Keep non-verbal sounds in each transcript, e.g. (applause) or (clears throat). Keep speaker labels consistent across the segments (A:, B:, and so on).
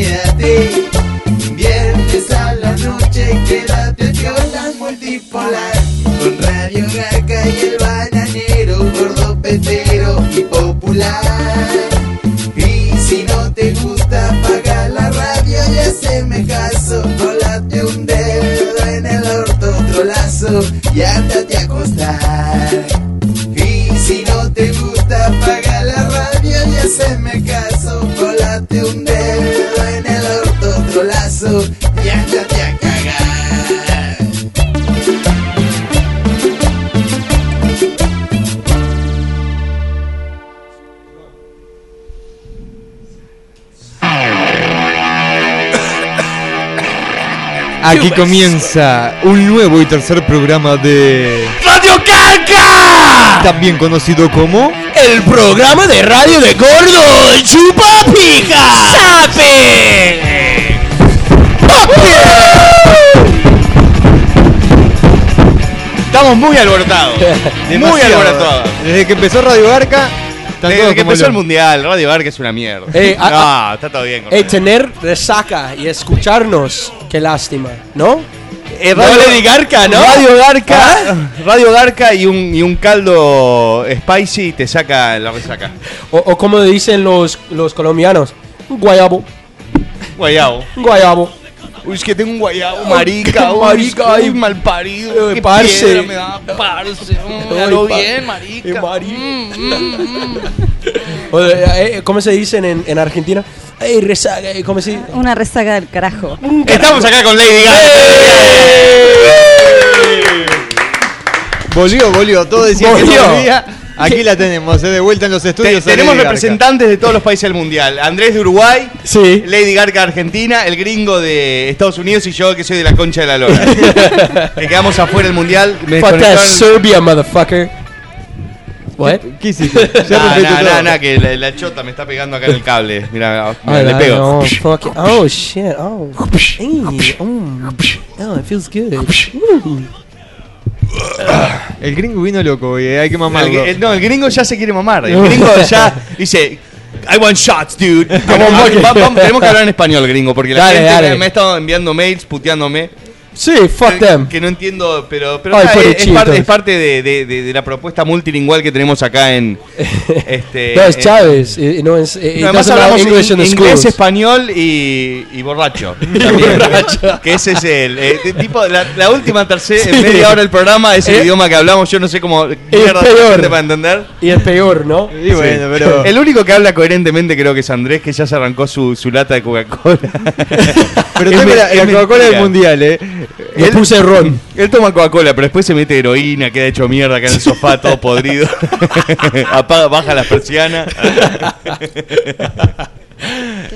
A: noche, viernes a la noche, quédate viola multipolar. Con Radio Gaca y el bananero, gordo petero y popular. Y si no te gusta, apaga la radio y haceme caso. Colate un dedo en el orto, otro lazo y ándate a acostar. Y si no te gusta, apaga la radio y haceme caso. Colate un dedo en el orto, otro lazo y ándate a cagar.
B: Aquí comienza un nuevo y tercer programa de.
C: ¡Radio Calca!
B: También conocido como.
C: El programa de radio de gordo Chupa Pija. ¡Sape! Estamos muy alborotados. muy
B: Demasiado.
C: alborotados.
B: Desde que empezó Radio Garca. están todos
C: Desde que
B: como
C: empezó el
B: locos.
C: mundial, Radio Bar que es una mierda.
D: Eh,
C: no,
D: a-
C: está todo bien.
D: Eh,
C: compadre.
D: tener resaca y escucharnos, qué lástima, ¿no?
C: Eh,
D: No le di garca, ¿no?
C: Radio Garca,
D: ¿Ah?
C: Radio Garca y un, y un caldo spicy te saca la resaca.
D: O, o como dicen los, los colombianos, un guayabo,
C: Guayabo.
D: un guayabo.
C: Uy, es que tengo un guayabo,
D: marica, uy, uy,
C: mal parido.
D: qué piedra me
C: da. mm,
D: Ay, pa- eh, marica. (laughs) O, eh, eh, ¿Cómo se dicen en, en Argentina? Ey, resaca, eh, ¿cómo se dice?
E: Una resaca del carajo.
C: Estamos acá con Lady Gaga.
B: Volvió, volvió. Todo decía que
C: Volvió.
B: no volvía. Aquí la tenemos, eh, de vuelta en los
C: Te-
B: estudios. Radio
C: tenemos
B: Garca.
C: representantes de todos los países del mundial. Andrés de Uruguay,
D: Sí.
C: Lady Garca de Argentina, el gringo de Estados Unidos y yo que soy de la concha de la lora. Te quedamos afuera del mundial. Me
D: Fuck that
C: desconectaron-
D: Serbia, motherfucker. What?
B: ¿Qué hiciste?
C: (laughs)
B: Ya
C: Nah,
B: respeto
C: nah,
B: todo.
C: nah, nah, que la, la chota me está pegando acá en el cable. Mira,
D: Oh,
C: Ah, le
D: no,
C: pego.
D: no, fucking- oh shit. Oh. Ey, oh. Oh, it feels good. Mm.
B: El gringo vino loco, hoy, eh, hay que
C: El,
B: mamarlo.
C: el- no, el gringo ya se quiere mamar.
D: (laughs)
C: El gringo ya dice. I want shots, dude.
D: on,
C: Va-
D: fuck it.
C: va- tenemos que hablar en español, gringo, porque la
D: Dale,
C: gente
D: dale.
C: me ha estado enviando mails puteándome.
D: Sí, fuck
C: que,
D: them.
C: que no entiendo, pero, pero
D: Ay,
C: nada, es, es
D: pobrecitos.
C: parte, es parte de, de- de- de la propuesta multilingüal que tenemos acá
D: (laughs)
C: en. este,
D: No, es
C: en-
D: Chávez. eh, No, es. eh, it
C: No, además
D: doesn't allow
C: hablamos
D: English in
C: in-
D: the
C: inglés,
D: schools.
C: español y, y
D: (laughs)
C: borracho. también. Que ese es el. eh, de- tipo, la, la última tercera
D: Sí.
C: media hora del programa es el
D: Eh,
C: idioma que hablamos. Yo no sé cómo. mierda
D: peor.
C: gente para entender.
D: Y el peor, ¿no?
B: Y bueno, (laughs) pero.
C: (laughs) El único que habla coherentemente creo que es Andrés, que ya se arrancó su, su lata de Coca-Cola.
B: Pero
C: (laughs) Es
B: tengo
C: me-
B: la,
C: es
B: la Coca-Cola del
C: mentira.
B: mundial, eh.
D: Le
C: Él-
D: puse ron.
C: Él toma Coca-Cola, pero después se mete heroína, queda hecho mierda acá en el sofá, todo podrido. (laughs) Apaga, baja las persianas.
B: eh.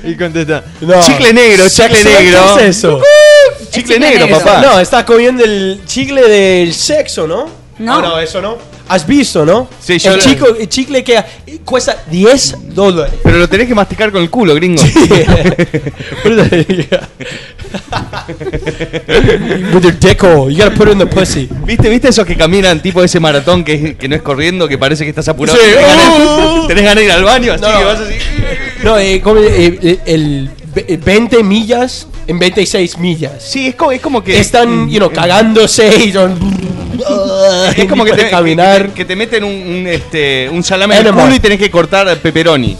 B: Y contesta.
D: No.
C: Chicle negro, chicle
D: ¿Sabes
C: negro.
D: ¿Qué es eso?
C: Chicle negro,
E: negro.
C: papá.
D: No, está comiendo el chicle del sexo, ¿no?
E: No.
D: Ah, eso no. Has visto, ¿no?
C: Sí, yo
D: el,
C: lo-
D: chico, el chicle que eh, cuesta 10 dólares. (laughs)
C: Pero lo tenés que masticar con el culo, gringo.
D: With your dick hole, you gotta put it in the pussy.
C: ¿Viste, ¿Viste esos que caminan tipo ese maratón que, es- que no es corriendo, que parece que estás apurado?
D: Sí.
C: Tenés, ganas,
D: Uh.
C: tenés ganas de ir al baño, así
D: No.
C: que vas así.
D: No, eh, come eh, eh, el ve- eh, 20 millas en 26 millas.
C: Sí, es como, es como que.
D: Están, you know, cagándose
C: (laughs)
D: y son...
C: Es como que
D: Pueden
C: te,
D: caminar.
C: que, que te meten un, un, este, un salame en el
D: Enema.
C: culo y tenés que cortar pepperoni.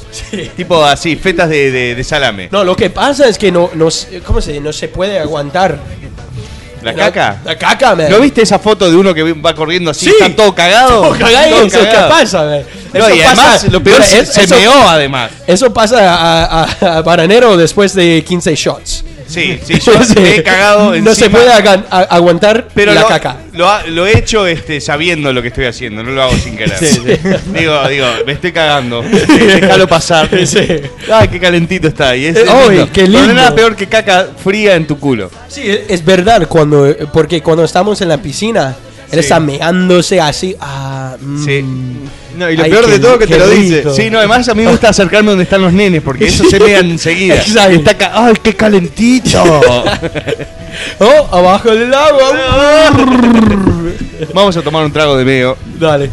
C: Tipo así, fetas de, de- de salame.
D: No, lo que pasa es que no, no, se- ¿cómo se dice? No se puede aguantar.
C: La caca.
D: La caca, man.
C: ¿No viste esa foto de uno que va corriendo así?
D: Eh. Sí.
C: Está todo cagado.
D: Todo cagado,
C: Todo
D: eso, ¿Qué
C: cagado.
D: pasa, man?
C: No,
D: Eso
C: y
D: pasa-
C: además, lo peor
D: Ahora,
C: es
D: es-
C: se
D: eso-
C: meó además.
D: Eso pasa a, a- a Bananero después de 15 shots.
C: Sí, sí,
D: (laughs)
C: yo
D: Sí.
C: me he cagado
D: No
C: encima,
D: se puede aga- a- aguantar
C: pero
D: la
C: lo,
D: caca.
C: Lo, ha- lo he hecho este, sabiendo lo que estoy haciendo, no lo hago sin querer. (laughs) Digo, digo, me estoy cagando. Déjalo pasar. (laughs)
D: Sí.
C: Ay, qué calentito está. Y es,
D: Eh,
C: es
D: ay, qué
C: Pero no
D: lindo.
C: hay nada peor que caca fría en tu culo.
D: Sí, e- es verdad, cuando, eh, porque cuando estamos en la piscina, él
C: Sí.
D: está meándose así. Ah, mm.
C: Sí.
B: No, y lo
D: Ay,
B: peor de
D: qué-
B: todo que te
D: qué
B: lo dice.
D: rico.
C: Sí, no, además a mí me gusta acercarme donde están los nenes porque eso se
B: (laughs)
C: mea enseguida.
D: Exacto.
C: Está ca- ¡Ay, qué (laughs) calentito!
D: Oh, abajo del agua.
B: Ah.
D: (laughs)
C: Vamos a tomar un trago de meo.
D: Dale.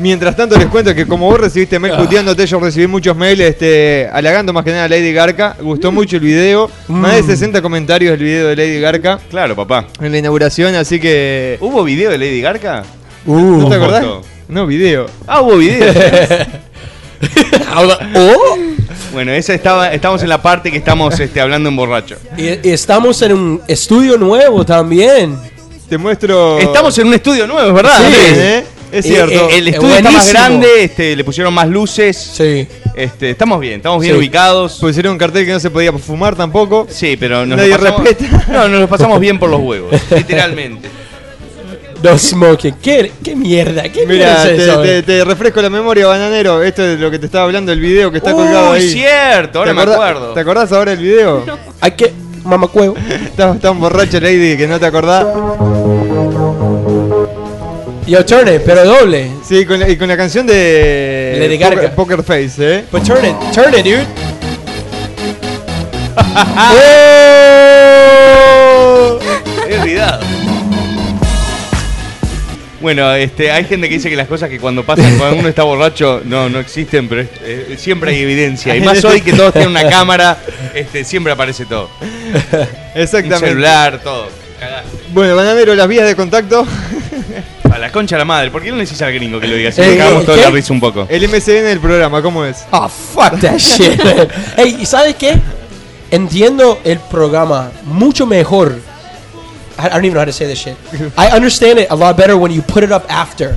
B: Mientras tanto les cuento que como vos recibiste
C: Ah.
B: mail puteándote, yo recibí muchos mails este, halagando más que nada a Lady Garca. Gustó
C: Mm.
B: mucho el video. Más de 60 comentarios del video de Lady Garca
C: Claro, papá.
B: en la inauguración, así que...
C: ¿Hubo video de Lady Garca?
B: ¿No
D: Uh.
B: te acordás?
C: foto.
B: No, video.
C: Ah, hubo
B: (laughs)
C: video.
D: (laughs) Ahora, oh, o
C: bueno, esa estaba, estamos en la parte que estamos este, hablando en borracho.
D: y- y estamos en un estudio nuevo también.
B: Te muestro...
C: Estamos en un estudio nuevo, es verdad.
B: Sí,
C: Andrés?
B: ¿eh? Es
D: Eh,
B: cierto.
D: eh,
C: El estudio está más
D: Buenísimo.
C: grande, este, le pusieron más luces.
D: Sí.
C: Este, estamos bien, estamos bien
D: Sí.
C: ubicados.
B: Pusieron un cartel que no se podía fumar tampoco.
C: sí, pero nos
B: Nadie
C: lo pasamos,
B: respeta.
C: No, nos lo pasamos bien por los
B: (laughs)
C: huevos, literalmente.
D: No smoking. ¿Qué, qué mierda? ¿Qué
B: Mira,
D: mierda es
B: te,
D: eso?
B: te- te refresco la memoria, bananero. Esto es lo que te estaba hablando, el video que está colgado
C: Uy,
B: ahí.
C: cierto, ahora
B: ¿Te
C: me
B: acordás-
C: acuerdo.
B: ¿Te acordás ahora el video?
D: Hay que.
B: (laughs)
D: Mamacuevo.
B: Estabas tan borracho, Lady, que no te acordás.
D: Yo turn it, pero doble.
B: Sí, con la- y con la canción de
D: Lady
B: Poker-
D: Gaga.
B: Poker, Face, ¿eh?
D: But turn it, turn it, (laughs) dude.
C: He olvidado. Bueno, este, hay gente que dice que las cosas que cuando pasan cuando uno está borracho no, no existen, pero es- eh, siempre hay evidencia. Y más hoy que todos tienen una cámara, este, siempre aparece todo. Un
B: Exactamente.
C: celular, todo. Cagaste.
B: Bueno, bananero, las vías de contacto.
C: A la concha de la madre, ¿por qué no le decís al gringo que lo diga? Si
D: Eh,
C: nos cagamos
D: eh,
C: toda la
D: ¿qué?
C: risa un poco.
B: El MCN del programa, ¿cómo es?
D: (laughs) Ah, fuck that shit. man. hey, ¿y sabes qué? Entiendo el programa mucho mejor. I, I don't even know how to say this shit. I understand it a lot better when you put it up after.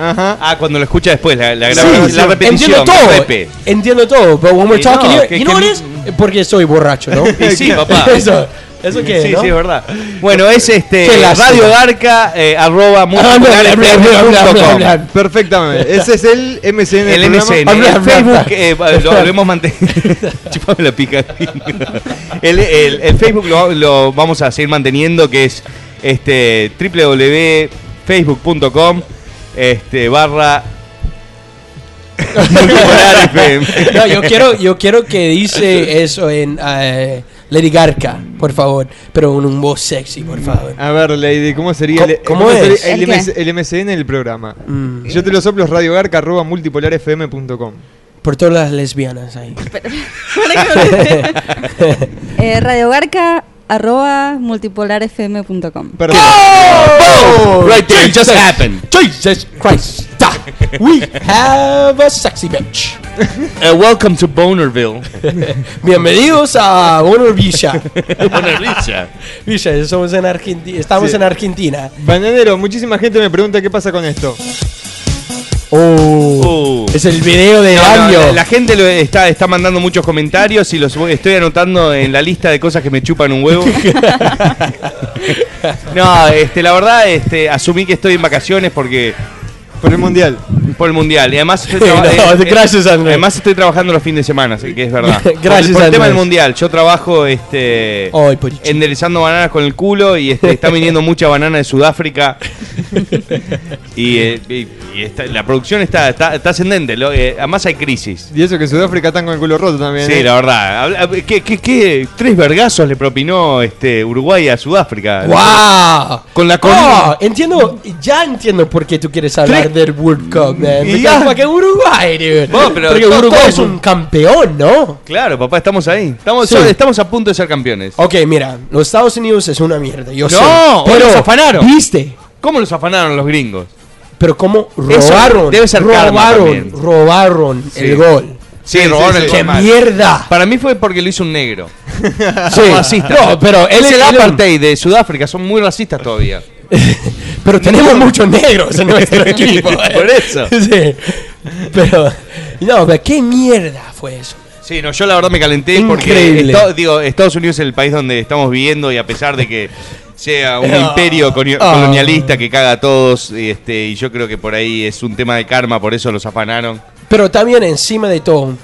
B: Ajá.
C: Ah, cuando lo escucha después, la, la
D: Sí,
C: grabación,
D: sí,
C: la repetición.
D: entiendo todo.
C: repe.
D: Entiendo todo, but when we're
C: Y
D: talking
C: no,
D: here,
C: que-
D: you know what
C: que-
D: it is? Porque soy borracho, ¿no?
C: (laughs) Y
D: (laughs)
C: sí, papá.
D: eso, eso que,
C: Sí,
D: ¿no?
C: sí, es verdad. Bueno, es este
D: Qué lástima.
C: Radio Garca, eh, arroba
D: Ah, bla, bla, bla, bla, bla, bla,
C: multiculturales.com.
D: bla.
B: Perfectamente. Ese es el MCN del
C: El
B: programa.
C: MCN.
D: Habla,
C: El
D: habla,
C: Facebook,
D: habla.
C: eh, lo, lo hemos mantenido. (laughs) Chupame la pica. el, el- el Facebook lo, lo vamos a seguir manteniendo, que es este www.facebook.com este, barra Multipolar FM.
D: No, yo quiero, yo quiero que dice eso en eh, Lady Garca, por favor, pero con un voz sexy, por favor.
B: A ver, Lady, ¿cómo sería
D: ¿Cómo-
B: el,
D: cómo
B: cómo
D: es?
B: sería el
E: ¿El qué?
B: MS el MCN del programa?
D: Mm,
B: Yo te lo soplo es radiogarca arroba multipolarfm.com.
D: por todas las lesbianas ahí.
E: (laughs) Eh, radiogarca arroba multipolarfm.com.
B: Perfecto.
D: Oh,
C: Right there, it just happened.
D: (laughs) Jesus Christ. Ta. We have a sexy bitch.
C: Uh, welcome to
D: (laughs)
C: Bonerville.
D: Bienvenidos a Honor Villa.
C: Bonervilla.
D: Uh. Villa, somos en Argentina. Estamos
B: Sí.
D: en Argentina.
B: Bananero, muchísima gente me pregunta qué pasa con esto.
D: Oh.
C: Uh.
D: Es el video de
C: No, no,
D: año.
C: la, la gente lo está, está mandando muchos comentarios y los voy- estoy anotando en la lista de cosas que me chupan un
D: (laughs)
C: huevo. no, este, la verdad, este, asumí que estoy en vacaciones porque
B: Por el mundial.
C: por el mundial. Y además estoy,
D: (laughs) No,
C: eh, eh,
D: gracias, Andrés.
C: además estoy trabajando los fines de semana, así que es verdad. Por-
D: (laughs) Gracias,
C: por, el tema del
D: Andrés.
C: mundial. Yo trabajo este
D: Ay, por-
C: enderezando bananas con el culo y este,
D: (laughs)
C: está viniendo mucha banana de Sudáfrica. y eh, y- y está- la producción está, está, está ascendente. lo- eh, además hay crisis.
B: Y eso que Sudáfrica están con el culo roto también.
C: Sí,
B: ¿eh?
C: la verdad. Habla- ¿Qué, qué- qué tres vergazos le propinó este Uruguay a Sudáfrica?
D: ¡Wow!
C: Con la
D: Oh,
C: corona.
D: entiendo, ya entiendo por qué tú quieres hablar
C: Tres-
D: del World Cup, man.
C: Y
D: Because
C: ya.
D: fucking Uruguay, dude.
C: Bueno, pero
D: Porque
C: to-
D: Uruguay
C: todos-
D: es un campeón, ¿no?
C: Claro, papá, estamos ahí. Estamos,
D: Sí. Oh.
C: estamos a punto de ser campeones.
D: Ok, mira, los Estados Unidos es una mierda, yo
C: No,
D: sé.
C: hoy los afanaron.
D: ¿Viste?
C: ¿Cómo los afanaron los gringos?
D: Pero cómo
C: Eso
D: robaron,
C: debe ser karma
D: robaron,
C: también.
D: robaron
C: Sí.
D: el gol.
C: Sí,
B: robaron el
D: ¡Qué
B: gol mal.
D: mierda! (laughs)
C: Para mí fue porque lo hizo un negro.
D: Sí. No, pero él
C: es el
D: él-
C: apartheid de Sudáfrica, son muy racistas todavía.
D: Pero tenemos muchos negros
C: (laughs)
D: en nuestro equipo. eh.
C: Por eso.
D: (laughs) Sí. Pero, no, pero qué mierda fue eso.
C: Sí, no, yo la verdad me calenté porque
D: Increíble.
C: esto- digo, Estados Unidos es el país donde estamos viviendo y a pesar de que sea
D: (laughs)
C: un
D: Ah.
C: imperio coni-
D: Ah.
C: colonialista que caga a todos, y, este, y yo creo que por ahí es un tema de karma, por eso los afanaron.
D: Pero también encima de todo,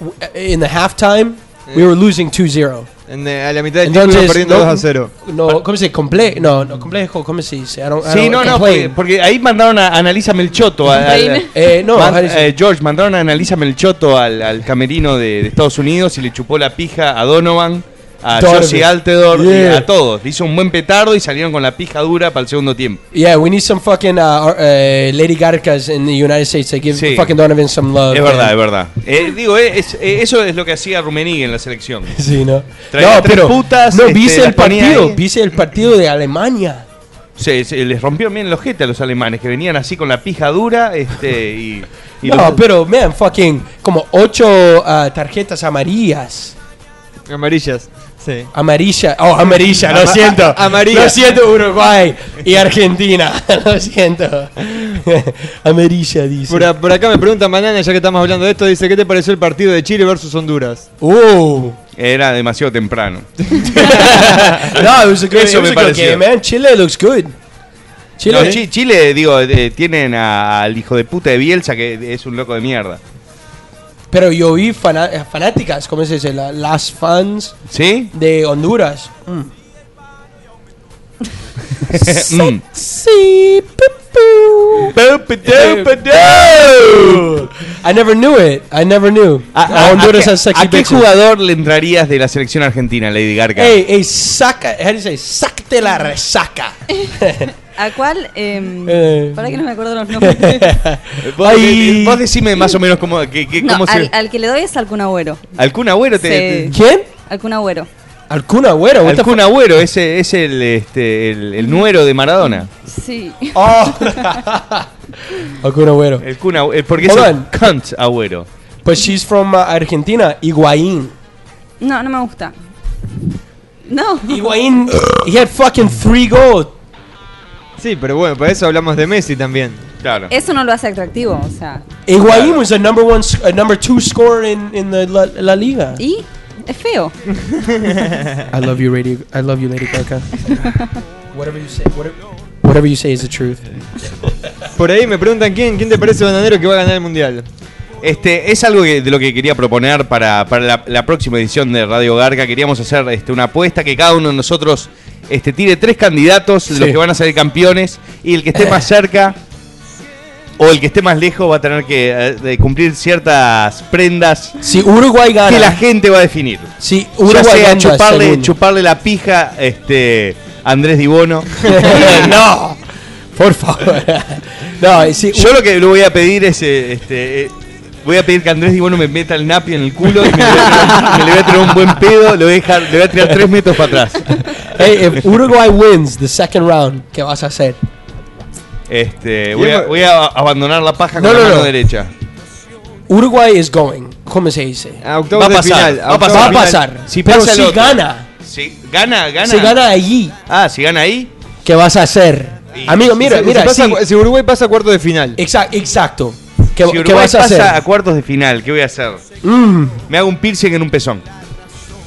D: w- in the halftime,
C: Eh.
D: we were losing 2-0.
B: En, eh, a la mitad del título
D: Entonces,
B: perdiendo
D: no,
B: 2 a 0.
D: No, ¿cómo se dice? Comple no, no, complejo, ¿cómo se dice? I don't- I
C: Sí,
D: don't
C: no, no, porque,
D: complain.
C: porque ahí mandaron a Analisa Melchoto. a- a-
E: Reine.
D: Eh, no,
C: Man-
D: how do you say-
C: eh, George, mandaron a Analisa Melchoto al, al camerino de, de Estados Unidos y le chupó la pija a Donovan. a
D: Darby.
C: Josie Altedor y
D: Yeah.
C: a todos. Le hizo un buen petardo y salieron con la pija dura para el segundo tiempo.
D: Yeah, we need some fucking uh, uh, Lady Garcas in the United States to give
C: Sí.
D: fucking Donovan some love.
C: es verdad,
D: man.
C: es verdad. Eh, digo, eh, es- eh, eso es lo que hacía Rummenigge en la selección.
D: (laughs) Sí, ¿no?
C: Traía
D: no,
C: tres
D: pero,
C: putas,
D: no,
C: este,
D: viste
C: la
D: el
C: ponía
D: partido,
C: ahí.
D: viste el partido de Alemania.
C: Se, se les rompió bien los jetes a los alemanes, que venían así con la pija dura este, y, y
D: no,
C: los-
D: pero, man, fucking, como ocho ah, tarjetas amarillas.
B: Amarillas. Sí.
D: Amarilla, oh, amarilla, lo
B: Ama-
D: siento.
B: a- amarilla.
D: Lo siento, Uruguay y Argentina, (laughs) lo siento. (laughs) amarilla, dice.
B: Por, a- por acá me preguntan Banana, ya que estamos hablando de esto, dice, ¿qué te pareció el partido de Chile versus Honduras?
D: Uh. (laughs)
C: era demasiado temprano.
D: no, it was a good,
C: Eso
D: it was
C: me
D: a good
C: pareció.
D: game, man. Chile looks good. Chile,
C: No, Chi- Chile, digo, eh, tienen a- al hijo de puta de Bielsa, que es un loco de mierda.
D: pero yo vi fana- eh, fanáticas, ¿cómo se dice? La- las fans
C: ¿Sí?
D: de Honduras. (laughs)
C: Mm.
D: Sí,
C: (laughs)
D: pu, pu. I never knew it. I never knew.
C: ¿A, a-
D: Honduras
C: a-
D: has sexy
C: ¿a qué
D: bitches.
C: jugador le entrarías de la selección argentina, Lady Garca?
D: Hey, hey, saca. How do you say? Sácate la resaca.
E: ¿A cuál? Em,
D: Eh.
E: para que no me acuerdo
D: (laughs)
E: los nombres.
C: vos,
D: (laughs) Ay.
C: vos decime más o menos cómo, que- que-
E: No,
C: cómo se...
E: al, al que le doy es al Kun Agüero.
C: Al Kun Agüero te...
E: Sí.
D: ¿Quién?
E: Al Kun Agüero.
D: Alcuna Agüero. what
C: Al
D: the
C: Kun
D: fu-
C: Agüero, ese es el, este, el, el nuero de Maradona.
E: Sí.
D: Oh. (laughs) Alcuna Agüero.
C: El Kun Agüero, porque es
D: Hold
C: el
D: on.
C: Cunt Agüero.
D: But she's from uh, Argentina. Higuaín.
E: No, no me gusta. No.
D: Higuaín, he had fucking three goals.
B: Sí, pero bueno, para eso hablamos de Messi también.
C: Claro.
E: Eso no lo hace atractivo, o sea.
D: Higuaín was a number one, sc- a number two scorer in, in the La, La Liga.
E: Y es feo.
D: I love you, radio. I love you, Lady Gaga. (laughs) whatever you say, whatever, whatever you say is the truth.
B: Por ahí me preguntan quién, quién te parece bananero que va a ganar el mundial.
C: Este, es algo que- de lo que quería proponer para, para la, la próxima edición de Radio Garca. Queríamos hacer este, una apuesta que cada uno de nosotros este, tire tres candidatos de los
D: Sí.
C: que van a ser campeones y el que esté más cerca o el que esté más lejos va a tener que eh, de cumplir ciertas prendas
D: Si Uruguay gana,
C: que la gente va a definir.
D: si
C: Ya
D: Uruguay
C: sea
D: gana,
C: chuparle,
D: según-
C: chuparle la pija este, a Andrés
D: (laughs)
C: Dibono.
D: no, por favor. no, si
C: Yo lo que le voy a pedir es. eh, Este, eh, voy a pedir que Andrés Di Bono me meta el napi en el culo y me, le voy a tirar- me le voy a tirar un buen pedo, le voy a, dejar, le voy a tirar tres metros para
D: (laughs)
C: atrás.
D: hey, if Uruguay wins the second round, ¿qué vas a hacer?
C: Este, voy, a, voy a abandonar la paja
D: No,
C: con la
D: no,
C: mano
D: no.
C: derecha.
D: Uruguay is going. ¿Cómo se dice?
B: A
C: Va a
B: octavos de
C: pasar,
B: final.
C: va a
B: octavos
D: Va a
B: de final.
D: pasar.
C: Si
D: pero
C: pasa el
D: si
C: otro.
D: gana,
C: Si gana, gana.
D: si gana allí,
C: Ah, si gana ahí.
D: ¿qué vas a hacer?
C: Y-
D: Amigo,
B: Si-
D: mira,
B: si
D: mira,
B: pasa-
D: sí.
B: si Uruguay pasa a cuarto de final.
D: Exacto, exacto. ¿Qué,
C: si
D: qué
C: Uruguay
D: vas a hacer?
C: pasa a cuartos de final, ¿qué voy a hacer?
D: Mm.
C: Me hago un piercing en un pezón.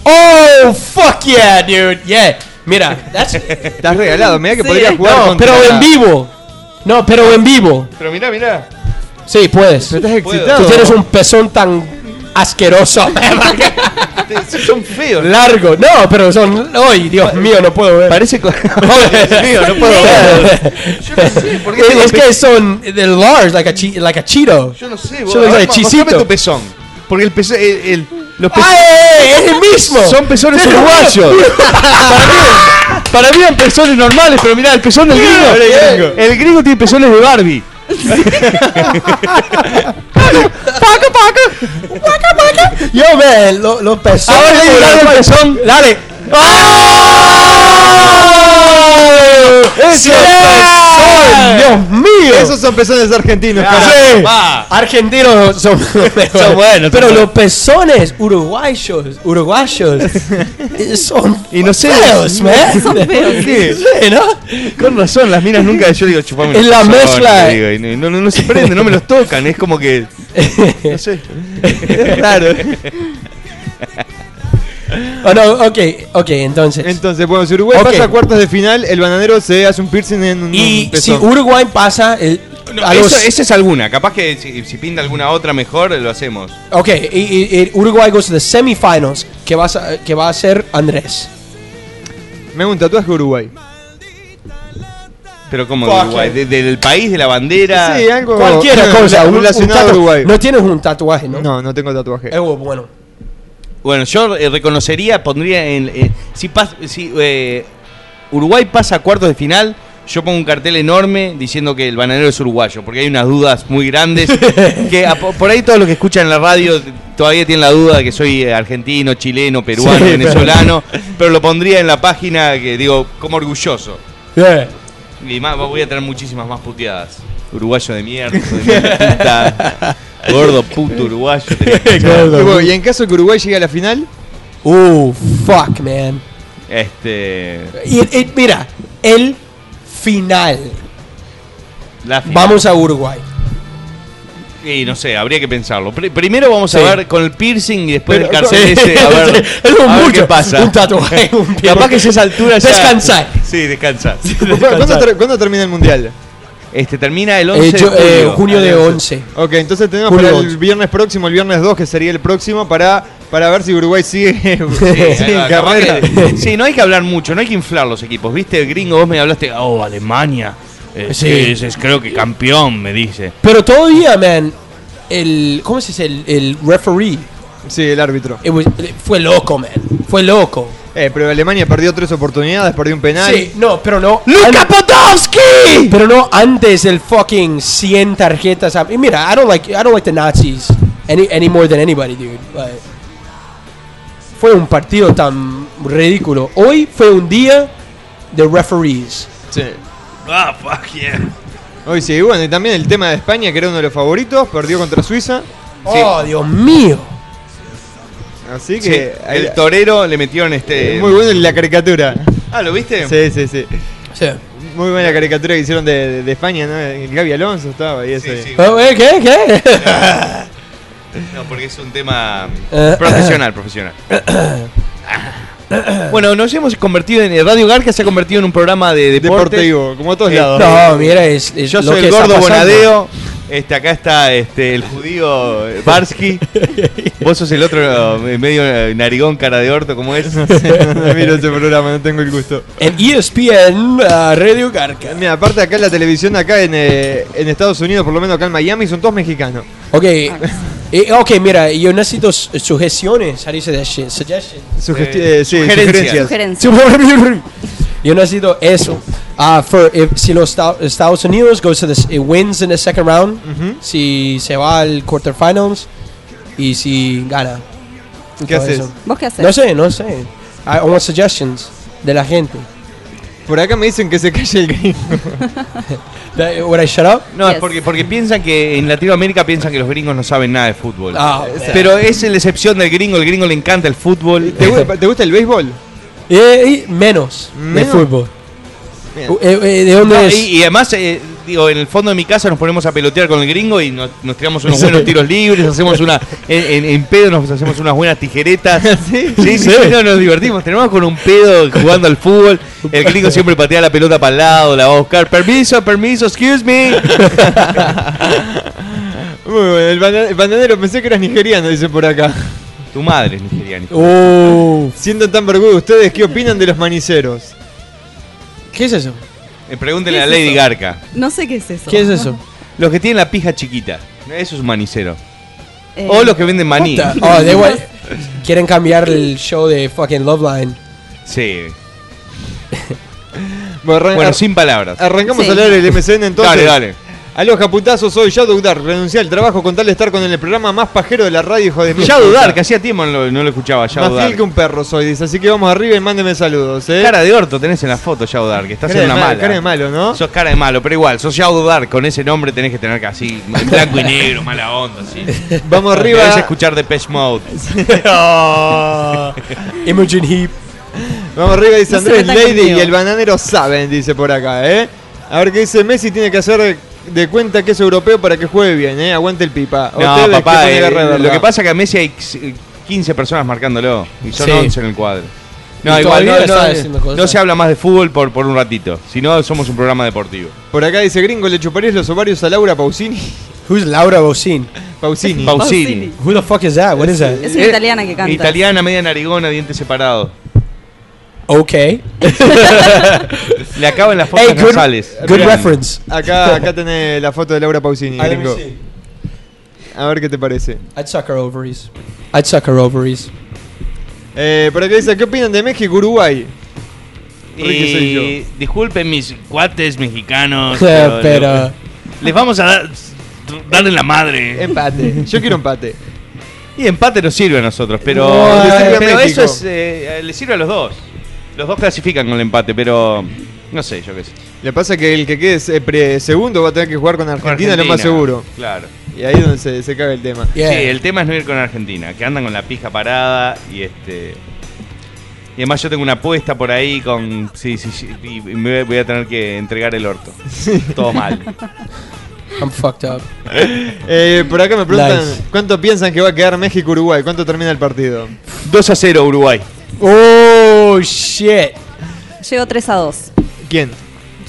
D: Oh, fuck yeah, dude. Yeah. Mira,
B: (laughs)
D: that's-
B: Estás regalado, mira que
E: Sí.
B: podrías jugar
D: no,
B: contra-
D: pero en vivo. No, pero en vivo.
C: Pero mirá, mirá.
D: Sí, puedes.
B: Pero
D: Tú
B: estás
C: Puedo.
B: excitado.
D: tienes un pezón tan asqueroso. (laughs)
C: (laughs) Son feos.
D: Largo. No, pero son. Ay, Dios mío, no puedo ver.
C: Parece.
D: (laughs)
C: co- (laughs) Dios mío, no puedo ver. Yo no sé, ¿por qué
D: Es,
C: tengo
D: es
C: pe-
D: que son de large, like a, chi- like a Cheeto.
C: Yo no sé,
D: Yo lo
C: a ver,
D: sé,
C: ma-
D: chisito.
C: mostrame tu pezón. Porque el pezón. el- el- los
D: Ah.
C: pezones.
D: ¡Ay! ¡Es el mismo!
C: Son pezones
D: (laughs)
C: uruguayos. para mí eran pezones normales, pero mirá, el pezón del gringo. Eh,
B: el gringo.
C: El gringo tiene pezones de Barbie.
D: Yo, man, lo- los pezones.
C: Ahora le
D: de
C: digo el pezón. ¡Ah!
D: Dale.
B: ¡Eso!
D: ¡Ay, ¡Dios mío!
B: Esos son pezones argentinos. carajo.
D: Sí.
C: Va.
D: Argentinos son, (laughs)
C: Son buenos, son
D: Pero
C: buenos.
D: los pezones uruguayos, uruguayos,
C: (laughs)
D: eh, son
C: Y no sé-
D: feos, man. (laughs)
E: Son feos.
D: Sí, ¿no? (laughs)
C: Con razón, las minas nunca. Yo digo, chupame.
D: Es
C: los
D: la
C: pezones,
D: mezcla.
C: le digo, y no, no, no se prende, no me los tocan. Es como que. No sé.
B: (laughs) Es raro.
D: Oh, no, ok, ok, entonces.
B: Entonces, bueno, si Uruguay
D: Ok.
B: pasa a cuartos de final, el bananero se hace un piercing en un,
D: y
B: un
D: si
B: pezón.
D: Uruguay pasa, el, a
C: Eso-
D: los-
C: esa es alguna. Capaz que si, si pinta alguna otra mejor, lo hacemos.
D: ok, y, y- y Uruguay goes to the semifinals, que, vas a- que va a ser Andrés.
B: Me hago un tatuaje de Uruguay.
C: Pero como de
D: Fuck
C: Uruguay.
D: it.
C: de- del país, de la bandera.
B: Sí, algo (laughs)
D: Cualquiera cosa, un- un
B: relacionado a
D: tatu-
B: Uruguay.
D: No tienes un tatuaje, ¿no?
B: No, no tengo tatuaje.
D: Eh, bueno.
C: Bueno, yo eh, reconocería, pondría en. eh, si pas- si eh, Uruguay pasa a cuartos de final, yo pongo un cartel enorme diciendo que el bananero es uruguayo, porque hay unas dudas muy grandes. que a- por ahí todos los que escuchan la radio todavía tienen la duda de que soy eh, argentino, chileno, peruano,
D: Sí, pero-
C: venezolano, pero lo pondría en la página que digo, como orgulloso.
D: (laughs) Yeah.
C: Y más, voy a tener muchísimas más puteadas. Uruguayo de mierda, hijo de mil puta, gordo puto uruguayo. te-
D: (laughs)
B: Y bueno, y en caso de que Uruguay llegue a la final,
D: Oh, fuck, man.
C: Este.
D: Y, y mira, el final.
C: La final.
D: Vamos a Uruguay.
C: Y no sé, habría que pensarlo. Pri- primero vamos
D: Sí.
C: a ver con el piercing y después
D: Pero-
C: el carcel
D: (laughs) Sí.
C: ese. A ver,
D: Sí, es un
C: a ver
D: mucho.
C: qué pasa.
D: Un tatuaje,
C: (laughs)
D: un
C: Capaz que ya a esa altura ya.
D: Descansar.
C: Sí,
D: (laughs)
C: descansa. (laughs)
B: ¿cu- ¿cuándo, ter- cuándo termina el mundial?
C: Este termina el 11
D: Eh,
C: de
D: yo-
C: julio.
D: eh, junio de
C: Adiós.
D: 11.
B: Ok, entonces tenemos
D: Julio
B: para el
D: ocho.
B: viernes próximo, el viernes 2, que sería el próximo, para, para ver si Uruguay
C: (laughs)
B: sigue, (laughs)
D: (laughs)
B: eh,
C: Sí,
B: sigue
C: ahí
B: en
C: va, capaz
B: carrera.
C: que- sí, no hay que hablar mucho, no hay que inflar los equipos. Viste, gringo, vos me hablaste, oh, Alemania. eh,
D: Sí.
C: sí, es, es creo que campeón, me dice.
D: Pero todavía, man, el. ¿Cómo se dice? El, el referee.
B: Sí, el árbitro.
D: it was- fue loco, man. Fue loco.
B: Eh, pero Alemania perdió tres oportunidades, perdió un penal.
D: Sí, no, pero no.
C: ¡Luka
D: an- Pero no antes del fucking 100 tarjetas. Y mira, I don't like, I don't like the Nazis any, any more than anybody, dude. Like, fue un partido tan ridículo. Hoy fue un día de referees.
B: Sí.
C: Ah, fuck yeah.
B: Hoy sí, bueno, y también el tema de España, que era uno de los favoritos, perdió contra Suiza.
D: Oh, Dios mío.
B: Así
C: Sí,
B: que. ahí- eh,
C: el torero le metieron este.
B: muy bueno la caricatura.
C: Ah, ¿lo viste?
B: Sí, sí, sí.
D: Sí.
B: Muy buena la caricatura que hicieron de, de- de España, ¿no? El Gaby Alonso estaba y eso.
C: Sí, sí.
D: Oh, eh, ¿Qué? ¿Qué?
C: (laughs) No, porque es un tema
D: Eh, (coughs)
C: profesional, profesional. bueno, nos hemos convertido en eh, Radio Garca se ha convertido en un programa de deportes.
B: Deportivo, como a todos
C: Eh,
B: lados.
D: No, mira, es, es
C: Yo
D: lo
C: soy
D: que
C: el
D: está
C: gordo
D: pasando.
C: Bonadeo. Este, acá está este, el judío eh,
D: (laughs)
C: Barsky. Vos sos el otro eh, medio eh, narigón, cara de orto, como
D: (laughs)
C: es.
B: No (laughs) miro ese programa, no tengo el gusto.
D: En E ESPN uh, Radio Garca.
B: Mira, aparte acá en la televisión, acá en, eh, en Estados Unidos, por lo menos acá en Miami, son todos mexicanos.
D: Ok. eh, ok, mira, yo necesito su- sugestiones. How do you say that
B: (laughs)
D: shit? Suggestions.
B: Sugesti-
C: Eh,
B: eh, sí,
C: sugerencias.
B: sugerencias.
E: Sugerencia.
D: Yo necesito eso. Ah, for if- si los Esta- Estados Unidos goes to the, s- it wins in the second round,
B: Ujú.
D: si se va al quarterfinals y si gana. Y
B: ¿Qué
D: todo
B: haces?
D: eso.
E: ¿Vos qué haces?
D: No sé, no sé. I want suggestions de la gente.
B: Por acá me dicen que se calle el gringo.
D: That- Would I shut up?
C: No, es
E: Yes.
C: porque, porque piensan que en Latinoamérica piensan que los gringos no saben nada de fútbol.
D: Ah,
B: Eh,
C: Pero es la excepción del gringo, el gringo le encanta el fútbol.
B: ¿Te, gu- ¿Te gusta el béisbol?
D: Eh, eh, menos, de
B: Menos.
D: fútbol.
B: Bien.
D: Eh, eh, ¿De dónde
C: No,
D: es?
C: y, y además, eh, digo, en el fondo de mi casa nos ponemos a pelotear con el gringo y nos, nos tiramos unos buenos tiros libres, hacemos una. En, en- en pedo nos hacemos unas buenas tijeretas. (laughs) Sí, sí, sí, no, nos divertimos. Tenemos con un pedo jugando al fútbol. El gringo siempre patea la pelota para el lado, la va a buscar. Permiso, permiso, excuse me.
B: Muy bueno, el, bana- el bananero pensé que eras nigeriano, dicen por acá.
C: Tu madre es nigeriana.
D: Oh,
B: Siendo tan vergüenza, ¿ustedes qué opinan de los maniceros?
D: ¿Qué es eso?
C: Eh, Pregúntenle
E: ¿Qué
C: a
E: es
C: Lady
E: eso?
C: Garca.
E: No sé qué es eso.
D: ¿Qué es eso?
C: Los que tienen la pija chiquita. Eso es un manicero.
E: Eh,
C: O los que venden maní. (laughs)
D: Ta- Oh, they want- quieren cambiar el show de fucking Love Line.
C: Sí.
B: Bueno, eh, arran-
C: Bueno,
B: ar-
C: sin palabras.
B: arrancamos
E: Sí.
B: a hablar del MCN entonces.
C: Dale, dale.
B: Aloha putazos, soy Shadow Dark. Renuncié al trabajo con tal de estar con el programa más pajero de la radio, hijo de mí.
C: Ya dudar, que hacía tiempo no lo, no lo escuchaba. Ya
B: Más fiel
C: dudar.
B: que un perro soy, dice. Así que vamos arriba y mándeme saludos, ¿eh?
C: Cara de orto tenés en la foto, Yao Dark. Estás
B: Cara de
C: en una
B: malo,
C: mala.
B: cara de malo, ¿no?
C: Sos cara de malo, pero igual, sos Yao Dark. Con ese nombre tenés que tener que así, en blanco y negro, mala onda, así.
B: Vamos
C: Debes
B: arriba.
C: escuchar Depeche Mode.
D: Imogen Heap.
B: Vamos arriba, dice
E: No se
B: Andrés
E: metan
B: Lady
E: conmigo.
B: y el bananero saben, dice por acá, ¿eh? A ver qué dice Messi, tiene que hacer de cuenta que es europeo para que juegue bien, ¿eh? Aguante el pipa.
C: No,
B: Ustedes, que
C: papá,
B: pone
C: eh,
B: guerra de
C: lo
B: verdad.
C: que pasa es que a Messi hay eh, 15 personas marcándolo y son
D: Sí.
C: 11 en el cuadro. No,
D: Y
C: igual,
D: todavía
C: no, no,
D: está
C: eh,
D: haciendo cosas.
C: no se habla más de fútbol por, por un ratito. Si no, somos un programa deportivo.
B: Por acá dice Gringo, le chuparías los ovarios a Laura Pausini. (laughs)
D: Who's Laura Bocin?
B: Pausini.
C: Pausini.
D: Who the fuck is that? What is that?
E: Es una
C: Eh,
E: italiana que canta.
C: Italiana, media narigona, dientes separados.
D: Okay.
C: Le acaban las fotos
D: good,
C: nasales.
D: good
C: Bien.
D: reference.
B: Acá, acá tenés la foto de Laura Pausini, Gringo. A ver qué te parece.
D: I'd suck her ovaries. (laughs) I'd suck her ovaries.
B: Eh, pero que dice, ¿qué opinan de México Uruguay? Ricky soy yo.
C: Y disculpen mis cuates (laughs) mexicanos, pero,
D: Pero.
C: les vamos a dar, darle la madre.
B: Empate. Yo quiero empate.
C: Em, Y empate nos sirve a nosotros, pero,
B: No, le sirve a
C: pero
B: México.
C: eso es, eh, le sirve a los dos. Los dos clasifican con el empate, pero no sé, yo qué sé.
B: Lo que pasa es que el que quede se- pre- segundo va a tener que jugar con Argentina, lo más seguro.
C: Claro.
B: Y ahí es donde se, se caga el tema.
D: Yeah.
C: Sí, el tema es no ir con Argentina, que andan con la pija parada y este. Y además yo tengo una apuesta por ahí con. Sí, sí, sí, y me voy a tener que entregar
B: (laughs)
C: el orto. Todo mal.
D: I'm fucked up.
B: Eh, por acá me preguntan,
D: Nice.
B: ¿cuánto piensan que va a quedar México-Uruguay? ¿Cuánto termina el partido?
C: 2 a 0 Uruguay.
D: Oh, shit.
E: Llego 3 a 2.
B: ¿Quién?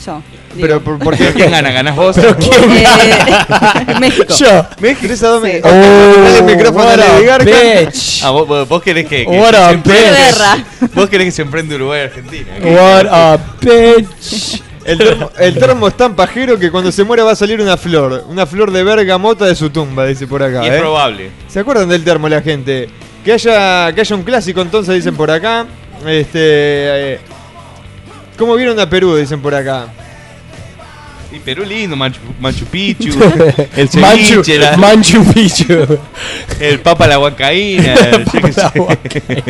E: Yo.
B: Pero
E: digo.
B: por, por
C: (laughs) ¿Quién
B: qué?
C: gana? ¿Ganás vos?
E: Eh, (laughs) México.
D: Yo.
B: México, ¿Tres a dos?
E: Sí.
B: Me- Dale
D: Oh,
B: el micrófono a
D: what
B: Lady
D: a
B: Garca.
D: bitch.
C: Ah, vos, vos- vos querés que. que
D: What a
C: se enfrente-
E: Qué guerra.
C: Vos querés que se enfrente Uruguay a Argentina. ¿eh? ¿qué?
D: What a bitch.
B: El termo, el termo es tan pajero que cuando se muera va a salir una flor. Una flor de bergamota de su tumba, dice por acá.
C: Y es
B: ¿eh?
C: probable.
B: ¿Se acuerdan del termo la gente? Que haya, que haya un clásico entonces, dicen por acá. Este, eh, ¿Cómo vieron a Perú? Dicen por acá.
C: Y Perú lindo, Machu, Machu
D: (laughs)
C: Picchu, el
D: Manchu,
C: ceviche, la-
D: Manchu Picchu.
C: el Papa la Huancaína,
D: (laughs)
C: el- (laughs) yo qué sé.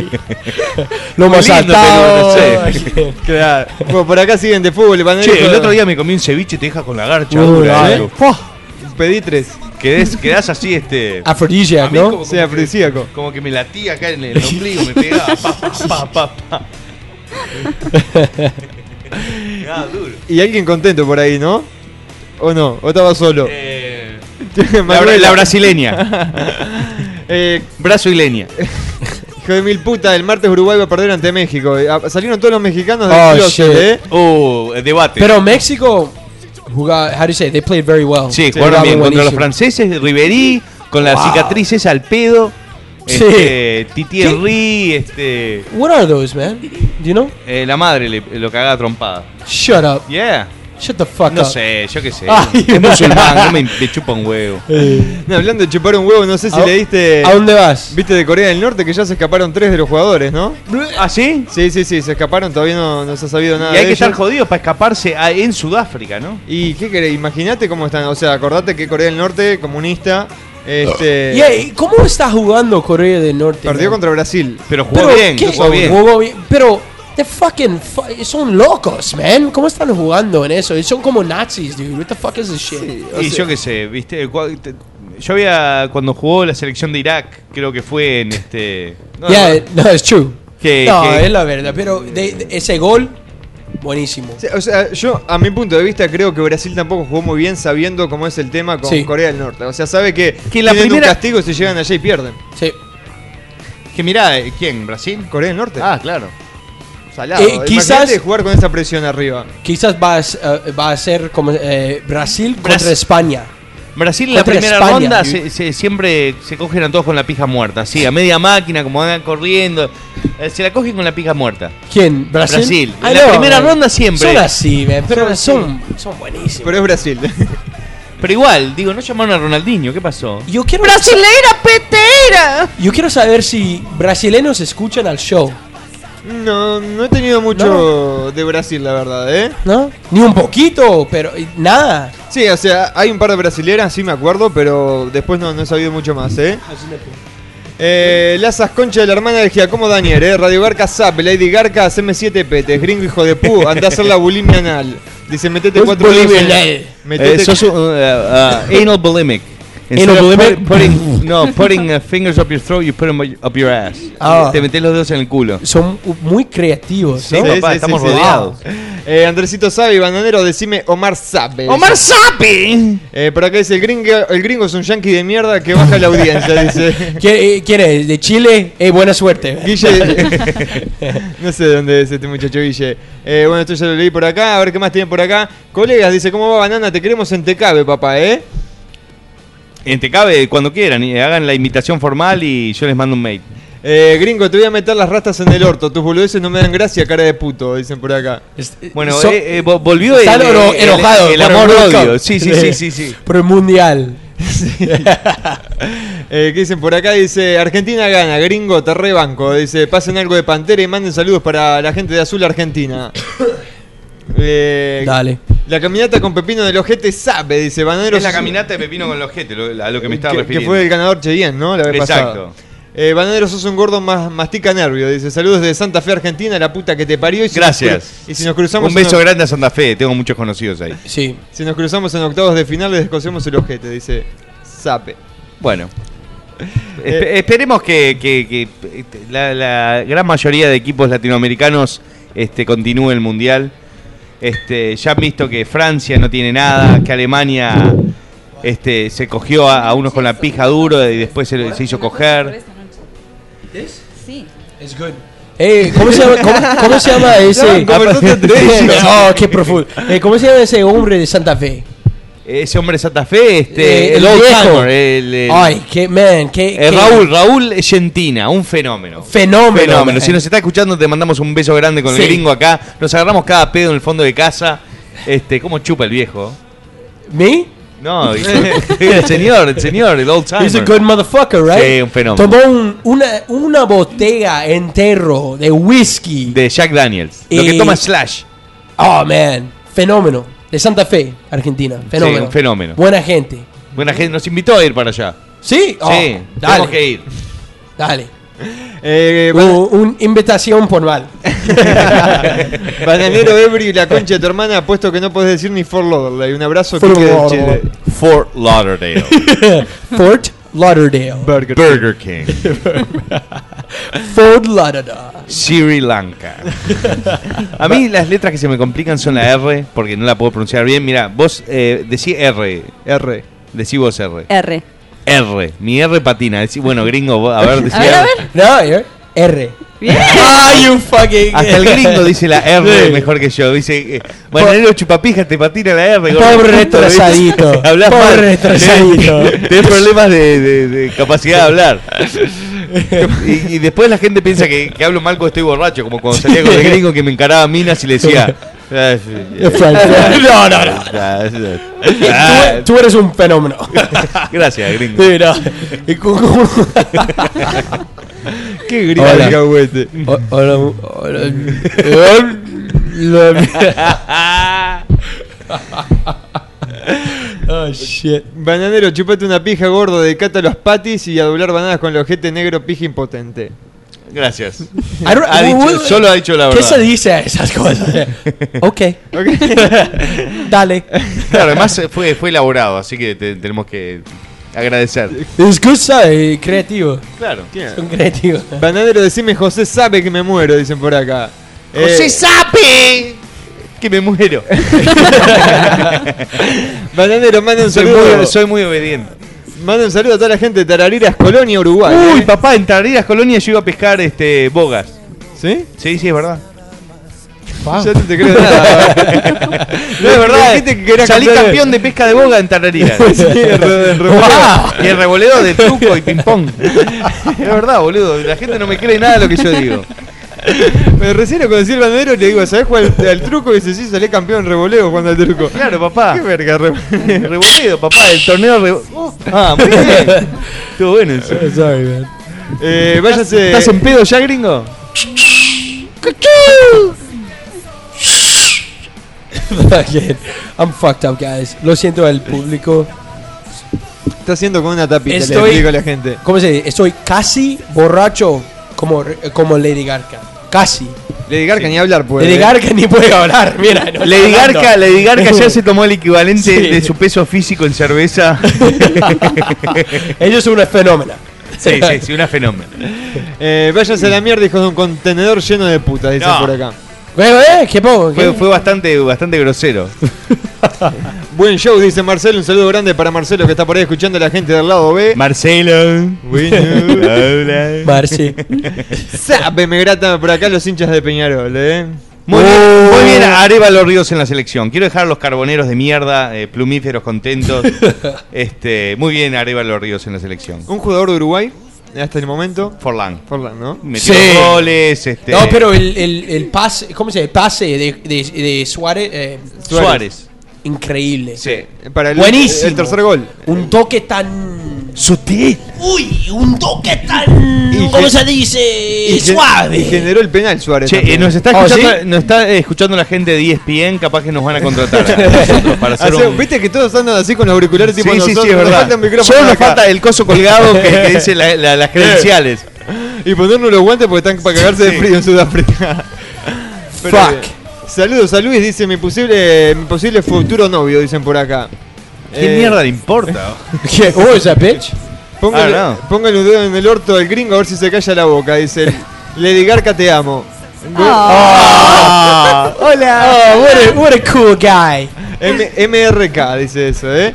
D: Lo más
C: lindo,
D: atado.
C: pero no sé.
B: Claro. Bueno, por acá siguen de fútbol, el
C: Che,
B: banderito.
C: el otro día me comí un ceviche te deja con la garcha.
D: Uh,
C: dura,
B: ¿eh?
D: dale.
C: loco.
B: Pedí tres.
C: Quedés, quedás así, este.
D: Ah.
C: a
D: Aphrodisiac,
C: mí
D: ¿no?
B: Sea afrodisíaco.
C: Que, como que me latía acá en el ombligo, me pegaba. Pa, pa, pa, pa, pa. Ah, duro.
B: Y alguien contento por ahí, ¿no? ¿O no? ¿O estaba solo? (laughs)
C: Eh, la, bra-
B: Manuela.
C: la brasileña.
B: Eh,
C: Brazo y leña.
B: hijo de mil puta, el martes Uruguay va a perder ante México. Eh, ah, Salieron todos los mexicanos del
D: Oh,
B: closet,
D: shit.
B: ¿eh?
C: Uh, debate.
D: Pero México jugaba, how do you say, they played very well.
C: sí, jugaron
D: Jugaba
C: bien contra los
D: buenísimo.
C: franceses. Riverí, con las
D: Wow.
C: cicatrices al pedo.
D: Sí.
C: Este, Titi Henry, este.
D: What are those, man? Do you know?
C: eh, la madre le- lo cagaba a trompada.
D: Shut up.
C: Yeah.
D: Shut the fuck
C: No
D: up.
C: sé, yo qué sé.
D: Ay. Eh.
C: es musulmán, no me, me chupa un huevo.
B: No, hablando de chupar un huevo, no sé si
C: Ah,
D: ¿A-
B: leíste.
D: ¿A dónde vas?
B: Viste de Corea del Norte que ya se escaparon tres de los jugadores, ¿no?
C: ¿Ah, sí?
B: Sí, sí, sí, se escaparon, todavía no, no se ha sabido
D: Ah,
B: nada.
C: Y hay
B: de
C: que estar
B: ellos.
C: jodido para escaparse a- en Sudáfrica, ¿no?
B: ¿Y qué querés? Imaginate cómo están. O sea, acordate que Corea del Norte, comunista, este,
D: Yeah, ¿y ¿Cómo está jugando Corea del Norte?
B: perdió
D: man?
B: contra Brasil.
C: Pero jugó
D: Pero,
C: bien,
D: ¿qué?
C: jugó bien.
D: Jugó bien, Pero, the fucking. fu- son locos, man. ¿Cómo están jugando en eso? Son como nazis, dude. What the fuck is this shit?
C: Y yo qué sé, viste, Cu- te- yo había cuando jugó la selección de Irak, creo que fue en este no,
D: yeah,
C: no,
D: no, it's true.
C: que,
D: no,
C: que-
D: es la verdad. Pero de- de- ese gol, buenísimo.
B: Sí, O sea, yo, a mi punto de vista, creo que Brasil tampoco jugó muy bien sabiendo cómo es el tema con
D: Sí.
B: Corea del Norte. O sea, sabe que,
C: Que la
B: tienen
C: primera-
B: un castigo si llegan allá y pierden.
D: Sí.
C: que mirá, eh, ¿quién? ¿Brasil?
B: Corea del Norte.
C: Ah, claro.
B: salado.
D: eh,
B: Imagínate
D: quizás-
B: jugar con esa presión arriba.
D: Quizás va a, ser- eh, va a ser como eh, Brasil
C: Bras-
D: contra España.
C: Brasil en la
D: Contra
C: primera
D: España.
C: ronda se, se- siempre se cogen a todos con la pija muerta, sí, a media máquina, como andan corriendo, eh, se la cogen con la pija muerta.
D: ¿Quién? Brasil.
C: Brasil.
D: I
C: En la
D: know,
C: primera
D: man.
C: ronda siempre.
D: Son así, man, pero
B: Son
D: son, son buenísimos.
B: Pero es Brasil. (laughs)
C: Pero igual, digo, no llamaron a Ronaldinho, ¿qué pasó?
D: yo quiero
E: petera!
D: Yo quiero saber si brasileños escuchan al show,
B: no, no he tenido mucho de Brasil, la verdad, ¿eh?
D: ¿no? Ni un poquito, pero eh, nada.
B: Sí, o sea, hay un par de brasileras, sí me acuerdo, pero después no, no he sabido mucho más, ¿eh? Eh, Lazas Concha de la hermana de Giacomo Daniel, ¿eh? Radio Garca Zap, Lady Garca, CM7 Petes, gringo hijo de pu, andá a hacer la bulimia anal. Dice, metete
D: Vos
B: cuatro dedos en-
D: buliminal.
B: metete-
C: Eh, sos un, uh, uh, anal bulimic. Instead
D: Anal
C: of
D: bulimic?
C: put-
D: (laughs)
C: putting- no, putting uh, fingers up your throat, you put them up your ass.
D: Ah.
C: Te metes los dedos en el culo.
D: Son u- muy creativos,
C: Sí,
D: ¿no?
C: papá, estamos rodeados.
B: Eh, Andresito Sabe, bananero, decime Omar Sabe.
C: ¡Omar Sapi!
B: Eh, por acá dice, el gringo, el gringo es un yankee de mierda que baja la audiencia,
C: (laughs)
B: dice.
D: ¿Qui- eh, ¿Quién es? ¿De Chile? Eh, buena suerte.
B: Guille. (laughs) no sé dónde es este muchacho Guille. Eh, bueno, esto ya lo leí por acá. A ver qué más tienen por acá. Colegas, dice: ¿Cómo va banana? Te queremos en Tecabe, papá, ¿eh?
C: En Eh, Te cabe cuando quieran, y hagan la invitación formal y yo les mando un mail.
B: Eh, gringo, te voy a meter las rastas en el orto. Tus boludeces no me dan gracia, cara de puto, dicen por acá.
D: Es-
C: Bueno,
D: son-
C: eh, eh, vo- volvió el,
D: están eno-
C: el- el-
D: enojados
C: el
D: por
C: amor
D: (laughs) World
B: (laughs)
C: odio.
D: Cup.
C: Sí, sí, sí, sí, sí.
D: Por el mundial.
B: Eh, ¿Qué dicen por acá? Dice, Argentina gana, gringo, te rebanco. Dice, pasen algo de Pantera y manden saludos para la gente de Azul Argentina. (coughs) Eh,
D: Dale.
B: La caminata con Pepino del Ojete sabe, dice Bananero.
C: Es la caminata de Pepino con los jetes, lo- a lo que me estaba
B: que, que
C: refiriendo.
B: fue el ganador Cheyenne, ¿no? La vez
C: Exacto.
B: pasada. Eh, Bananero, sos un gordo más mastica nervio. Dice, saludos de Santa Fe, Argentina, la puta que te parió. Y si
C: Gracias.
B: nos cru- y si nos cruzamos...
C: Un beso
B: en oc-
C: grande a Santa Fe, tengo muchos conocidos ahí.
D: Sí.
B: Si nos cruzamos en octavos de final, les descosemos el ojete, dice Sape. (laughs)
C: Bueno.
B: Eh.
C: Espe- esperemos que, que- que, este, la, la gran mayoría de equipos latinoamericanos este, continúe el mundial. Este, ya han visto que Francia no tiene nada, que Alemania este, se cogió a, a unos con la pija duro y después se, se hizo coger.
E: Sí.
D: It's good. Eh, ¿cómo, se llama, cómo, cómo se
C: (laughs)
D: llama ese?
B: No,
D: (laughs)
B: conversate entre ellos.
D: oh, qué profundo. Eh, ¿Cómo se llama ese hombre de Santa Fe?
C: Ese hombre de Santa Fe, este,
D: Eh,
C: el old
D: viejo.
C: timer, el, el-
D: Ay, qué man, qué,
C: eh,
D: qué
C: Raúl, Raúl Gentina, un fenómeno.
D: fenómeno.
C: Fenómeno.
D: man.
C: Si nos está escuchando, te mandamos un beso grande con
D: Sí.
C: el gringo acá. Nos agarramos cada pedo en el fondo de casa. Este, ¿cómo chupa el viejo?
D: ¿Me? (laughs)
C: No, (laughs) el señor, el señor, el old timer.
D: He's a good motherfucker, right?
C: Sí, un fenómeno.
D: Tomó un- una, una botella entero de whisky.
C: De Jack Daniels. Lo que
D: Y-
C: toma Slash.
D: Oh, man. Fenómeno. De Santa Fe, Argentina. Fenómeno.
C: un fenómeno.
D: Buena gente.
C: Buena gente, nos invitó a ir para allá.
D: Sí, Oh,
C: sí,
D: dale.
C: tenemos que ir.
D: Dale.
B: Eh,
C: Uh. (laughs)
D: Un- un invitación formal.
B: Bananero Ebri, la concha de tu hermana, puesto que no podés decir ni Fort Lauderdale. Un abrazo,
D: Fort
B: Quique de
D: Lauderdale.
B: Chile.
C: Fort
D: (laughs)
C: Lauderdale.
D: Fort Lauderdale.
B: Burger.
C: Burger King.
D: Fort Lauderdale.
C: Sri Lanka. A mí las letras que se me complican son la R, porque no la puedo pronunciar bien. Mira, vos eh, decí R.
B: R.
C: Decí vos R.
E: R.
C: R. Mi R patina. Decí, bueno, gringo, vos- a ver, decí
E: A ver, a
C: R.
E: ver.
D: No, yo- R.
E: Bien.
D: Ah, you fucking.
C: Hasta el (laughs) gringo dice la R
D: Sí.
C: mejor que yo. Dice, eh, bananero chupapija, te patina la R. gordo".
D: Pobre retrasadito.
C: Hablas
D: Pobre
C: mal. (laughs)
D: retrasadito.
C: Tenés problemas de, de- de capacidad de
D: (laughs)
C: hablar. Y, y después la gente piensa que, que hablo mal cuando estoy borracho, como cuando salía con el gringo que me encaraba minas y le
D: (laughs)
C: decía. "Ah, sí, eh, (laughs)
D: No, no, no.
C: ah, sí, ah".
D: Tú, tú eres un fenómeno.
C: (laughs) Gracias, gringo.
D: Sí, no. (laughs) Y cu- cu-
B: Qué gringo
D: Hola. (laughs)
B: alcahuete.
D: O- Hola, (laughs) hola. Hola. Oh shit.
B: Bananero, chupate una pija gordo, dedicate a los patis y a doblar bananas con el ojete negro, pija impotente.
C: Gracias.
D: I don't-
C: Ha dicho-
D: well,
C: solo ha dicho la
D: ¿Qué se
C: verdad.
D: dice a esas (laughs) cosas? ok,
C: (laughs)
D: dale.
C: Claro, además eh, fue, fue elaborado, así que te- tenemos que agradecer.
D: Es cosa eh, creativo.
C: Claro.
D: Son creativos.
B: Bananero, decime José sabe que me muero, dicen por acá. Eh,
C: ¡José Sape! Que me muero.
B: Bananero, manda un
C: (laughs) Soy
B: saludo.
C: muy, soy muy obediente.
B: Manda un saludo a toda la gente de Tarariras, Colonia, Uruguay.
C: Uy,
B: eh.
C: papá, en Tarariras Colonia yo iba a pescar este bogas.
B: ¿Sí?
C: Sí, sí, es verdad.
B: Yo no te creo nada.
C: (laughs) No, es verdad. eh.
B: Dijiste que querías
C: Salí
B: cambiar de-
C: campeón de pesca de boga en (laughs) Tarariras.
B: Sí, en re- en re-
C: Y el revoleo de truco y (laughs) ping-pong. Es verdad, boludo. La gente no me cree nada de lo que yo digo.
B: Pero recién lo conocí el bananero y le digo, ¿sabés cuál es el truco? Y dice, sí, salí campeón revoleo cuando el truco.
C: Claro, papá.
B: ¿Qué verga, re-
C: (laughs) Revoleo, papá. El torneo. revo- (laughs) Oh, ah, muy bien. Estuvo bueno eso.
D: (laughs) Sorry, man.
B: eh, (laughs) váyase.
C: ¿Estás en pedo ya, gringo?
D: Fucking- (laughs) I'm fucked up, guys. Lo siento al público.
B: Está haciendo con una tapita, le
D: Estoy-
B: explico a la gente.
D: ¿Cómo se dice? Estoy casi borracho como, como Lady Gaga. Casi.
B: Lady Garca ni hablar puede. eh".
D: Lady Gaga ni puede hablar. Mira, no
C: Lady
D: está hablando.
C: Garca, Lady Garca ya se tomó el equivalente
D: Sí.
C: de su peso físico en cerveza.
D: (laughs) Ellos son una fenómena.
C: (laughs) sí, sí, (laughs) sí, una fenómeno.
B: Eh, váyase a la mierda, hijos de un contenedor lleno de putas, dicen
C: No.
B: por acá.
D: (laughs) Bueno, eh, qué poco.
C: Fue,
D: qué-
C: fue bastante, bastante grosero.
B: Buen show, dice Marcelo. Un saludo grande para Marcelo que está por ahí escuchando a la gente del lado B.
C: (laughs) Marcelo. (laughs) Hola.
B: (laughs)
D: Marci.
E: (laughs)
B: Sabe, Ah, me gratan por acá los hinchas de Peñarol, eh.
C: Muy bien, muy bien a Arevalo Ríos en la selección. Quiero dejar a los carboneros de mierda, eh, plumíferos (laughs) contentos. este, muy bien Arevalo Ríos en la selección.
B: Un jugador de Uruguay, hasta el momento.
C: Forlán.
B: Forlán, ¿no?
C: Metió
D: Sí.
C: goles. Este,
D: No, pero el, el, el pase, ¿cómo se dice? El pase de, de, de Suárez, eh,
C: Suárez.
D: increíble.
C: Sí.
B: Para el,
D: Buenísimo.
B: El tercer gol.
D: Un toque tan Sutil.
F: Uy, un toque tan.
B: Y
F: ¿Cómo
B: gen-
F: se dice?
B: Y gen-
F: suave.
B: y generó el penal Suárez.
C: Che, eh,
B: también.
C: nos está
D: Oh,
C: escuchando,
D: ¿sí?
C: nos está eh, escuchando la gente de ESPN, capaz que nos van a contratar (laughs) a nosotros para hacer
B: Hace-
C: un...
B: Viste que todos andan así con los auriculares
C: Sí,
B: tipo
C: sí,
B: nosotros.
C: sí, es
B: nos
C: verdad.
B: falta un micrófono
C: Solo nos
B: acá.
C: falta el
B: (laughs)
C: coso colgado que, que dice la- la- las credenciales.
B: Y ponernos los guantes porque están para cagarse
C: Sí.
B: de frío en Sudáfrica. (laughs)
D: Fuck.
B: bien. Saludos a Luis, dice mi posible, mi posible futuro novio, dicen por acá.
C: (laughs) ¿Qué
B: Eh,
C: mierda le importa?
D: ¿Qué? Oh, is that bitch?
B: Póngale,
C: Ah, no.
B: póngale un dedo en el orto del gringo a ver si se calla la boca, dice el- (laughs) Lady Garca te amo. Go-
C: Ah, (laughs)
D: Hola. Oh, what a, what a cool guy.
B: M- MRK dice eso, ¿eh?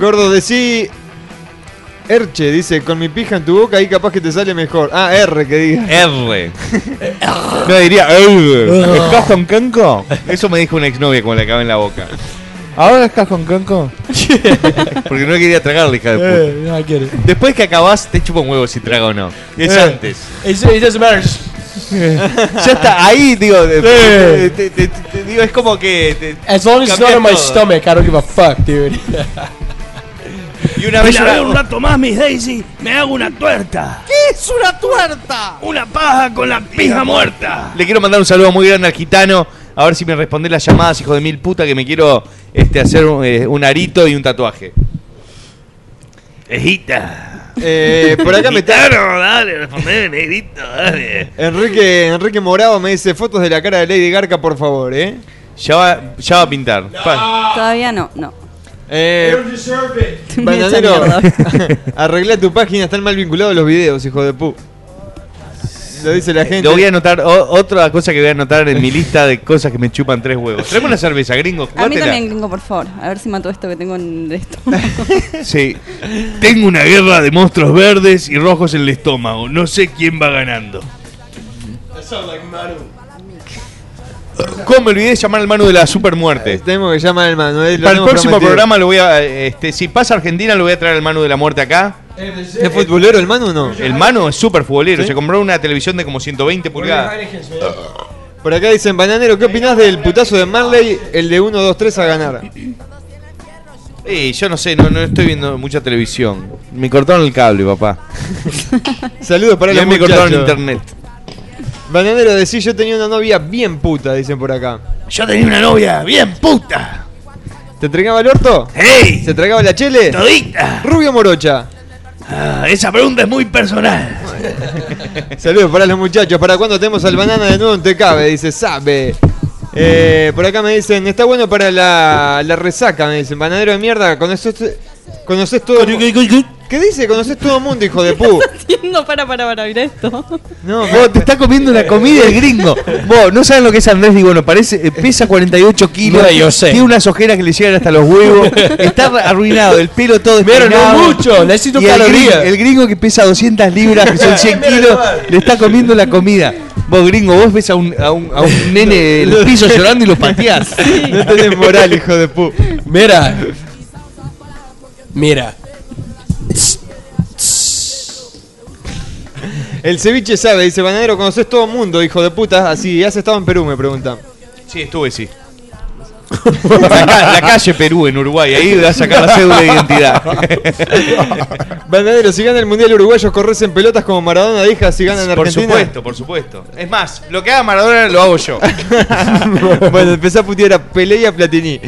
B: Gordo, decí. Erche dice, con mi pija en tu boca ahí capaz que te sale mejor. Ah, R que diga.
C: R. No diría (laughs) R. ¿Estás con Kenko? Eso me dijo una exnovia cuando le acabé en la boca. ¿Ahora estás con Kenko? Porque no quería tragarle, hija de puta.
D: Eh, no, I get it.
C: Después que acabás, te chupa un huevo si traga o no. Es
D: Eh.
C: antes.
D: It's- it doesn't matter.
C: Ya está, ahí digo, de-
D: Eh.
C: te- te- te- te digo, es como que. te-
D: As long as it's not
C: Cambias
D: in my
C: todo.
D: stomach, I don't give a fuck, (laughs) dude.
C: y una vez.
F: la
C: una-
F: veo un rato más, Miss Daisy, me hago una tuerta. ¿Qué es una tuerta? Una paja con la pija muerta.
C: Le quiero mandar un saludo muy grande al gitano. A ver si me responde las llamadas, hijo de mil puta, que me quiero este, hacer eh, un arito y un tatuaje.
F: Ejita.
B: Eh, por
C: (laughs)
B: acá me está.
F: Claro, dale, respondeme, negrito, dale.
B: Enrique, Enrique Morado me dice fotos de la cara de Lady Garca, por favor, ¿eh?
C: Ya va, ya va a pintar. Pa-
E: Todavía no, no.
B: Eh, (laughs)
E: Esa
B: bananero,
E: mierda.
B: (laughs) arreglá tu página, están mal vinculados los videos, hijo de pu. Lo dice la gente.
C: Eh, Lo voy a anotar, o- otra cosa que voy a anotar en mi lista de cosas que me chupan tres huevos. Traeme una cerveza, gringo.
E: A mí
C: jugátela.
E: también, gringo, por favor. A ver si mato esto que tengo en el estómago.
C: Sí.
F: Tengo una guerra de monstruos verdes y rojos en el estómago. No sé quién va ganando.
C: ¿Cómo me olvidé de llamar al Manu de la super muerte?
B: Tenemos que llamar al mano. eh, lo
C: Eh, Para el
B: tenemos
C: próximo
B: prometido.
C: programa lo voy a. Este, si pasa Argentina, lo voy a traer al Manu de la muerte acá.
B: ¿Es futbolero el mano o no?
C: El Manu es súper futbolero. Se compró una televisión de como 120 pulgadas.
B: Por acá dicen, bananero, ¿qué opinás del putazo de Marley, el de 1, 2, 3 a ganar?
C: Eh, yo no sé, no, no estoy viendo mucha televisión. Me cortaron el cable, papá.
B: Saludos para
C: Y
B: los
C: ahí me cortaron
B: muchachos.
C: internet.
B: Bananero, decís, yo tenía una novia bien puta, dicen por acá.
F: Yo tenía una novia bien puta.
B: ¿Te entregaba el orto?
F: ¡Hey!
B: ¿Se tragaba la chele?
F: ¡Todita!
B: Rubio Morocha.
F: Ah, esa pregunta es muy personal.
B: Saludos para los muchachos. ¿Para cuándo tenemos al banana de nuevo en Te Cabe? Dice, sabe. Eh, por acá me dicen, está bueno para la, la resaca, me dicen. Bananero de mierda, conoces, conoces todo... ¿Qué dice? Conoces todo el mundo, hijo de pu.
C: (laughs)
E: No, para, para, para, mira esto.
B: No,
C: Vos te está comiendo la comida el gringo. Vos no saben lo que es Andrés Di Bueno, parece, eh, pesa 48 kilos.
D: Bueno, yo sé.
C: Tiene unas ojeras que le llegan hasta los huevos. Está arruinado, el pelo todo
D: Pero no
C: despeinado.
D: mucho, necesito
C: Y el gringo,
D: calorías.
C: el gringo que pesa 200 libras, que son 100 kilos, le está comiendo la comida. Vos, gringo, vos ves a un, a un, a un nene en el piso llorando y lo pateás.
B: no tenés moral, hijo de pu.
D: Mira. Mira.
B: El ceviche sabe, dice Bananero, conoces todo el mundo, hijo de puta. Así, has estado en Perú, me
C: (laughs)
B: preguntan.
C: Sí, estuve, sí. La, ca- la calle Perú en Uruguay, ahí vas a sacar la cédula de identidad.
B: Bananero, si gana el Mundial Uruguayo, corres en pelotas como Maradona deja si gana en
C: Por
B: Argentina.
C: supuesto, por supuesto. Es más, lo que haga Maradona lo hago yo.
B: (laughs) bueno, empezá a putear a Pelé y a Platini.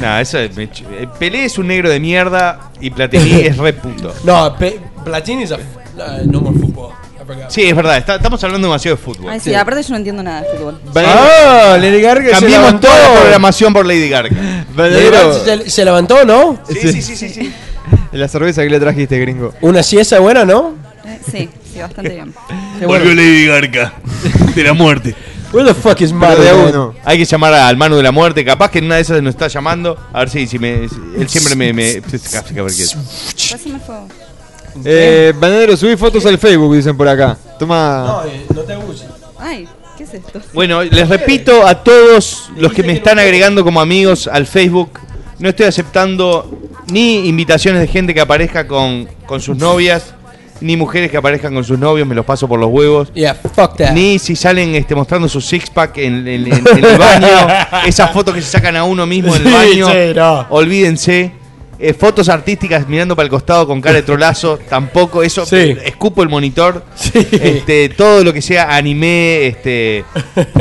C: no, eso es, me ch- eh, Pelé es un negro de mierda y Platini es re puto.
D: No, Pe- Platini is a uh, no more football. I forgot.
C: Sí, es verdad, está- estamos hablando demasiado de fútbol.
E: Ay, sí, aparte yo no entiendo nada de fútbol.
B: Bananero,
D: Lady Gaga se
C: Cambiamos
D: levantó.
C: toda la programación por Lady Gaga.
D: Lady
B: Bananero,
D: Gaga se, se levantó, ¿no?
C: Sí, sí, sí, sí. sí.
B: (laughs) la cerveza que le trajiste, gringo.
D: Una siesta buena, ¿no?
E: Eh, Sí, sí, bastante bien.
D: Qué bueno.
F: Volvió Lady Garca de la muerte.
D: Where the fuck is
B: Pero
D: Mario?
B: de a
D: man?
B: uno.
C: Hay que llamar al mano de la muerte, capaz que en una de esas nos está llamando. A ver si, si me, si- él siempre me. me- casi que a ver qué es.
E: Pásame el fuego.
B: Eh, Bananero, subí fotos al Facebook, dicen por acá. Toma.
D: No, eh, no te gusta.
E: Ay, ¿qué es esto?
C: Bueno, les repito a todos los que me están agregando como amigos al Facebook, no estoy aceptando ni invitaciones de gente que aparezca con, con sus novias, ni mujeres que aparezcan con sus novios, me los paso por los huevos.
D: Yeah, fuck that. (laughs)
C: Ni si salen este, mostrando su six-pack en, en- en- en el baño, esas fotos que se sacan a uno mismo en el
D: Sí,
C: baño,
D: sí, no.
C: olvídense. eh, fotos artísticas mirando para el costado con cara de trolazo, tampoco. Eso, eh,
D: Sí.
C: escupo el monitor.
D: Sí.
C: Este, todo lo que sea anime, este,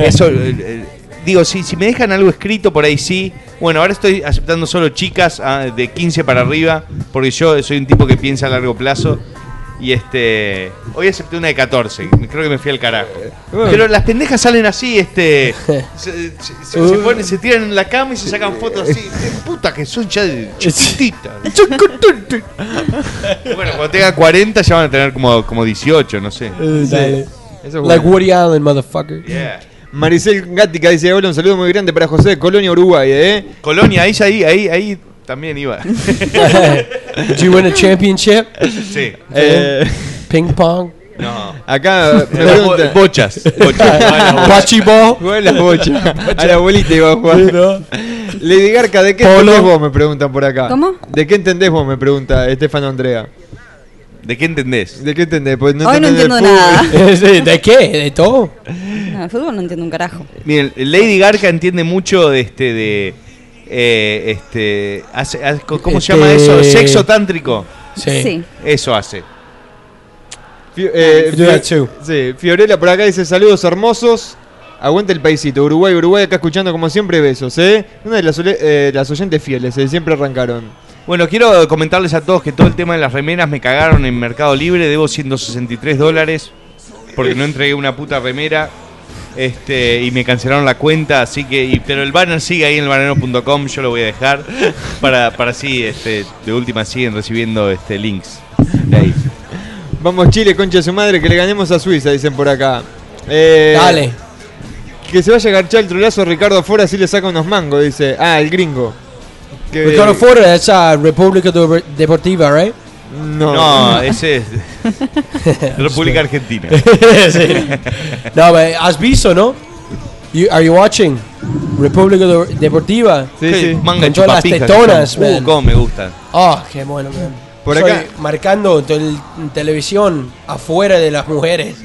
C: eso. eh, eh, digo, si, si me dejan algo escrito por ahí sí. Bueno, ahora estoy aceptando solo chicas ah, de 15 para arriba, porque yo soy un tipo que piensa a largo plazo. Y este. Hoy acepté una de 14. Creo que me fui al carajo.
B: bueno.
C: Pero las pendejas salen así, este. Se, se- se- se ponen- se tiran en la cama y se sacan fotos así. Puta que son ya de chiquititas. bueno, cuando tenga 40 ya van a tener como, como 18, no sé.
D: Eh, dale.
B: Eso es
D: Like
B: bueno.
D: Woody Allen, motherfucker.
C: Yeah.
B: Maricel Gatica dice, hola, un saludo muy grande para José de Colonia, Uruguay, ¿eh?
C: Colonia, ahí, ahí, ahí, ahí también iba.
D: (laughs) Did you win a championship?
C: sí.
B: Eh,
D: Ping pong?
C: No.
B: acá
D: (laughs)
B: me
C: Era bo-
B: pregunta...
C: bochas. (laughs) bochas.
D: Bocce ball?
B: Jugaba en la
D: (laughs)
B: bocha. A la abuelita iba a
D: You
B: jugar.
D: know?
B: Lady Garca, ¿de qué
D: Polo.
B: entendés vos? Me preguntan por acá.
E: ¿Cómo?
B: ¿De qué entendés vos? Me pregunta Estefano Andrea.
C: ¿De qué entendés?
B: ¿De qué entendés? Pues
E: Hoy no
B: entendés
E: entiendo
B: el fútbol.
E: nada.
D: Eh, Sí, ¿De qué? ¿De todo?
E: No, el fútbol no entiendo un carajo.
C: Miren, Lady Garca entiende mucho de este de eh, este hace- hace- ¿cómo se llama
D: Este-
C: eso? Sexo tántrico.
E: Sí.
C: Eso hace.
B: Fio- eh,
D: We do that
B: Fio-
D: too.
B: sí, Fiorella por acá dice saludos hermosos. Aguanta el paisito. Uruguay, Uruguay, acá escuchando como siempre besos, ¿eh? Una de las, ole- eh, las oyentes fieles, eh, siempre arrancaron.
C: Bueno, quiero comentarles a todos que todo el tema de las remeras me cagaron en Mercado Libre. Debo 163 dólares porque no entregué una puta remera. Este, y me cancelaron la cuenta, así que. y- pero el banner sigue ahí en elbanero.com, yo lo voy a dejar. (laughs) Para, para así, este, de última siguen recibiendo este, links. De ahí.
B: Vamos Chile, concha de su madre, que le ganemos a Suiza, dicen por acá. Eh,
D: Dale.
B: Que se vaya a garchar el trolazo Ricardo afuera si le saca unos mangos, dice. Ah, el gringo. Que-
D: Ricardo Ford, that's uh, República Do- Deportiva,
B: (laughs)
D: right?
B: No.
C: No, ese
D: (laughs)
C: es. República Argentina.
D: sí. No, but has visto, ¿no? You, are you watching? República Do- Deportiva.
B: Sí, sí.
C: Manga
D: Con todas las
C: chupapijas que
D: tetonas,
C: son. Uh,
D: man.
C: cómo me gusta.
D: Oh, qué bueno, man.
B: Por
D: Soy
B: acá.
D: marcando tel- televisión afuera de las mujeres.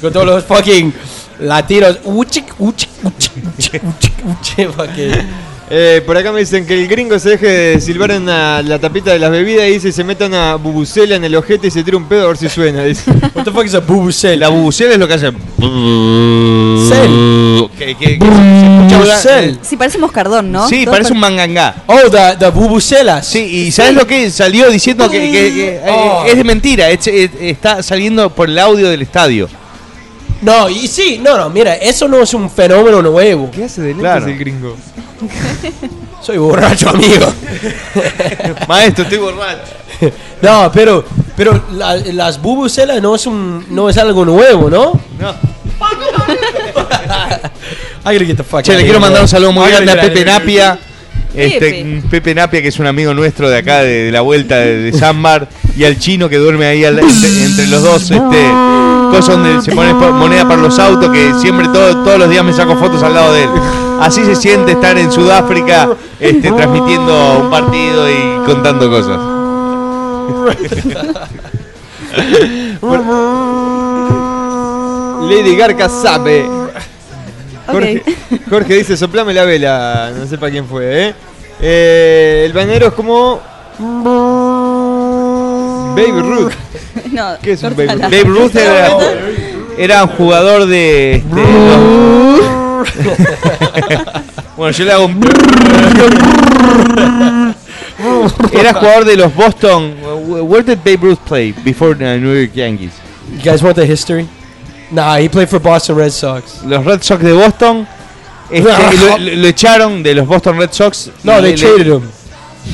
D: Con todos los fucking latinos. Uchik, uchik, uchik, uchik, uchik, uchik, fucking.
B: Eh, por acá me dicen que el gringo se deje de silbar en la, la tapita de las bebidas y dice se meta una bubucela en el ojete y se tira un pedo a ver si suena. Dice.
D: What the fuck is a bubucela?
C: La bubucela es lo que hace.
D: Cel.
C: Que- que- que-
B: Mm.
D: Bubucel.
B: eh.
E: Sí, parece moscardón, ¿no?
C: Sí,
E: Todos
C: parece un
E: pare-
C: mangangá.
D: Oh, the, the bubucelas.
C: Sí, y ¿sabes lo que salió diciendo? Que, que- que,
D: Oh.
C: eh, es de mentira, es- eh, está saliendo por el audio del estadio.
D: No, y sí, no, no, mira, eso no es un fenómeno nuevo.
B: (laughs) ¿Qué hace de lentes
C: Claro.
B: el gringo?
D: Soy borracho, (laughs) amigo.
C: Maestro, estoy borracho.
D: no, pero, pero la- las bubucelas no es un, no es algo nuevo, ¿no?
C: No.
D: I gotta get the fuck
C: Che,
D: out
C: le
D: of
C: quiero
D: here,
C: mandar un
D: man.
C: saludo muy
D: Ay,
C: grande a
D: mira,
C: Pepe
D: mira,
C: Napia. Este,
E: Pepe.
C: mm, Pepe Napia, que es un amigo nuestro de acá, de, de la vuelta de, de San Mar, y al chino que duerme ahí al- entre, entre los dos, este, cosas donde se pone po- moneda para los autos, que siempre todo- todos los días me saco fotos al lado de él. Así se siente estar en Sudáfrica, este, transmitiendo un partido y contando cosas.
B: Lady Garca sabe. Jorge,
E: Ok. (laughs)
B: Jorge dice soplame la vela. No sé para quién fue, ¿eh? Eh, el banero es como. Baby Ruth.
E: No,
B: ¿Qué es un
E: cortala.
B: baby?
C: Babe Ruth era, era un jugador de. este, los- bueno, yo le hago un. era jugador de los Boston. Where did Babe Ruth play before the New York Yankees?
D: You guys want the history? Nah, he played for Boston Red Sox.
C: Los Red Sox de Boston.
D: (laughs)
C: este, lo, lo- lo echaron de los Boston Red Sox.
D: No,
C: Le- le-
D: they traded him.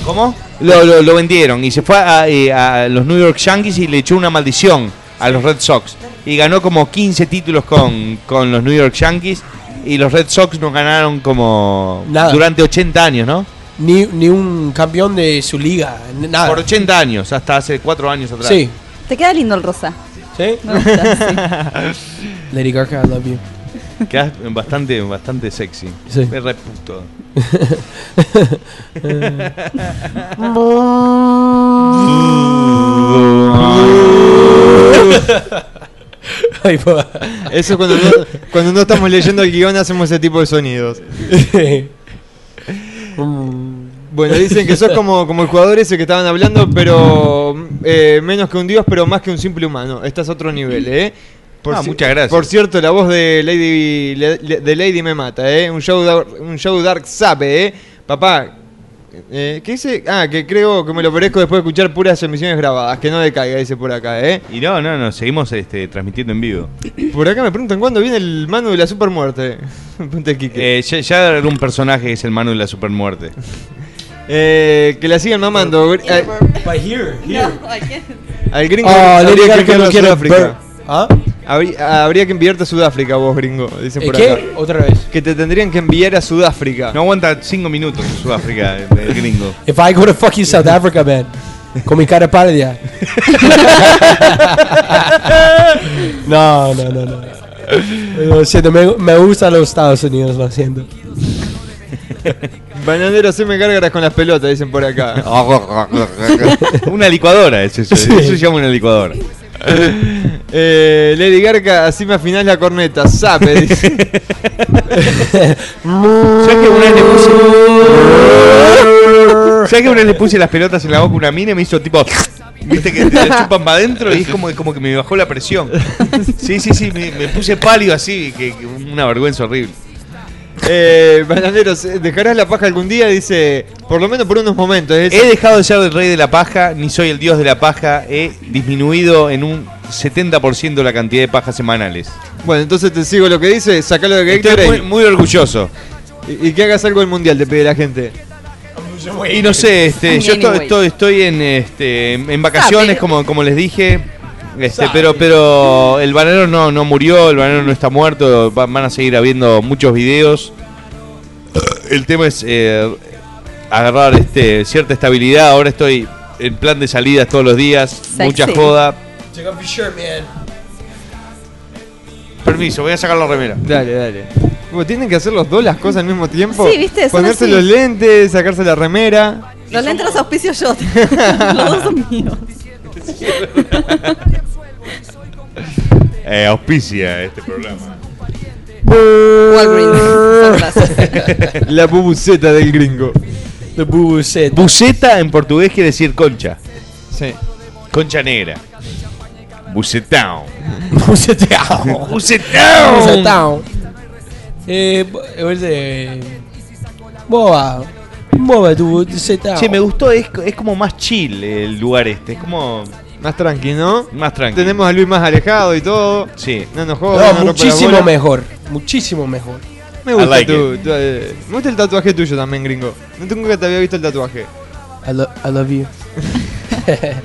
C: ¿Cómo? Lo, lo- lo vendieron y se fue a, eh, a los New York Yankees y le echó una maldición a los Red Sox. Y ganó como 15 títulos con, con los New York Yankees y los Red Sox nos ganaron como
D: Nada.
C: durante 80 años, ¿no?
D: Ni, ni un campeón de su liga, n- nada.
C: Por 80 años, hasta hace 4 años atrás.
D: sí,
E: Te queda lindo el rosa.
D: sí.
E: Me gusta, sí.
D: Lady Gaga, I love you.
C: Quedás bastante, bastante sexy.
D: Sí. (laughs)
C: Me reputo.
D: Ay, po.
B: Eso es cuando no, cuando no estamos leyendo el guión hacemos ese tipo de sonidos. Bueno, dicen
C: (laughs)
B: que sos como, como el jugador ese que estaban hablando, pero eh, menos que un dios, pero más que un simple humano. Estás a otro nivel, ¿eh?
C: Ah,
B: ci-
C: muchas gracias.
B: Por cierto, la voz de Lady, le- le- de Lady me mata, ¿eh? Un show, dar- un show dark sabe, ¿eh? Papá, eh, ¿qué dice? Ah, que creo que me lo merezco después de escuchar puras emisiones grabadas. Que no decaiga, dice por acá, ¿eh?
C: Y no, no, no, seguimos este, transmitiendo en vivo.
B: Por acá me preguntan cuándo viene el mano de la supermuerte. (laughs) Ponte Quique.
C: Eh, ya, ya era un personaje que es el Manu de la supermuerte.
B: Eh, que la sigan mamando. Gr- eh,
D: But here,
E: No, I (laughs) can't.
B: al gringo
D: Oh,
B: habría que
D: Lady Gaga
B: enviarlo
D: no
B: a
D: quiere ver.
B: Sudáfrica.
D: ¿Ah?
B: Habría, habría que enviarte a Sudáfrica, vos, gringo. Dicen
D: ¿Eh,
B: por acá.
D: ¿Qué? Otra vez.
B: Que te tendrían que enviar a Sudáfrica.
C: No aguanta cinco minutos en Sudáfrica, el, el gringo.
D: If I go to fucking (laughs) South Africa, man, con mi cara (laughs) pálida. no, no, no, no. Lo siento, me, me gustan los Estados Unidos, lo siento. (laughs)
B: Bananero se me cargas con las pelotas, dicen por acá.
C: una licuadora es eso.
D: Sí.
C: Eso se llama una licuadora.
B: Eh, Lady Garca, así me afinás la corneta, sape. dice.
C: ¿Sabes que una vez le puse. ¿Sabes que una vez le puse las pelotas en la boca a una mina y me hizo tipo. Viste que te la chupan para adentro y es como, como que me bajó la presión. Sí, sí, sí, me, me puse pálido así, que, que una vergüenza horrible.
B: Eh, Bananero, ¿se- ¿dejarás la paja algún día? Dice, por lo menos por unos momentos. ¿eh?
C: He dejado de ser el rey de la paja, ni soy el dios de la paja, he disminuido en un 70% la cantidad de pajas semanales.
B: Bueno, entonces te sigo lo que dice, sacalo de
C: Estoy muy,
B: Gatorade
C: muy orgulloso.
B: y, y que hagas algo del mundial, te pide la gente.
C: Y no sé, este,
E: I'm
C: yo estoy,
E: anyway.
C: estoy, estoy en, este, en vacaciones,
E: Sabe.
C: como, como les dije. Este, pero pero el bananero no, no murió, el bananero no está muerto, va- van a seguir habiendo muchos videos. El tema es eh, agarrar este, cierta estabilidad. Ahora estoy en plan de salidas todos los días, mucha joda. Permiso, voy a sacar la remera.
B: Dale, dale. Bueno, tienen que hacer los dos las cosas al mismo tiempo.
E: Sí, viste, son
B: Ponerse
E: así.
B: los lentes, sacarse la remera.
E: Los lentes los auspicio (laughs) yo. los dos son míos.
C: Eh, auspicia este programa.
E: Walgreens. son las-
B: La bubuceta del gringo.
D: The boo said.
C: Buceta en portugués quiere decir concha.
B: Sí.
C: Concha negra. Bucetão.
D: Boo said
C: (laughs)
D: down. Boo said
C: Bucetão.
D: down. Eh, bo- eh, what is it? Boba. Boba, du, du said down.
C: Che, me gustó, es, es como más chill el lugar este, es como
B: Más tranqui, ¿no?
C: más tranquilo.
B: Tenemos a Luis más alejado y todo.
C: Sí.
B: No nos
D: No,
B: jodas. no rompe la
D: muchísimo
B: bola.
D: mejor. Muchísimo mejor.
B: Me gusta,
C: I like
B: tu- tu- eh, me gusta el tatuaje tuyo también, gringo. No tengo que te había visto el tatuaje.
D: I, lo- I love (laughs) you.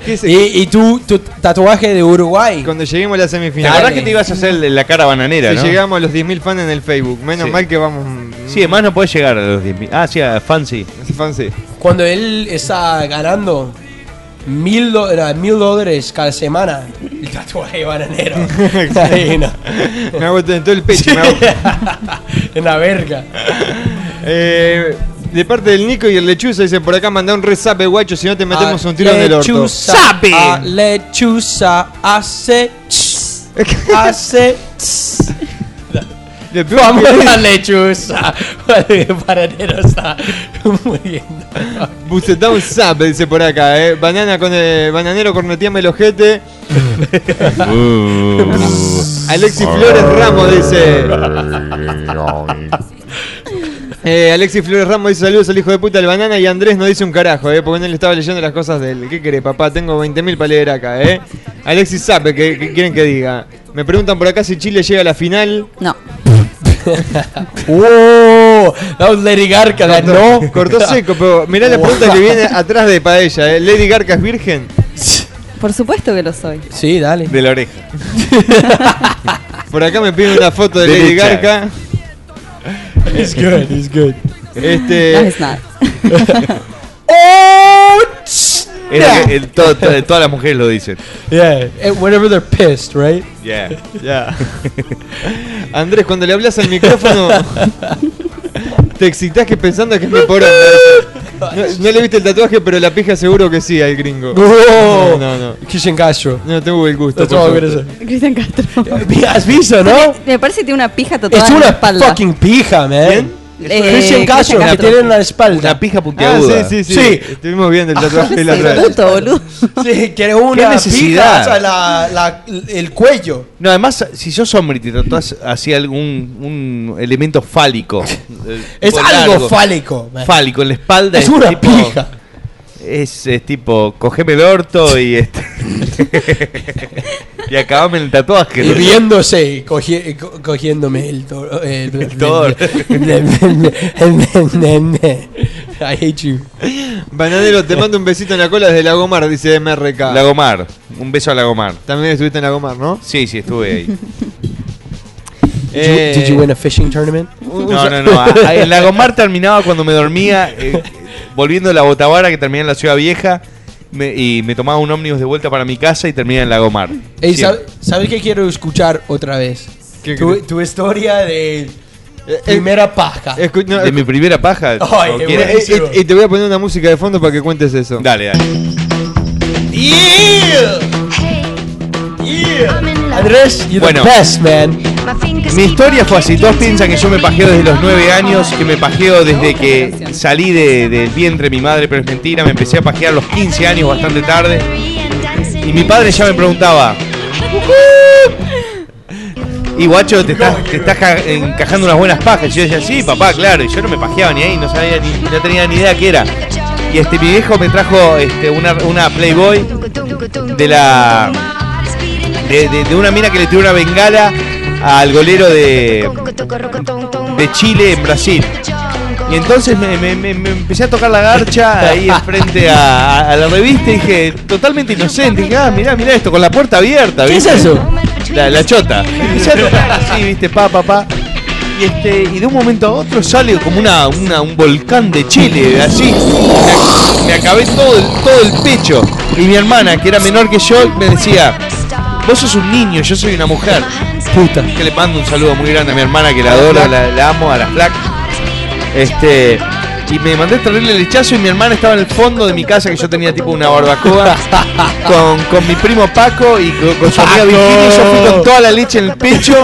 B: ¿Qué es-
D: y, y tú, tu tatuaje de Uruguay.
B: Cuando lleguemos a la
C: La
B: semifinal.
D: Dale.
C: verdad que te ibas a hacer la cara bananera,
B: Si
C: ¿no?
B: eh. llegamos a los 10.000 fans en el Facebook. Menos
C: Sí.
B: mal que vamos. mm,
C: Sí, además no podés llegar a los 10.000. Ah, sí, a
B: (laughs)
C: Fancy.
B: Fans sí.
D: Cuando él está ganando mil, do- era mil dólares cada semana, el
B: (laughs)
D: tatuaje bananero. Ahí, no.
B: Me hago en todo el pecho. (laughs) me hago-
D: en la verga.
B: Eh, de parte del Nico y el Lechuza dicen por acá manda un resape guacho si no te metemos
D: A
B: un tiro en el orto.
D: Ah, lechuza, a lechuza
B: (laughs)
D: hace tss, hace tss.
B: Le peor
D: Vamos
B: que-
D: a la lechuza. El bananero está
B: (laughs)
D: muriendo.
B: Bucetá un sape, dice por acá, eh. Banana con eh, bananero corneteame el ojete. Alexis Ah. Flores
C: Ah.
B: Ramos dice. Eh, Alexis Flores Ramos dice saludos al hijo de puta del banana y Andrés no dice un carajo, eh, porque no le estaba leyendo las cosas de él. ¿Qué querés, papá? Tengo 20.000 para leer acá, eh. Alexis sabe que, que quieren que diga. Me preguntan por acá si Chile llega a la final.
E: No.
D: Oh, that was Lady Garca, that no. (laughs)
B: Cortó seco, pero mirá la pregunta que viene atrás de Paella, eh. Lady Garca es virgen.
E: Por supuesto que lo soy.
D: Sí,
C: (laughs)
D: dale.
C: De la oreja.
B: Por acá me piden una foto de
C: Derecha.
B: Lady Garca.
D: It's good, it's good.
E: No
B: Este,
E: es nada.
D: Oh,
C: Era que el- todo- todo- todas las mujeres
B: (laughs)
C: lo dicen.
D: yeah. And whenever they're pissed, right?
C: Yeah.
B: ya. (laughs) Andrés, cuando le hablas al micrófono, te excitás que pensando que es mi poronga. No, no le viste el tatuaje, pero la pija seguro que sí al gringo. No,
D: Oh,
B: no, no.
D: Christian Castro.
B: No tengo el gusto.
D: That's
B: por
D: all I'm
B: suerte.
D: gonna say.
E: Cristian Castro.
D: Has visto, no?
E: Me parece que tiene una pija tatuada
D: Es
E: en la
D: una
E: espalda.
D: fucking pija, man.
E: Eh,
D: Cristian Castro, que
E: Castro.
D: tiene en la espalda.
C: Una pija
B: Ah,
C: puntiaguda.
B: sí, sí, sí,
D: Sí.
B: Estuvimos viendo el tatuaje de la
E: (laughs) Sí,
B: otra vez.
E: puto, boludo.
D: Sí, que es una
C: necesidad?
D: pija, o sea, la- la- el cuello.
C: No, además, si sos hombre y te tratás así algún un elemento fálico. eh,
D: (laughs) Es
C: tipo
D: algo
C: largo,
D: fálico. man.
C: Fálico en la espalda.
D: Es una
C: tipo-
D: pija.
C: Es, es tipo, cogeme el orto y
D: (laughs)
C: este. y acabame el tatuaje.
D: Y
C: ¿no?
D: riéndose, y cogi- y co- cogiéndome el toro. El,
C: toro.
D: I hate you.
B: Bananero, te mando un besito en la cola desde Lagomar, dice MRK.
C: Lagomar. Un beso a Lagomar.
B: También estuviste en Lagomar, ¿no?
C: Sí, sí, estuve
D: (laughs)
C: ahí.
D: Did you- did you win a fishing tournament?
C: No, no, no. a- a- En Lagomar terminaba cuando me dormía, eh, volviendo de la Botavara, que terminé en la Ciudad Vieja, me- y me tomaba un ómnibus de vuelta para mi casa y terminé en Lagomar.
D: Ey,
C: Siempre.
D: ¿sab- ¿Sabes qué quiero escuchar otra vez?
B: ¿Qué
D: tu,
B: querés?
D: tu historia de eh, primera paja.
B: Escu- no,
C: De mi primera paja.
D: eh, Ay,
C: o
D: qué
C: quiera.
B: eh, eh, y, te voy a poner una música de fondo para que cuentes eso.
C: Dale, dale.
D: Yeah! Yeah! Andrés, you're
C: Bueno.
D: the best, man.
C: Mi historia fue así. Todos piensan que yo me pajeo desde los 9 años, que me pajeo desde que salí de- del vientre de mi madre, pero es mentira. Me empecé a pajear a los 15 años, bastante tarde. Y mi padre ya me preguntaba. Y guacho, te estás, te estás ca- encajando unas buenas pajas. Y yo decía, sí, papá, claro. Y yo no me pajeaba ni ahí, no sabía ni, no tenía ni idea qué era. Y este, mi viejo me trajo este, una, una Playboy de la. De, de- de una mina que le tiró una bengala al golero de, de Chile en Brasil. Y entonces me, me- me- me empecé a tocar la garcha
D: (laughs)
C: ahí enfrente a, a- a la revista y dije, totalmente inocente, dije, ah, mirá, mirá esto, con la puerta abierta,
D: ¿Qué es
C: ¿viste?
D: eso?
C: La, la chota. Empecé a tocar así, viste, pa, pa, pa. Y, este, y de un momento a otro sale como una, una- un volcán de Chile, así. Me, ac- me acabé todo el, todo el pecho. Y mi hermana, que era menor que yo, me decía, vos sos un niño, yo soy una mujer.
D: Puta.
C: Que le mando un saludo muy grande a mi hermana que la adoro, la, la amo, a la Flac. Este. Y me mandé terrible el lechazo y mi hermana estaba en el fondo de mi casa que yo tenía tipo
B: (laughs)
C: una barbacoa con, con mi primo Paco y con, con su amiga Virginia y yo fui con toda la leche en el pecho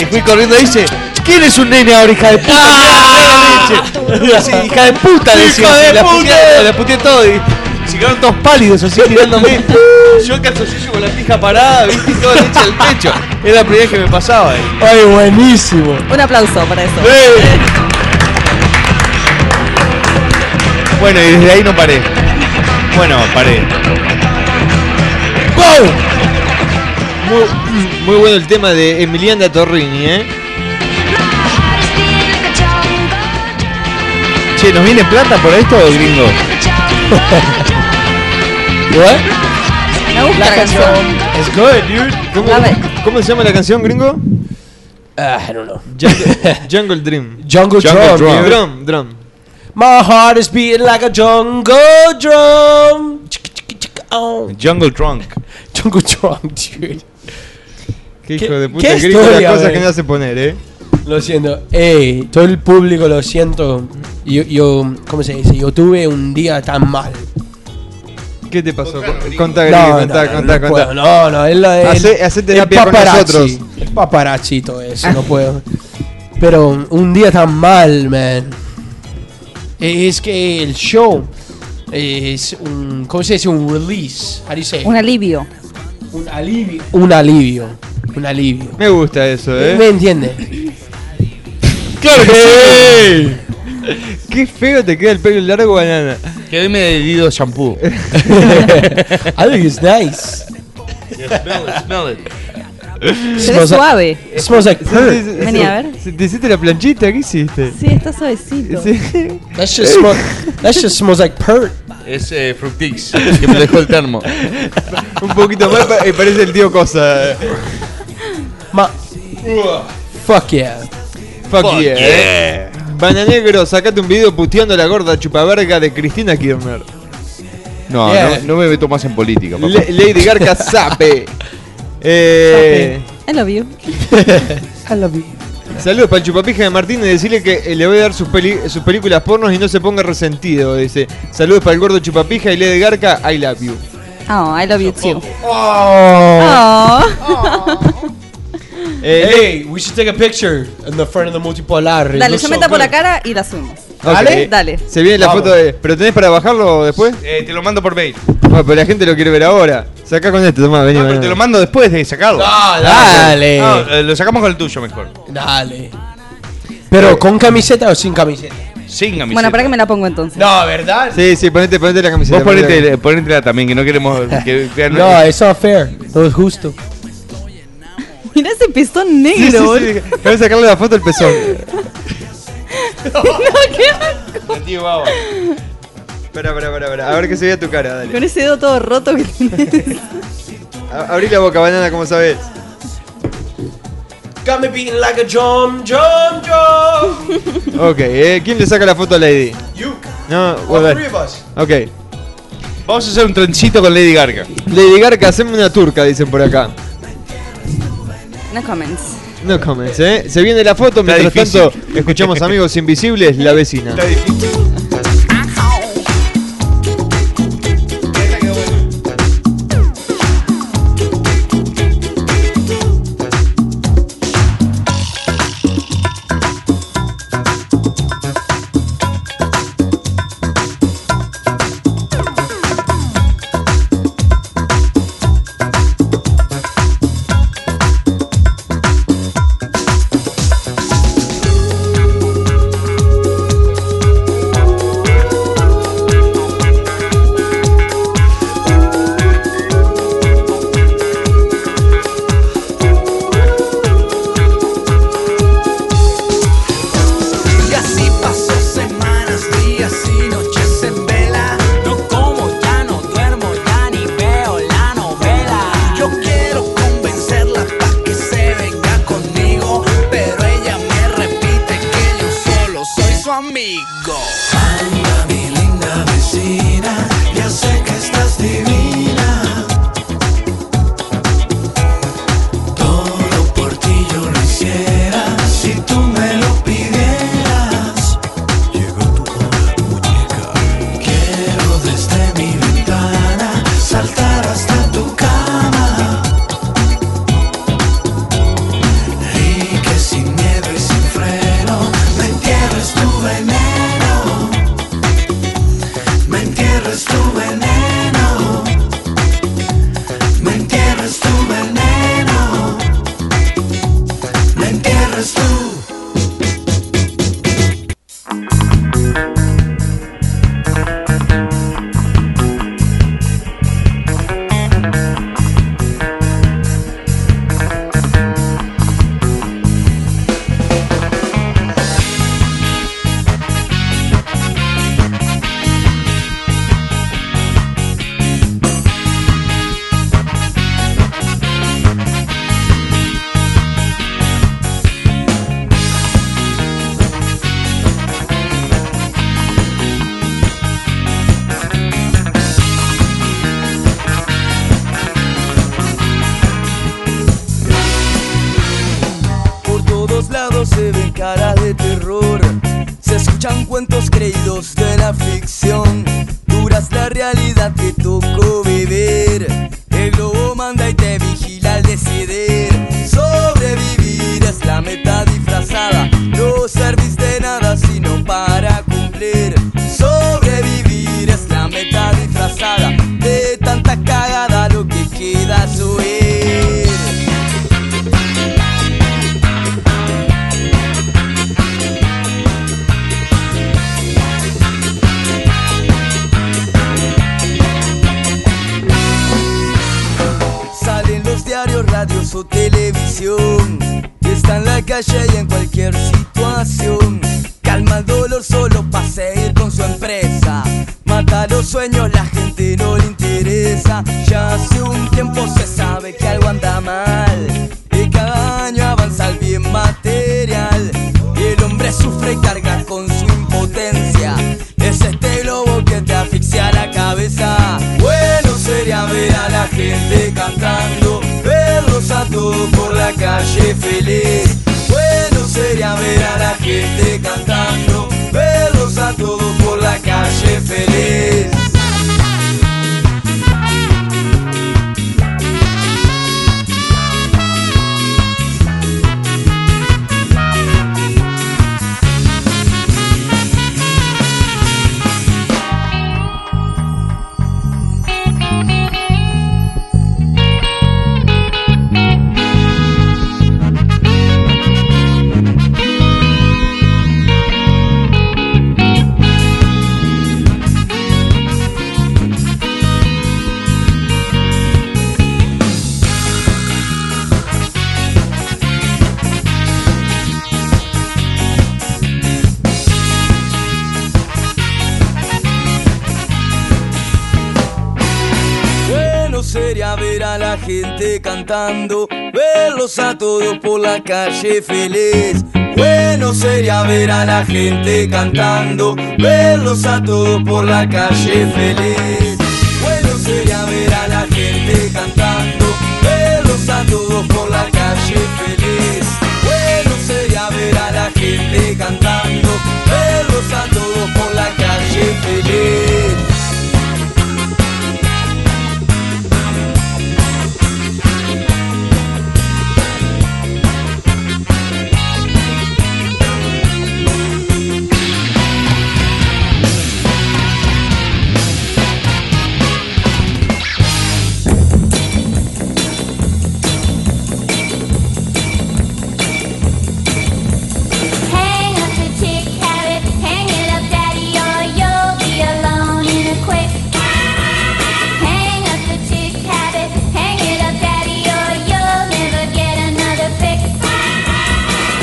C: y fui corriendo y dice ¿Quién es un nene ahora, hija de puta?
B: (laughs)
C: Mira, mira la leche". Sí, hija de puta, decía.
D: Ah, de
C: la
D: puta.
C: puteé, la puteé todo y se quedaron todos pálidos así mirándome.
D: (laughs)
C: Yo en calzoncillo con la pija parada, viste, y toda la leche al pecho. Era la primera vez que me pasaba. eh.
D: Ay, buenísimo.
E: Un aplauso para eso.
C: Bueno, y desde ahí no paré. Bueno, paré.
D: ¡Wow!
B: Muy, muy bueno el tema de Emiliana Torrini, ¿eh?
C: Che, ¿nos viene plata por esto, gringo?
D: What?
E: Me gusta la, canción.
B: It's good, dude. ¿Cómo,
E: A ver.
B: cómo se llama la canción, gringo?
D: Ah, I don't know. (laughs)
B: Jungle, Jungle Dream. Eh,
D: Jungle,
C: Jungle
D: drum.
C: drum.
D: dude.
B: Drum, drum.
D: My heart is beating like a jungle drum. Chica, chica, chica, oh.
C: Jungle Trunk.
D: Jungle drum, dude.
B: Qué
D: ¿Qué-
B: hijo de puta,
D: qué
B: gringo,
D: historia,
B: las cosas
D: bebé?
B: que me hace poner, ¿eh?
D: Lo siento. Ey, todo el público lo siento. Yo, yo, ¿cómo se dice? Yo tuve un día tan mal.
B: ¿Qué te pasó? Contá, gringo,
D: No,
B: contá,
D: no, no,
B: contá, contá.
D: no puedo. No, no, es la es-
B: Hacé- hacé
D: es
B: terapia con
D: paparazzi.
B: nosotros.
D: Es paparazzi todo eso, no puedo. Pero un día tan mal, man. E, Es que el show es un, ¿cómo se dice? Un release. How do you say?
E: Un alivio.
D: un alivio. Un alivio. Un alivio.
B: Me gusta eso,
D: ¿Me
B: ¿eh?
D: entiende? (laughs)
B: ¡Claro
C: (laughs)
B: que sí! Qué feo te queda el pelo largo, banana.
D: (laughs)
C: Que hoy me dedido shampoo.
D: I think it's nice.
E: Se ve suave.
D: It smells like
B: Sí,
D: perk.
B: sí,
E: Vení,
B: sí.
E: a ver.
B: ¿Te hiciste la planchita? ¿Qué hiciste?
E: Sí, está suavecito.
B: Sí.
D: That shit, smell, that shit smells like perk.
C: Es eh, Fructix, que me dejó el termo.
B: Un poquito más pa- eh, parece el tío Cosa.
D: Ma- Fuck yeah.
B: Fuck, yeah.
C: Eh.
B: Bananegro, sacate un video puteando la gorda chupaverga de Cristina Kirchner.
C: No,
D: Yeah.
C: no, no me meto más en política, papá.
B: Le- Lady Garca sape. Eh,
E: I love you.
D: I love you.
B: saludos para el chupapija de Martínez. Decirle que eh, le voy a dar sus, peli- sus películas pornos y no se ponga resentido. Dice: Saludos para el gordo chupapija y Lady Garca, I love you.
C: Oh.
E: Oh, I love you too.
D: Oh.
E: Oh.
B: Eh,
A: Hey, we should take a picture in the front of the multipolar. It
E: Dale,
A: looks
E: yo
A: so
E: me tapo
A: good.
E: la cara y la subimos.
B: ok.
E: Dale. Dale.
B: Se viene la
A: Vamos.
B: foto de. ¿Pero tenés para bajarlo después?
C: Eh, te lo mando por mail.
B: Bueno, pero la gente lo quiere ver ahora. Sacá con este, tomá, vení.
C: No, Ah, pero
B: vení.
C: te lo mando después de sacarlo.
A: Ah, dale. Ah,
C: No, eh, lo sacamos con el tuyo mejor.
A: Dale. Pero con camiseta o sin camiseta.
C: Sin camiseta.
E: Bueno, para que me la pongo (laughs) entonces.
A: No, ¿verdad?
B: Sí, sí, ponete, ponete la camiseta.
C: Vos
B: ponete la-
C: ponete, ponétela también, que
B: (laughs)
C: no queremos que vean-
A: No, it's not fair. No es justo.
E: Mira ese pistón negro,
B: Sí, sí,
E: boludo. (laughs)
B: sí, Querés sacarle la foto al pezón.
E: No, qué asco.
B: Espera, espera, espera, espera. A ver que se vea tu cara, dale.
E: Con ese dedo todo roto que tenés.
B: A- abrí la boca, banana, como sabes.
A: Got me beating like a jump, jump, jump.
B: Ok, eh, ¿quién le saca la foto a Lady?
A: You,
B: No,
A: all
B: vos
A: three
B: dale.
A: of us.
B: Ok. eh.
C: Vamos a hacer un trencito con Lady Garga.
B: Lady Garca, haceme una turca, dicen por acá.
E: No comments.
B: No comments, ¿eh? Se viene la foto,
C: Está
B: mientras
C: difícil.
B: tanto escuchamos Amigos Invisibles, La Vecina.
G: Y así pasó semanas, días y noches en vela. No como, ya no duermo, ya ni veo la novela. Yo quiero convencerla pa' que se venga conmigo. Pero ella me repite que yo solo soy su amigo. Anda, mi linda vecina, ya sé que estás divina. Todo por ti yo lo hiciera si tú me lo pidieras. Llegó tu hora, muñeca. Quiero desde mi ventana saltar hasta tu cama. Y que sin miedo y sin freno me entierres tu veneno. Me entierres tu veneno. Me entierres tu veneno. Me entierres tú.
D: Por todos lados se ven caras de terror. Se escuchan cuentos creídos de la ficción. Dura es la realidad que tocó vivir. El globo manda y te vigila al decidir. Sobrevivir es la meta disfrazada. No serviste de nada sino para cumplir. Sobrevivir es la meta disfrazada. De tanta cagada lo que queda es huir. Salen los diarios, radios o televisión. Y está en la calle y en cualquier situación. Calma el dolor solo para seguir con su empresa. Mata los sueños, la gente no le interesa. Ya hace un tiempo se sabe que algo anda mal. Y cada año avanza el bien material. Y el hombre sufre y carga con su impotencia. Es este globo que te asfixia la cabeza. Bueno sería ver a la gente cantando, verlos a todos por la calle feliz. Bueno sería ver a la gente cantando, verlos a todos por la calle feliz.
H: la gente cantando, verlos a todos por la calle feliz. Bueno sería ver a la gente cantando, verlos a todos por la calle feliz. Bueno sería ver a la gente cantando, verlos a todos por la calle feliz. Bueno sería ver a la gente cantando, verlos a todos por la calle feliz.
I: Hang up the chick habit, hang it up, daddy, or you'll be alone in a quick. Hang up the chick habit, hang it up, daddy, or you'll never get another fix.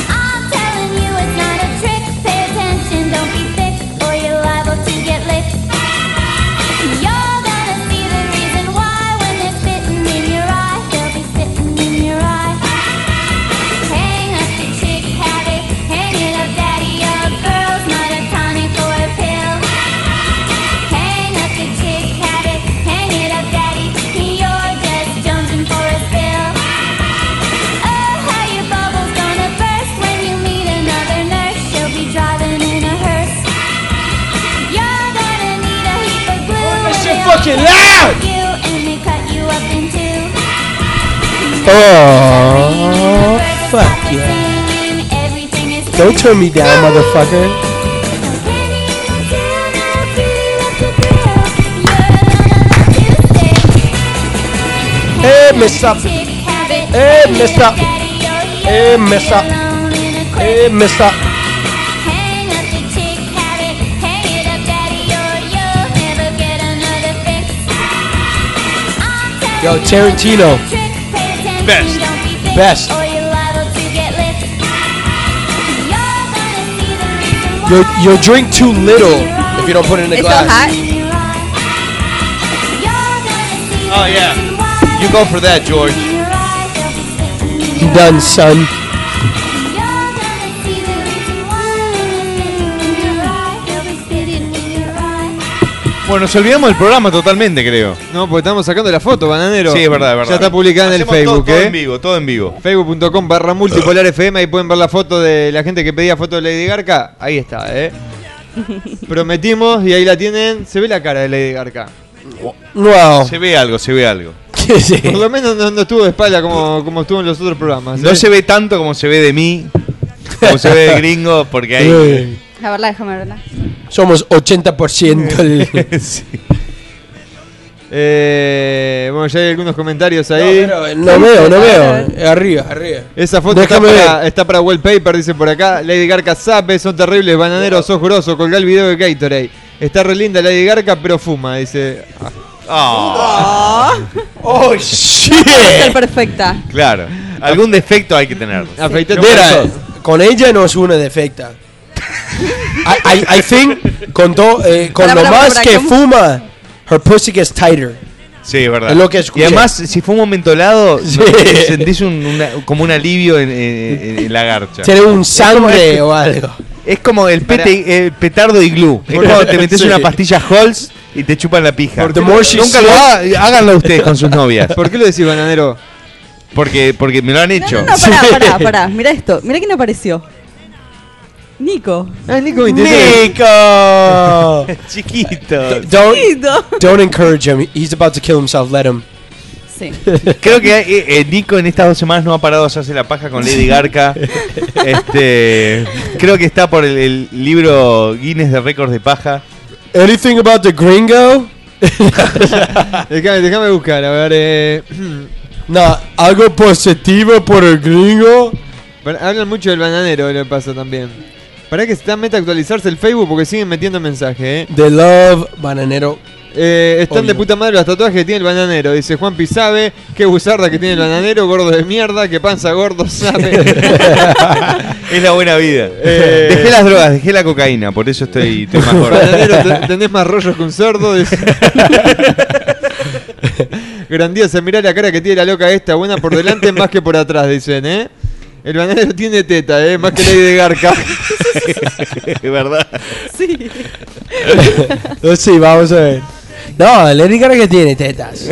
I: I'm telling you, it's not a trick. Pay attention, don't be thick, or you're liable to get licked. You're gonna see the reason why when they're spitting in your eye. They'll be spitting in your eye. Hang up the chick habit, hang it up, daddy. Your girl's not a tonic or a pill. Hang up the chick habit, hang it up, daddy. You're just jumping for a spill. Oh, how your bubble's gonna burst when you meet another nurse. She'll be driving in a hearse. You're gonna need a heap of glue. What
D: shit fucking loud?
I: You and they cut you up in two.
D: Oh, fuck yeah. Don't turn me down, motherfucker. Hey, miss up. Hey, miss up. Hey, miss up.
H: Eh,
D: Hey, miss up. Yo, Tarantino.
I: Best.
D: Best. You'll, you'll drink too little if you don't put it in the
E: It's so
D: glass.
E: hot.
C: Oh, yeah. You go for that, George.
D: You done, son.
C: Bueno, nos olvidamos del programa totalmente, creo.
B: No, porque estamos sacando la foto, bananero.
C: Sí, es verdad, es verdad.
B: Ya está publicada en el
C: Hacemos todo-
B: Facebook,
C: todo
B: ¿eh?
C: en vivo, todo en vivo.
B: Facebook.com barra multipolar FM, ahí pueden ver la foto de la gente que pedía foto de Lady Garca. Ahí está, ¿eh? Prometimos y ahí la tienen. Se ve la cara de Lady Garca. Oh.
D: Wow. (laughs)
C: Se ve algo, se ve algo.
D: ¿Qué es
B: Por
D: eso?
B: lo menos no, no estuvo de espalda como, como estuvo en los otros programas. ¿eh?
C: No se ve tanto como se ve de mí, como se
B: (laughs)
C: ve de gringo, porque hay...
E: A verla, déjame verla.
D: Somos 80% el-
B: Eh, bueno, ya hay algunos comentarios ahí.
D: (laughs) No, eh, no veo, no veo. Arriba, arriba.
B: Esa foto está
D: Déjame
B: para,
D: ver.
B: está para wallpaper, dice por acá. Lady Garca sabe, son terribles, bananeros, sos grosso. Colgá el video de Gatorade. Está re linda Lady Garca, pero fuma, dice.
C: Ah,
D: Oh,
E: Es
D: shit.
E: el perfecta.
C: claro. Algún defecto hay que tener.
B: Afeitate.
D: Mira, con ella no es una defecta. I, I, I think con, to- eh, con
E: Para,
D: lo
E: para,
D: más
E: para,
D: que
E: ¿cómo?
D: fuma, her pussy gets tighter.
C: Sí, es verdad.
D: Es lo que
C: y
D: escuché.
C: además, si fue un mentolado,
D: Sí.
C: no- (laughs) sentís un- una- como un alivio en, en- en- en la garcha.
D: Tiene un sangre o algo.
C: Es como el, pete, el petardo iglú. Es cuando te metes
D: Sí.
C: una pastilla Halls y te chupan la pija.
D: Por the more she
C: Nunca lo hagan, háganlo ustedes con sus novias.
B: ¿Por qué lo decís, bananero?
C: Porque, porque me lo han
E: No,
C: hecho.
E: no, no, pará, pará, pará. Mirá esto. Mirá quién apareció. Nico.
B: Ah, Nico 23.
D: Nico!
C: (laughs) Chiquito.
D: Don't,
E: Nico.
D: don't encourage him. He's about to kill himself. Let him.
E: (laughs) Sí.
C: Creo que eh, eh, Nico en estas dos semanas no ha parado de hacerse la paja con Lady
D: (laughs)
C: Garca. este, creo que está por el, el libro Guinness de récords de paja.
D: Anything about the gringo?
B: Déjame, déjame buscar, a ver. Eh, (clears throat)
D: No, algo positivo por el gringo.
B: Pero Hablan mucho del bananero, lo que pasa también. Para que se está meta actualizarse el Facebook porque siguen metiendo mensajes, eh.
D: The love bananero.
B: Eh, están
D: Obvio.
B: de puta madre los tatuajes que tiene el bananero. Dice Juan Pisabe, qué buzarda que tiene el bananero, gordo de mierda, que panza gordo sabe.
C: (laughs) Es la buena vida.
B: Eh.
C: Dejé las drogas, dejé la cocaína, por eso estoy, estoy más gordo.
B: bananero, te- tenés más rollos que un cerdo. dice. (laughs) Grandiosa, mirá la cara que tiene la loca esta, buena por delante más que por atrás, dicen, ¿eh? El bananero tiene teta, ¿eh? Más que ley de garca.
C: (laughs) De verdad.
E: Sí.
D: sí, vamos a ver. No, Lady Gaga que tiene tetas.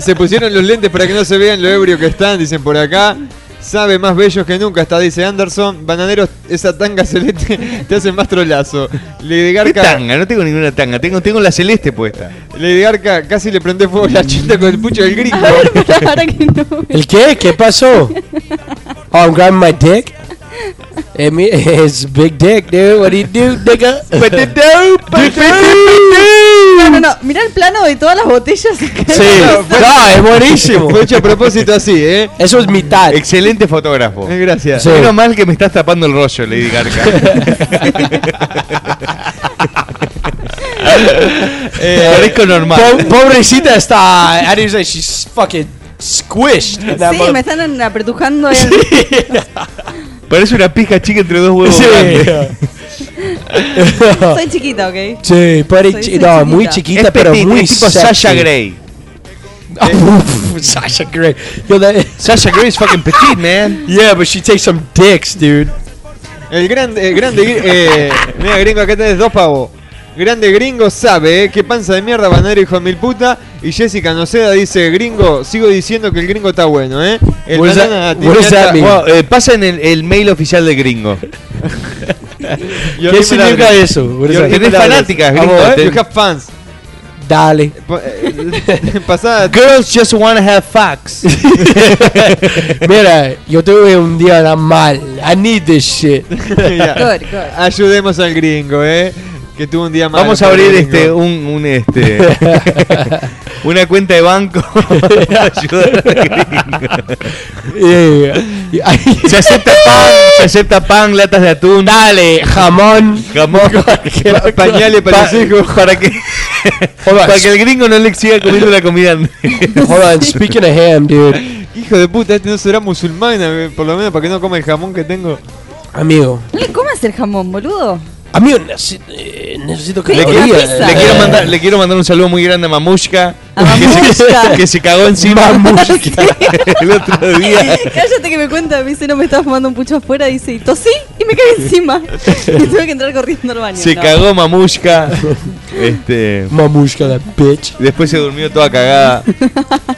B: Se pusieron los lentes para que no se vean lo ebrio que están, dicen por acá. Sabe más bellos que nunca, está, dice Anderson. Bananero, esa tanga celeste (laughs) te hace más trolazo. Lady
C: ¿Qué
B: Garca,
C: tanga? No tengo ninguna tanga. Tengo, tengo la celeste puesta.
B: Lady Garca casi le prende fuego la cheta con el pucho del gringo. (laughs)
E: Ahora que no.
D: ¿El qué? ¿Qué pasó? Oh, I'm grabbing my dick. Eh, mi- It's big dick, dude. What do you do, nigga?
E: No, no, no. Mirá el plano de todas las botellas. (laughs)
D: Sí, no, es buenísimo.
B: Fue hecho a propósito así, ¿eh?
D: Eso es mitad.
C: Excelente fotógrafo.
B: Eh, Gracias.
D: Sí.
C: Menos mal que me estás tapando el rollo, Lady
D: (laughs)
C: Garca.
B: Eh,
C: Parezco normal.
D: Po- pobrecita está. How do you say? She's fucking squished. in that
E: Sí,
D: mo-
E: me están apertujando el...
C: Parece una pija chica entre dos huevos
D: Sí.
C: grandes.
E: (laughs) Soy chiquita, ¿ok?
D: Sí, pero chi-
E: Soy- soy
D: no,
E: chiquita.
D: muy chiquita, pero
C: petit,
D: muy
C: es tipo
D: sexy.
C: Sasha
D: (laughs)
C: Grey.
D: Ah, oof, Sasha Grey. Yo la-
C: Sasha Grey is fucking petite, man.
D: (laughs) yeah, but she takes some dicks, dude.
B: El grande, el grande, gri- eh, mira gringo, acá tenés dos pavos. Grande gringo sabe, eh, qué panza de mierda, banero hijo de mil puta. Y Jessica Noceda dice, gringo, sigo diciendo que el gringo está bueno, eh. El
D: What does that-
C: Ah,
B: banana
D: what
B: tiene
D: does that
B: alta-
D: mean?
C: Wow, eh, pasa en el, el mail oficial de
D: (laughs)
C: Gringo.
B: Yo ni
D: ¿Qué
B: me la
D: significa
B: abrí.
D: eso? What is
B: Yo
D: that?
B: ni me
C: Tenés
B: la abrí.
C: fanáticas,
B: Vamos,
C: gringo,
B: eh,
C: ten-
B: you have fans.
D: Dale.
B: Po- eh, (laughs)
C: (laughs)
B: Pasada.
C: Girls just wanna have
D: (laughs)
C: facts.
D: Mira, yo tuve un día tan mal. I need this shit.
B: Ya.
E: Good, good.
B: Ayudemos al gringo, eh. Que tuvo un día malo.
D: Ah,
C: Vamos a abrir
B: pobre
C: este
B: gringo.
C: un, un,
D: (laughs)
C: este una cuenta de banco (laughs) para ayudar al Gringo.
D: Yeah.
C: Se acepta pan, se acepta pan, latas de atún.
D: Dale, jamón. (laughs)
C: Jamón, (laughs)
D: Pa-
B: pañales para los hijos.
C: para
D: (laughs)
C: que
D: Hold on,
C: para que el gringo no le siga comiendo la
D: (laughs)
C: comida.
D: hold
C: (laughs)
D: on. Speaking of ham, dude.
B: Hijo de puta, este no será musulmán, eh, por lo menos para que no coma el jamón que
C: (laughs)
B: tengo.
D: Amigo.
E: No le comas el jamón, boludo.
D: Amigo, neces- eh, necesito que
E: Le
D: me
E: quiero-
D: digas.
E: le
C: Le quiero mandar, le quiero mandar un saludo muy grande a Mamushka,
E: Ah,
C: (laughs)
E: A
C: que,
E: Mamushka.
C: se, que se cagó encima (laughs) el otro día.
E: (laughs) Cállate que me cuenta, me dice, no me estaba fumando un pucho afuera, dice, y tosí y me caí
C: (laughs)
E: encima. y tuve que entrar corriendo al baño.
C: Se
E: No.
C: cagó Mamushka. (laughs) Este,
D: Mamushka, that bitch.
C: después se durmió toda cagada.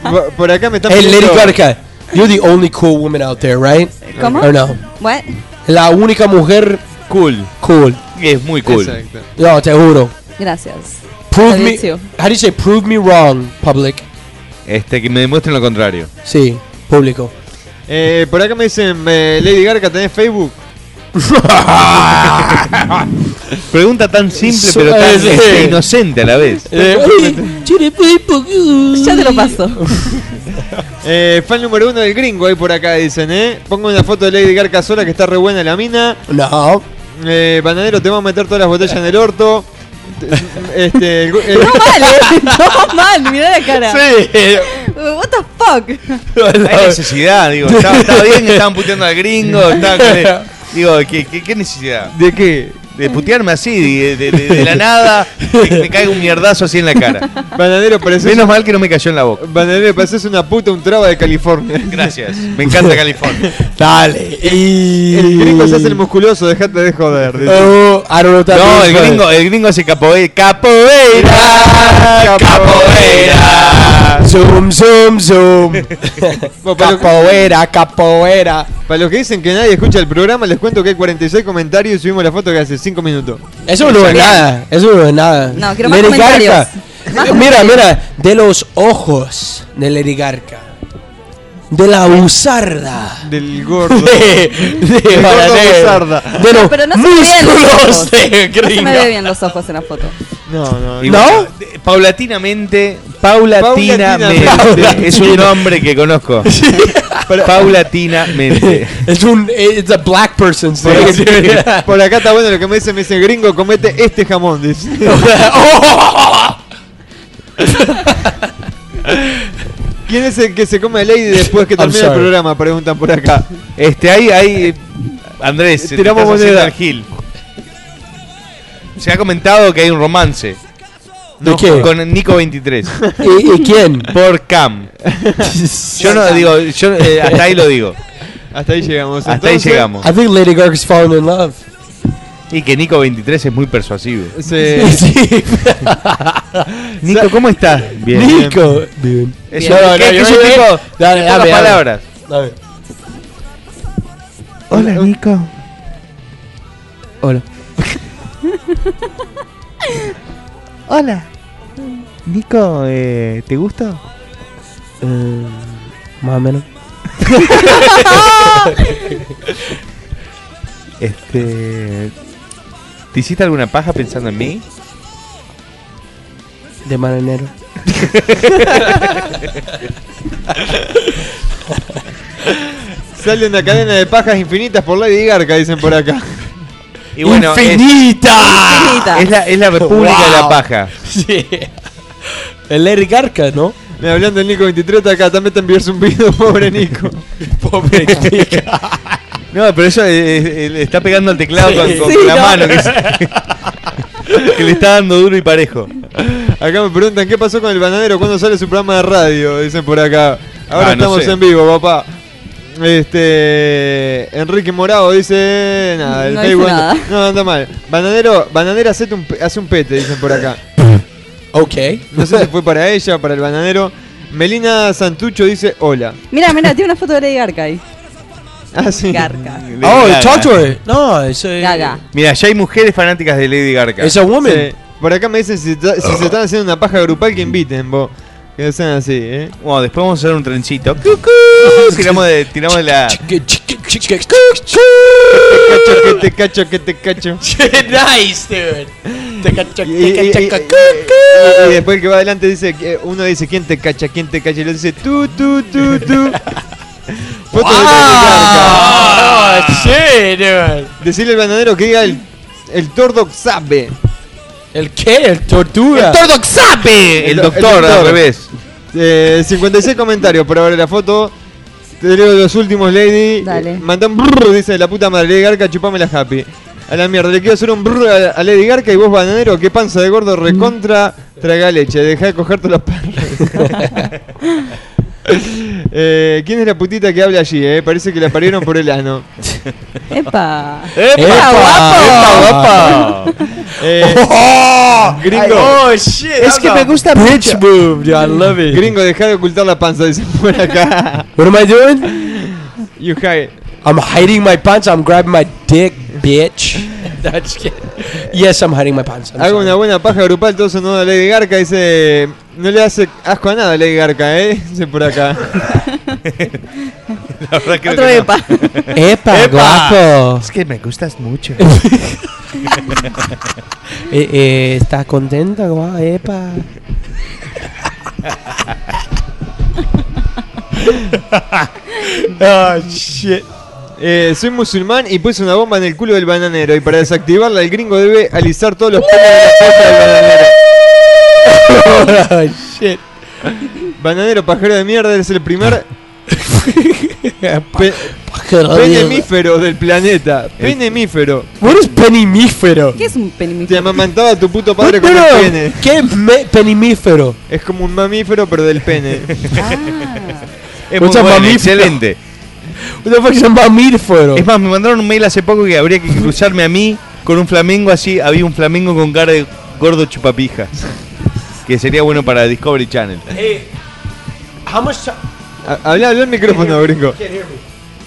B: Por- Por acá me están
D: Hey, Lady
B: pidiendo-
D: Gaga, you're the only cool woman out there, right?
E: ¿Cómo?
D: Or no.
E: What?
D: La única mujer
C: Cool.
D: cool.
C: Es muy cool.
B: Exacto.
D: No, te juro.
E: Gracias.
D: Prove
E: Love
D: me.
E: you too.
D: How do you say prove me wrong, public?
C: Este, que me demuestren lo contrario.
D: Sí, público.
B: Eh, por acá me dicen, eh, Lady Garca, ¿tenés Facebook?
C: Pregunta tan simple
D: So-
C: pero tan
D: sí.
C: este, inocente a la vez.
D: Eh,
E: Ya te lo
C: (laughs)
E: paso.
B: Eh, fan número uno del gringo ahí por acá, dicen, ¿eh? Pongo una foto de Lady Garca sola que está re buena la mina.
D: No.
B: Eh, bananero, te vamos a meter todas las botellas en el orto. (laughs) Te- Este, el, gu- el-
E: No mal, eh. No mal, mirá la cara. What the fuck?
C: Hay necesidad, digo. Estaba, estaba bien que estaban puteando al gringo. estaba con- digo, ¿qué, qué, qué necesidad?
B: (laughs) ¿De qué?
C: De putearme así, de, de- de- de la nada, que me caiga un mierdazo así en la cara.
B: Bananero, pareces,
C: Menos mal que no me cayó en la boca.
B: bananero, pareces una puta, un traba de California.
C: Gracias. Me encanta California.
D: Dale. Y...
B: El gringo se hace el musculoso, dejate de joder. dice.
D: Oh, I don't know what that
C: No,
D: means,
C: el
D: but-
C: gringo, el gringo hace capoeira. Capoeira. Capoeira.
D: Zoom,
B: (laughs)
D: zoom, zoom. (laughs)
B: Bueno, para, los,
D: capoeira, capoeira.
B: para los que dicen que nadie escucha el programa, les cuento que hay 46 comentarios y subimos la foto que hace 5 minutos.
D: Eso no es nada. Eso no es nada.
E: No, quiero más
D: Lady
E: comentarios.
D: Gaga.
E: Más
D: Eh, Mira, mira. De los ojos de Lady Gaga. De la usarda.
B: Del
D: (laughs)
B: gordo.
D: De, de,
B: gordo
D: de-
B: usarda.
D: de los
E: Pero no se me ven los
D: músculos
E: ojos.
D: de
E: No se me ve
D: gringa.
E: bien los ojos en la foto.
B: No, no.
C: Y
D: ¿No?
C: bueno, de- Paulatinamente, paulatinamente,
B: Paulatinamente.
C: es un nombre que conozco.
D: (laughs)
C: paulatinamente.
D: Es un. It's a black person's
B: Por,
D: thing.
B: acá, por acá está bueno lo que me dicen, me dicen, gringo, comete este jamón, dice. ¿Quién es el que se come a Lady después que
D: I'm
B: termina el
D: sorry.
B: programa? Preguntan por acá.
C: Este, ahí, ahí, Andrés, te
B: Tiramos
C: estás haciendo
B: moneda.
C: al Gil. Se ha comentado que hay un romance.
D: ¿De qué?
C: Con Nico 23.
D: ¿Y, y quién?
C: Por Cam. Yo no digo, yo eh, hasta ahí lo digo.
B: Hasta ahí llegamos.
C: Hasta ahí
B: entonces.
C: llegamos.
D: I think Lady Gaga's falling in love.
C: Y que Nico 23 es muy persuasivo.
B: Sí.
D: Sí.
C: Nico, ¿cómo estás?
D: Nico. Bien.
C: Es
D: No,
C: un-
D: no, no,
C: es que
D: yo
C: es un
D: me-
C: tipo
D: Dale,
C: de
D: dame,
C: pocas
D: dame.
C: palabras.
D: A ver.
B: Hola, Nico.
H: Hola.
C: Hola. Nico, eh, ¿te gusta?
D: Eh, más o menos.
C: Este. ¿Te hiciste alguna paja pensando en mí?
D: De marinero.
B: Sale una cadena de pajas infinitas por Lady Garca, dicen por acá.
C: (laughs) Y bueno, es,
D: ¡Infinita!
E: Infinita.
C: Ah, es la, es la República de la Paja.
D: Sí. El Lady Garca, ¿no?
B: Mira, hablando del Nico 23, está acá también te envías un video, (laughs) pobre Nico.
D: Pobre chica.
C: No, pero eso eh, eh, le está pegando al teclado con, con
E: Sí,
C: la
E: no.
C: mano.
D: (laughs)
C: Que, se- que le está dando duro y parejo.
D: Oh,
B: Acá me preguntan qué pasó con el bananero cuando sale su programa de radio, dicen por acá. Ahora
C: Ah, no
B: estamos
C: sé.
B: en vivo, papá. Este Enrique Morado dice nada, el
E: No dice
B: Facebook anda-
E: nada.
B: no anda mal. Bananero, bananera hace un, pe- hace un pete, dicen por acá.
D: Ok.
B: No sé si fue para ella, para el bananero. Melina Santucho dice hola.
E: Mira, mira, tiene una foto de Lady
C: (laughs)
E: Garca ahí.
B: Ah, sí.
E: Garca.
D: Oh,
C: Gaga.
D: talk to her. No, es. eh,
E: Gaga.
C: Mira, ya hay mujeres fanáticas de Lady Garca.
D: It's a woman.
B: Sí. Por acá me dicen si, ta- si se están haciendo una paja grupal que inviten, vos. Que sean así,
C: (laughs)
B: ¿eh?
C: Bueno, después vamos a hacer un trencito. (laughs) Cucú. Tiramos de, tiramos de la.
D: Chica, chica, chica.
B: Cacho, que te cacho, que te cacho.
D: nice, dude. Chica, chica,
B: Y, y- y-
D: chica, chica.
B: y- y después el que va adelante dice, que- eh, uno dice, ¿quién te cacha? ¿Quién te cacha? Y le dice, tú, tú, tú,
D: (laughs)
B: tú. Foto de Lady Gaga.
D: Ah, shit, dude.
B: Decirle al bananero que diga el, el tordo sabe.
D: El qué? El tortuga.
C: Ordoxape! El
B: El do- el
C: doctor, al
B: doctor.
C: revés.
B: Eh, 56 comentarios por ahora la foto. Te leo los últimos, Lady.
E: Dale.
B: Eh, mandá un brrr, dice la puta madre. Lady Garca, chupame la happy. A la mierda, le quiero hacer un brrr a, a Lady Garca y vos, bananero, que panza de gordo recontra, traga leche. Deja de cogerte los perros. Eh, ¿Quién es la putita que habla allí? eh? Parece que la parieron por el ano.
C: (laughs)
E: Epa.
D: ¡Epa, guapo!
C: (laughs)
B: Eh,
C: ¡Oh!
B: gringo,
D: shit! Es que me gusta bitch move, dude. I love it.
B: gringo, deja de ocultar la panza, dice por acá. (laughs)
D: What am I doing?
B: You hide.
D: I'm hiding my pants. I'm grabbing my dick, bitch. (laughs) That's it. Yes, I'm hiding my pants. I'm
B: Hago
D: sorry.
B: una buena paja grupal, todo sonó a Lady Garca, dice. No le hace asco a nada a Lady Garca, ¿eh? (laughs) Dice por acá.
C: La verdad creo que
E: Otro
C: no.
E: epa. (laughs)
D: Epa,
C: Epa.
D: guapo.
C: Es que me gustas mucho.
D: (laughs)
C: (laughs)
D: Eh, eh, ¿Estás contenta, guapo? Epa. oh, shit.
B: Eh, soy musulmán y puse una bomba en el culo del bananero. Y para desactivarla, el gringo debe alisar todos los pelos de la pata del bananero.
D: Oh, shit.
B: Bananero, pajero de mierda, eres el primer pe-
D: Ah,
B: penemífero del planeta. Penemífero.
D: What is penimífero?
E: ¿Qué es un
B: Te
E: penimífero?
B: amamantaba tu puto padre con el
D: Pero,
B: pene.
D: ¿Qué es me- penimífero?
B: Es como un mamífero, pero del pene.
E: Ah.
C: Es muy
D: Muchas
C: bueno,
D: mamíferas.
C: excelente.
D: What the fuck is a mamífero?
C: Es más, me mandaron un mail hace poco que habría que cruzarme a mí con un flamengo así. Había un flamengo con cara de gordo chupapija. Que sería bueno para Discovery Channel.
D: Hey, how much time?
B: Ha- Habla, habla el micrófono, gringo.
D: Can't hear me.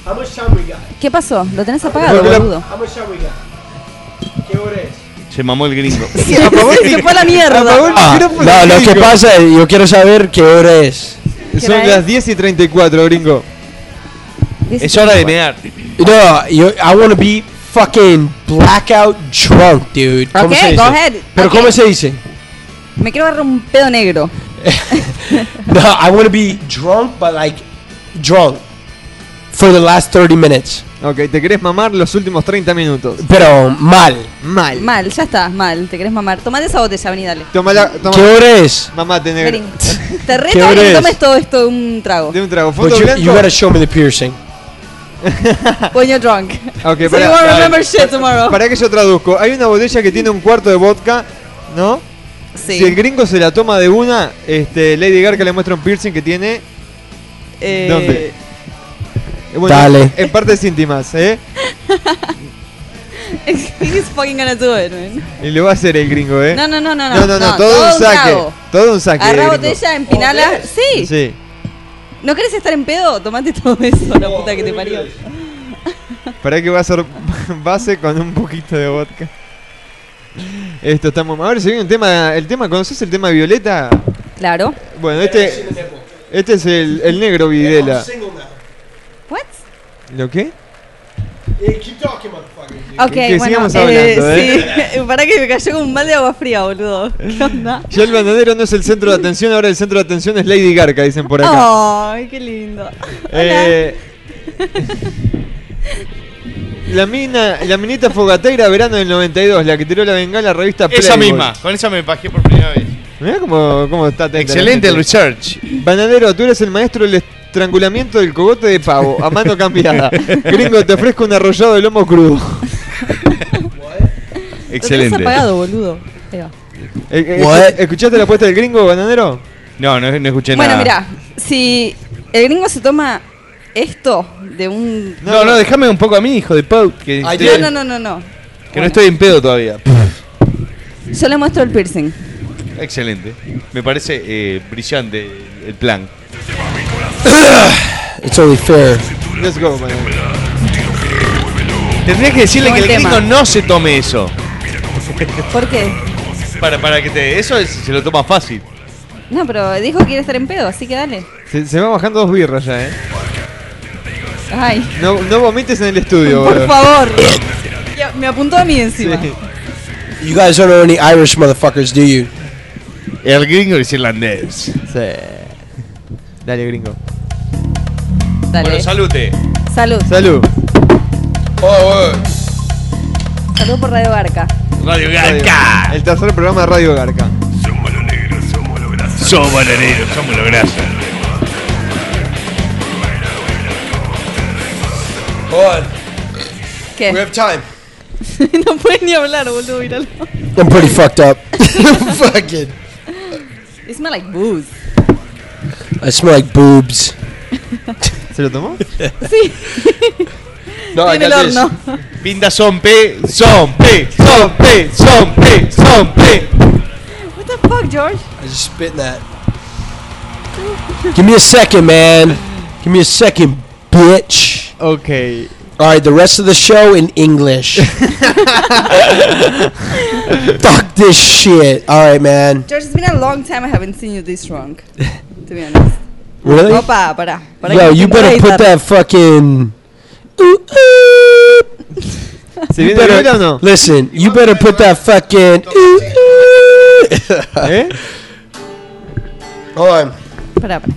D: How much time we got?
E: ¿Qué pasó? ¿Lo tenés apagado,
B: Porque la-
E: boludo?
D: How much time we got? ¿Qué hora es?
C: Se mamó el gringo.
E: Sí, (laughs) se fue a la
B: Apagó el
E: mierda.
D: Ah,
B: micrófono,
D: no, lo que
B: gringo.
D: pasa es, yo quiero saber qué hora es.
B: Son
E: ¿Querés?
B: las 10 y 34, gringo.
C: es hora de mear.
D: No, yo, I want to be fucking blackout drunk, dude. ¿Cómo
E: Ok,
D: se dice?
E: go ahead.
D: Pero
E: Ok.
D: ¿cómo se dice? (laughs)
E: Me quiero agarrar un pedo negro.
D: No, I want to be drunk, but like drunk for the last 30 minutes.
B: Ok, te querés mamar los últimos 30 minutos.
D: Pero mal.
B: Mal.
E: Mal, ya está, mal. Te querés mamar. Tomate esa botella, vení, dale.
B: Toma la. Toma.
D: ¿Qué hora es?
B: Mamate, negro.
E: Vení.
B: (laughs)
E: Te
D: ¿Qué
E: reto a
D: hora
E: que
D: es?
E: tomes todo esto de un trago.
B: De un trago.
D: But
B: Fondo
D: you,
B: blanco.
D: you
B: (laughs)
D: gotta show me the piercing.
E: (laughs) When you're drunk.
B: (laughs) Ok,
E: so
B: pará,
E: you won't
B: pará.
E: remember shit tomorrow.
B: Para que yo traduzco. Hay una botella que tiene un cuarto de vodka, ¿no?
E: Sí.
B: Si el gringo se la toma de una, este, Lady Gaga le muestra un piercing que tiene.
E: Eh,
B: ¿Dónde? Eh, bueno,
D: Dale.
B: En partes íntimas, ¿eh?
E: (laughs) He's fucking gonna do it, man.
B: Y lo va a hacer el gringo, ¿eh?
E: No, no, no, no.
B: no, no, no, todo, un saque.
E: rabo.
B: Todo un saque.
E: Agarrá
B: del gringo.
E: botella, empinala. Sí.
B: Sí.
E: ¿No querés estar en pedo? Tomate todo eso, la puta que te parió.
B: Para que va a ser (laughs) base con un poquito de vodka. Esto está muy mal. Ahora se viene un tema. El tema, ¿conoces el tema Violeta?
E: Claro.
B: Bueno, este. Este es el, el negro Videla.
E: What?
B: ¿Lo qué?
E: Ok,
B: Que
E: bueno. eh,
B: sigamos hablando, ¿eh?
E: Sí, (laughs) para que me cayó con un balde de agua fría, boludo. ¿Qué onda?
B: Ya el bandadero no es el centro de atención, ahora el centro de atención es Lady Garca, dicen por acá.
E: Ay, qué lindo.
B: Eh, (laughs) la mina, la minita fogateira verano del 92, la que tiró la bengala revista Playboy.
C: (laughs) Esa misma, con esa me pajeé por primera vez.
B: Mirá cómo, cómo está atenta la
C: Excelente el
B: gente.
C: research.
B: Bananero, tú eres el maestro del estrangulamiento del cogote de pavo, a mano
E: (laughs)
B: cambiada. Gringo, te ofrezco un arrollado de lomo crudo.
E: Lo
C: Excelente.
E: tenés apagado, boludo. Ahí va.
B: Eh, eh,
D: What?
B: ¿Escuchaste la apuesta del gringo, bananero?
C: No, no, no escuché
E: Bueno,
C: nada.
E: mira, si el gringo se toma esto de un.
C: No, no, déjame un poco a mí, hijo de Pau, que,
D: Ay,
C: estoy-
E: No,
D: Bien.
E: no, no, no, no.
C: que no estoy en pedo todavía.
E: Yo le muestro el piercing.
C: Excelente. Me parece eh, brillante el plan.
D: It's only fair.
B: Let's go, bananero.
C: Tendrías que decirle
E: Buen
C: que el
E: tema.
C: gringo no se tome eso.
E: ¿Por qué?
C: Para, para que te. Eso es- se lo toma fácil.
E: No, pero dijo que quiere estar en pedo, así que dale.
B: Se, se van bajando dos birras ya, eh.
E: Ay,
B: No, no vomites en el estudio,
E: por
B: boludo.
E: favor. Ya, Me apuntó a mí encima.
B: Sí.
D: You guys don't know any Irish motherfuckers, do you?
C: El gringo es irlandés.
B: Dale, gringo.
E: Dale.
C: Bueno, salute.
E: Salud.
B: Salud.
E: Salud por Radio Barca.
F: Radio
B: Radio.
F: Garca.
B: El tercer programa de Radio Garca.
F: Somos los negros, somos los grasas. Somos los negros, somos los grasas.
D: Hold on,
E: ¿Qué?
D: time.
E: (laughs) no puedes ni hablar, boludo, míralo.
D: I'm pretty fucked up. Fucking.
E: It smells like booze.
D: I smell like boobs.
B: ¿Se lo tomó?
E: Sí,
D: No,
E: en el horno.
C: Pinta son P, son P, son P, son P, son P.
E: What the fuck, George?
D: I just spit in that. Give me a second, man. Give me a second, bitch.
B: Ok.
D: All right, the rest of the show in (laughs) English. Fuck this shit. All right, man.
E: George, it's been a long time I haven't seen you this drunk. To be honest.
D: Really?
E: Opa, pará. pará
D: Yo,
E: que
D: you
E: me pongo
D: better
E: la
D: put
E: guitarra.
D: that fucking. Ooh, ooh.
B: ¿Se viene
D: Better-
B: Viola o no?
D: Listen, you better put that fucking. ooh, ooh.
B: ¿Eh?
D: Hold on.
E: Pará, pará.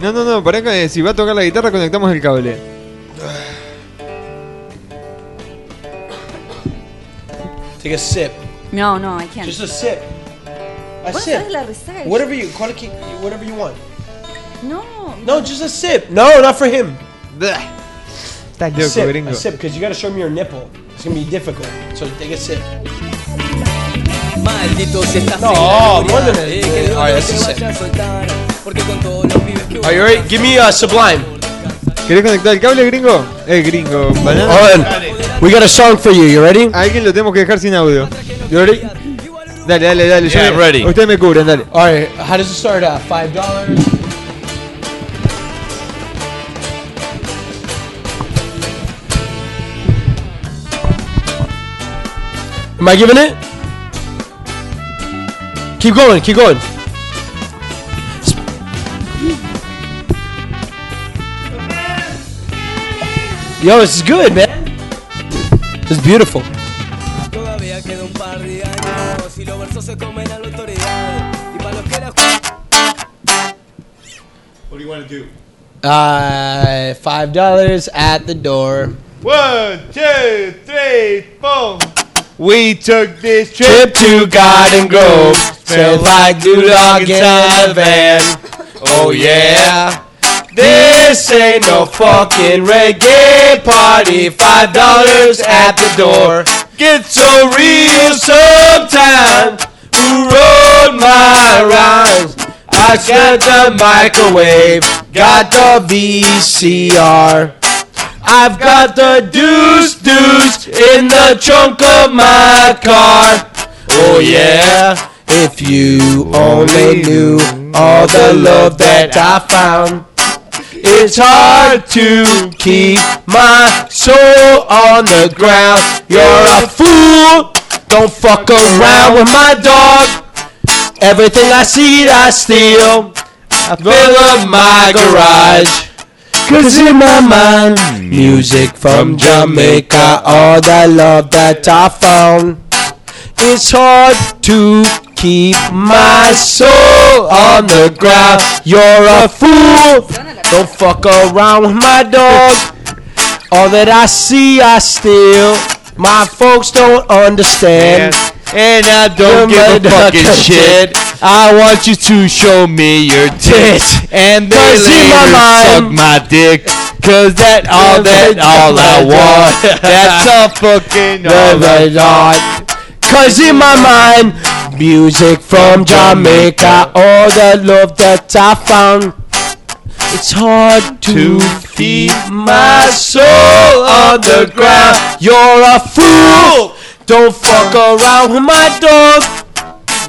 B: No, no, no, pará que eh, si va a tocar la guitarra conectamos el cable.
D: Take a sip.
E: No, no, I can't.
D: Just a sip. A
E: ¿Vos
D: sip.
E: sabés la resaca? que
D: Whatever you, quite a kick- whatever you want.
E: yo- No.
D: No, just a sip. No, not for him.
B: Estás
D: A
B: loco,
D: sip,
B: gringo.
D: a sip, because you gotta show me your nipple. It's gonna be difficult. So take a sip.
H: Maldito si estás
D: No,
H: en la gloria,
D: more than that.
H: eh, que Dios no
D: Alright,
H: te
D: that's the
H: vaya a soltar, porque con todos los pibes que
D: Are you ready? Give me uh, Sublime.
B: ¿Querés conectar el cable, gringo? Eh, gringo,
C: Oh.
B: banana.
D: Hold on. We got a song for you. You ready?
B: A alguien lo tenemos que dejar sin audio.
D: You ready?
B: Dale, dale, dale. yo
C: Yeah,
B: me-
C: ready.
B: Ustedes me cubren, dale.
D: All right. How does it start? Uh, Five dollars. Am I giving it? Keep going. Keep going. Yo, this is good, man. This is beautiful.
H: Todavía queda un par de años y los versos se comen a la autoridad. Y para los que la
D: Uh, five dollars at the door.
C: One, two, three, four. We took this trip
D: Trip to Garden Grove. Felt like doodog inside a van. Oh yeah. This ain't no fucking reggae party. Five dollars at the door. Gets so real sometimes. Who wrote my rhymes? I got the microwave, got the VCR. I've got the deuce deuce in the trunk of my car. Oh yeah, if you only knew all the love that I found. It's hard to keep my soul on the ground. You're a fool. Don't fuck around with my dog. Everything I see, I steal. I fill up my garage. Cause in my mind, music from Jamaica, all the love that I found. It's hard to keep my soul on the ground. You're a fool. Don't fuck around with my dog. All that I see, I steal. My folks don't understand. And I don't give a fucking shit. (laughs) I want you to show me your tit. And they
J: Cause in my
D: later
J: mind-
D: suck my dick. Cause that all that all (laughs) I want. That's (laughs) a fucking
B: (laughs)
D: all I want. Cause in my mind, music from Jamaica, all the love that I found. It's hard to feed my soul on the ground. You're a fool. Don't fuck around with my dog.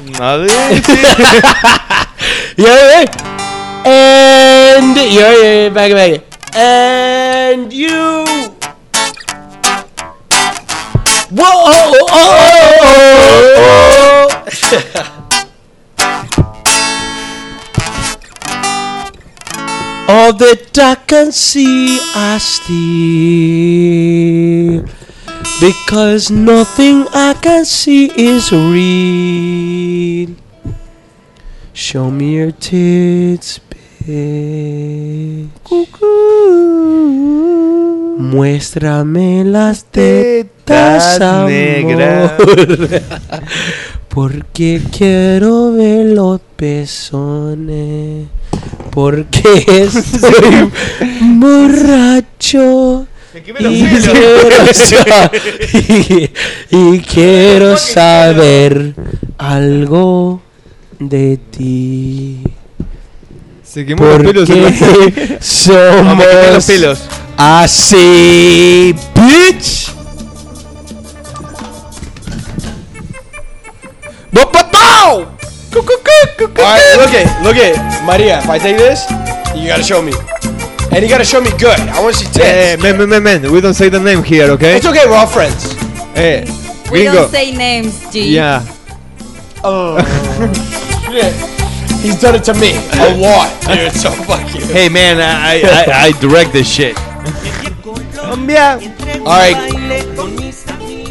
D: yeah, yeah. And yeah, yeah, yeah, back, back. And you. Whoa! Oh, oh, oh, oh, oh, oh. All that I can see, I steal. Because nothing I can see is real. Show me your tits, bitch. Muéstrame las tetas
J: Tetas
D: amor.
J: negras.
D: Porque quiero ver los pezones.
J: (laughs)
D: Porque estoy borracho. Y quiero, sa- (laughs) y- y quiero saber algo de ti.
B: Se quemó los pelos.
C: (laughs)
D: Porque
B: quemé los
D: somos
B: pelos.
D: así, bitch. Bo- bo- bow! Coo, coo, coo, coo, coo,
A: Alright,
D: coo.
A: look at look at Maria. If I take this, you gotta show me, and you gotta show me good. I want to see tits.
B: Eh, men, men, men, men, we don't say the name here, okay?
A: It's okay, we're all friends.
B: Eh,
E: We
B: gringo.
E: don't say names, G.
B: Yeah.
A: Oh, shit. He's done it to me a (laughs) lot, dude. It's so fucking.
C: Hey man, I, I, I direct this shit.
A: (laughs) All right,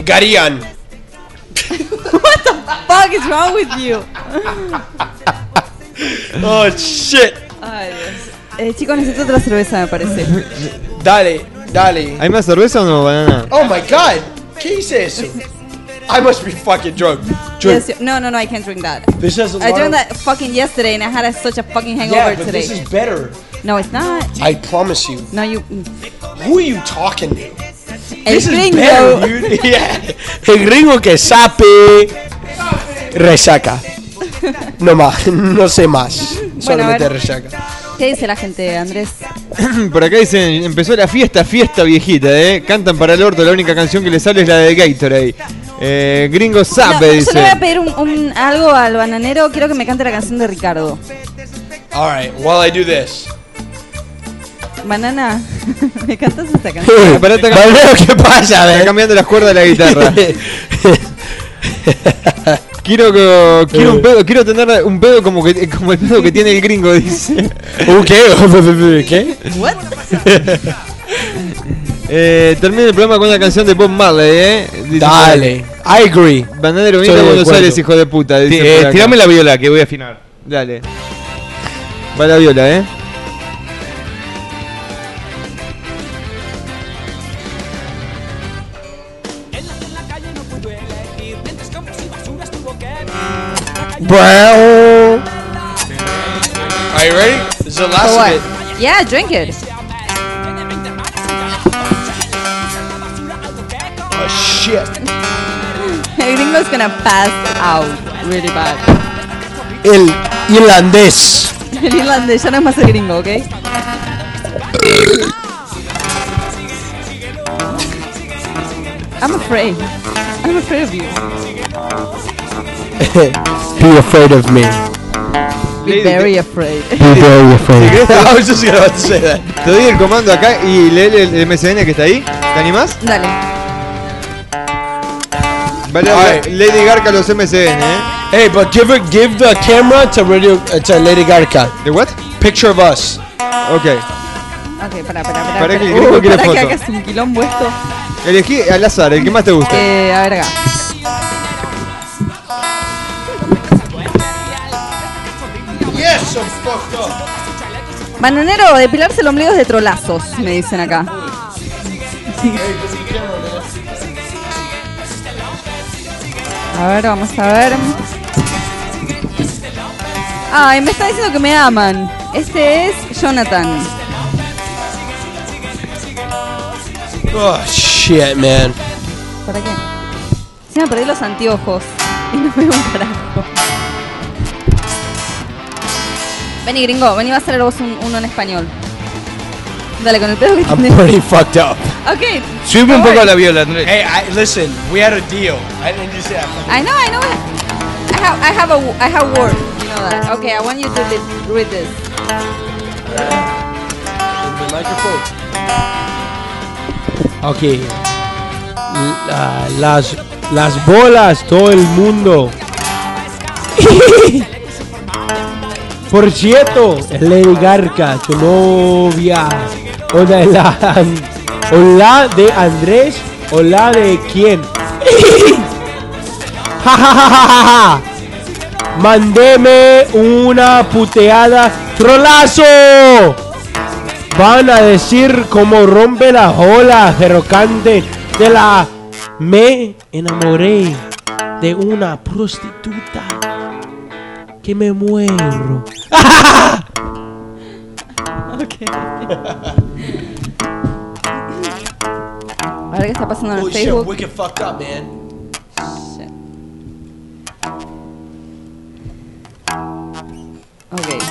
A: Garian.
E: (laughs) What the fuck is wrong with you?
A: Oh shit.
E: Ay, Dios. Eh, chicos, necesito otra cerveza, me parece.
A: Dale, dale.
B: ¿Hay más cerveza o no, banana?
A: Oh my god. ¿Qué hice eso? I must be fucking drunk. Drunk.
E: Yes, no, no, no, I can't drink that.
A: This has a lot
E: I drank
A: of-
E: that fucking yesterday and I had a, such a fucking hangover
A: Yeah, but
E: today.
A: this is better.
E: No, it's not.
A: I promise you.
E: No, you.
A: Who are you talking to?
E: This (laughs)
A: dude. (laughs) yeah.
D: El gringo que sape.
A: Resaca. No más, (laughs) no sé más. Solamente
E: ver.
A: resaca.
E: ¿Qué dice la gente, Andrés?
B: (clears throat) Por acá dicen, empezó la fiesta, fiesta viejita, eh. Cantan para el orto, la única canción que les sale es la de Gatorade. Eh, gringo
E: No,
B: sabe,
E: yo le voy
B: dice.
E: a pedir un, un- algo al bananero. Quiero que me cante la canción de Ricardo.
A: Alright, while I do this.
E: Banana, (laughs) ¿me cantas esta
D: (laughs)
E: canción?
B: Pará, está, cambiando,
D: Valero, ¿qué pasa, Eh.
B: está
D: ve?
B: cambiando las cuerdas de la
D: (laughs)
B: guitarra. Quiero, que- quiero
D: Eh.
B: un pedo, quiero tener un pedo como que como el pedo que tiene el gringo,
D: (laughs)
B: dice.
D: ¿Un Uh,
B: (laughs)
D: ¿Qué? ¿Qué?
E: What?
B: Eh, termina el programa con una canción de Bob Marley, eh. Dice,
D: Dale. I agree.
B: Bananero viene
D: Estoy
B: de
D: de
B: Buenos
D: acuerdo.
B: Aires, hijo de puta. Dice por
C: Eh,
B: acá.
C: tirame la viola que voy a afinar.
B: Dale. Va la viola, eh.
D: Bro.
A: Are you ready? This is the
E: For
A: last
E: what?
A: of it.
E: Yeah, drink it.
A: Oh shit.
E: (laughs) El gringo is gonna pass out really bad.
D: El irlandés.
E: El irlandés ya no es más el gringo, ¿ok? I'm afraid. I'm afraid of you.
A: (laughs)
D: Be afraid of me.
E: Be very afraid.
D: Be very afraid.
B: I
D: was just about to say that.
B: Te doy el comando acá y lee el, el MSN que está ahí. ¿Te animás?
E: (laughs) Dale.
B: Vale,
D: Ay.
B: Lady Garca los MSN, ¿eh?
D: Hey, but give it, give the camera to radio uh, to Lady Gaga.
B: ¿De what?
D: Picture of us.
B: Ok.
E: Ok, pará, pará,
B: Pará
E: pará. pará.
B: que el gringo
E: Uh,
B: quiere
E: pará que
B: foto.
E: hagas un quilombo esto.
B: Elegí al azar, el que más te guste.
E: Eh, a ver acá. Bananero, depilarse el ombligo es de trolazos, me dicen acá. A ver, vamos a ver. Ay, me está diciendo que me aman. Este es Jonathan.
D: Oh shit, man.
E: ¿Para qué? Se me perdí los anteojos y no veo un carajo. Vení, gringo, vení, va a hacer vos un, uno en español. Dale, con el pedo que
D: I'm
E: tenés.
D: pretty fucked up.
E: Ok.
C: Subime un poco la viola, Andrés.
F: Hey, I, listen, we had a deal. I didn't just say that.
E: I know, I know. I have, I have a, w- I have word. You know that. Okay, I want you to li- read this.
D: Okay. La- las las bolas todo el mundo. (laughs) Por cierto, Lady Gaga, tu novia. Hola, la, hola de Andrés. Hola de quién. (laughs) Ja, ja, ja, ja, ja, ja. Mandeme una puteada. Trolazo. Van a decir cómo rompe las olas derrocante de la... Me enamoré de una prostituta que me muero.
E: A ver qué está pasando en el
A: Oh,
F: Holy shit,
E: Facebook.
F: wicked fucked up, man.
E: Shit. Ok.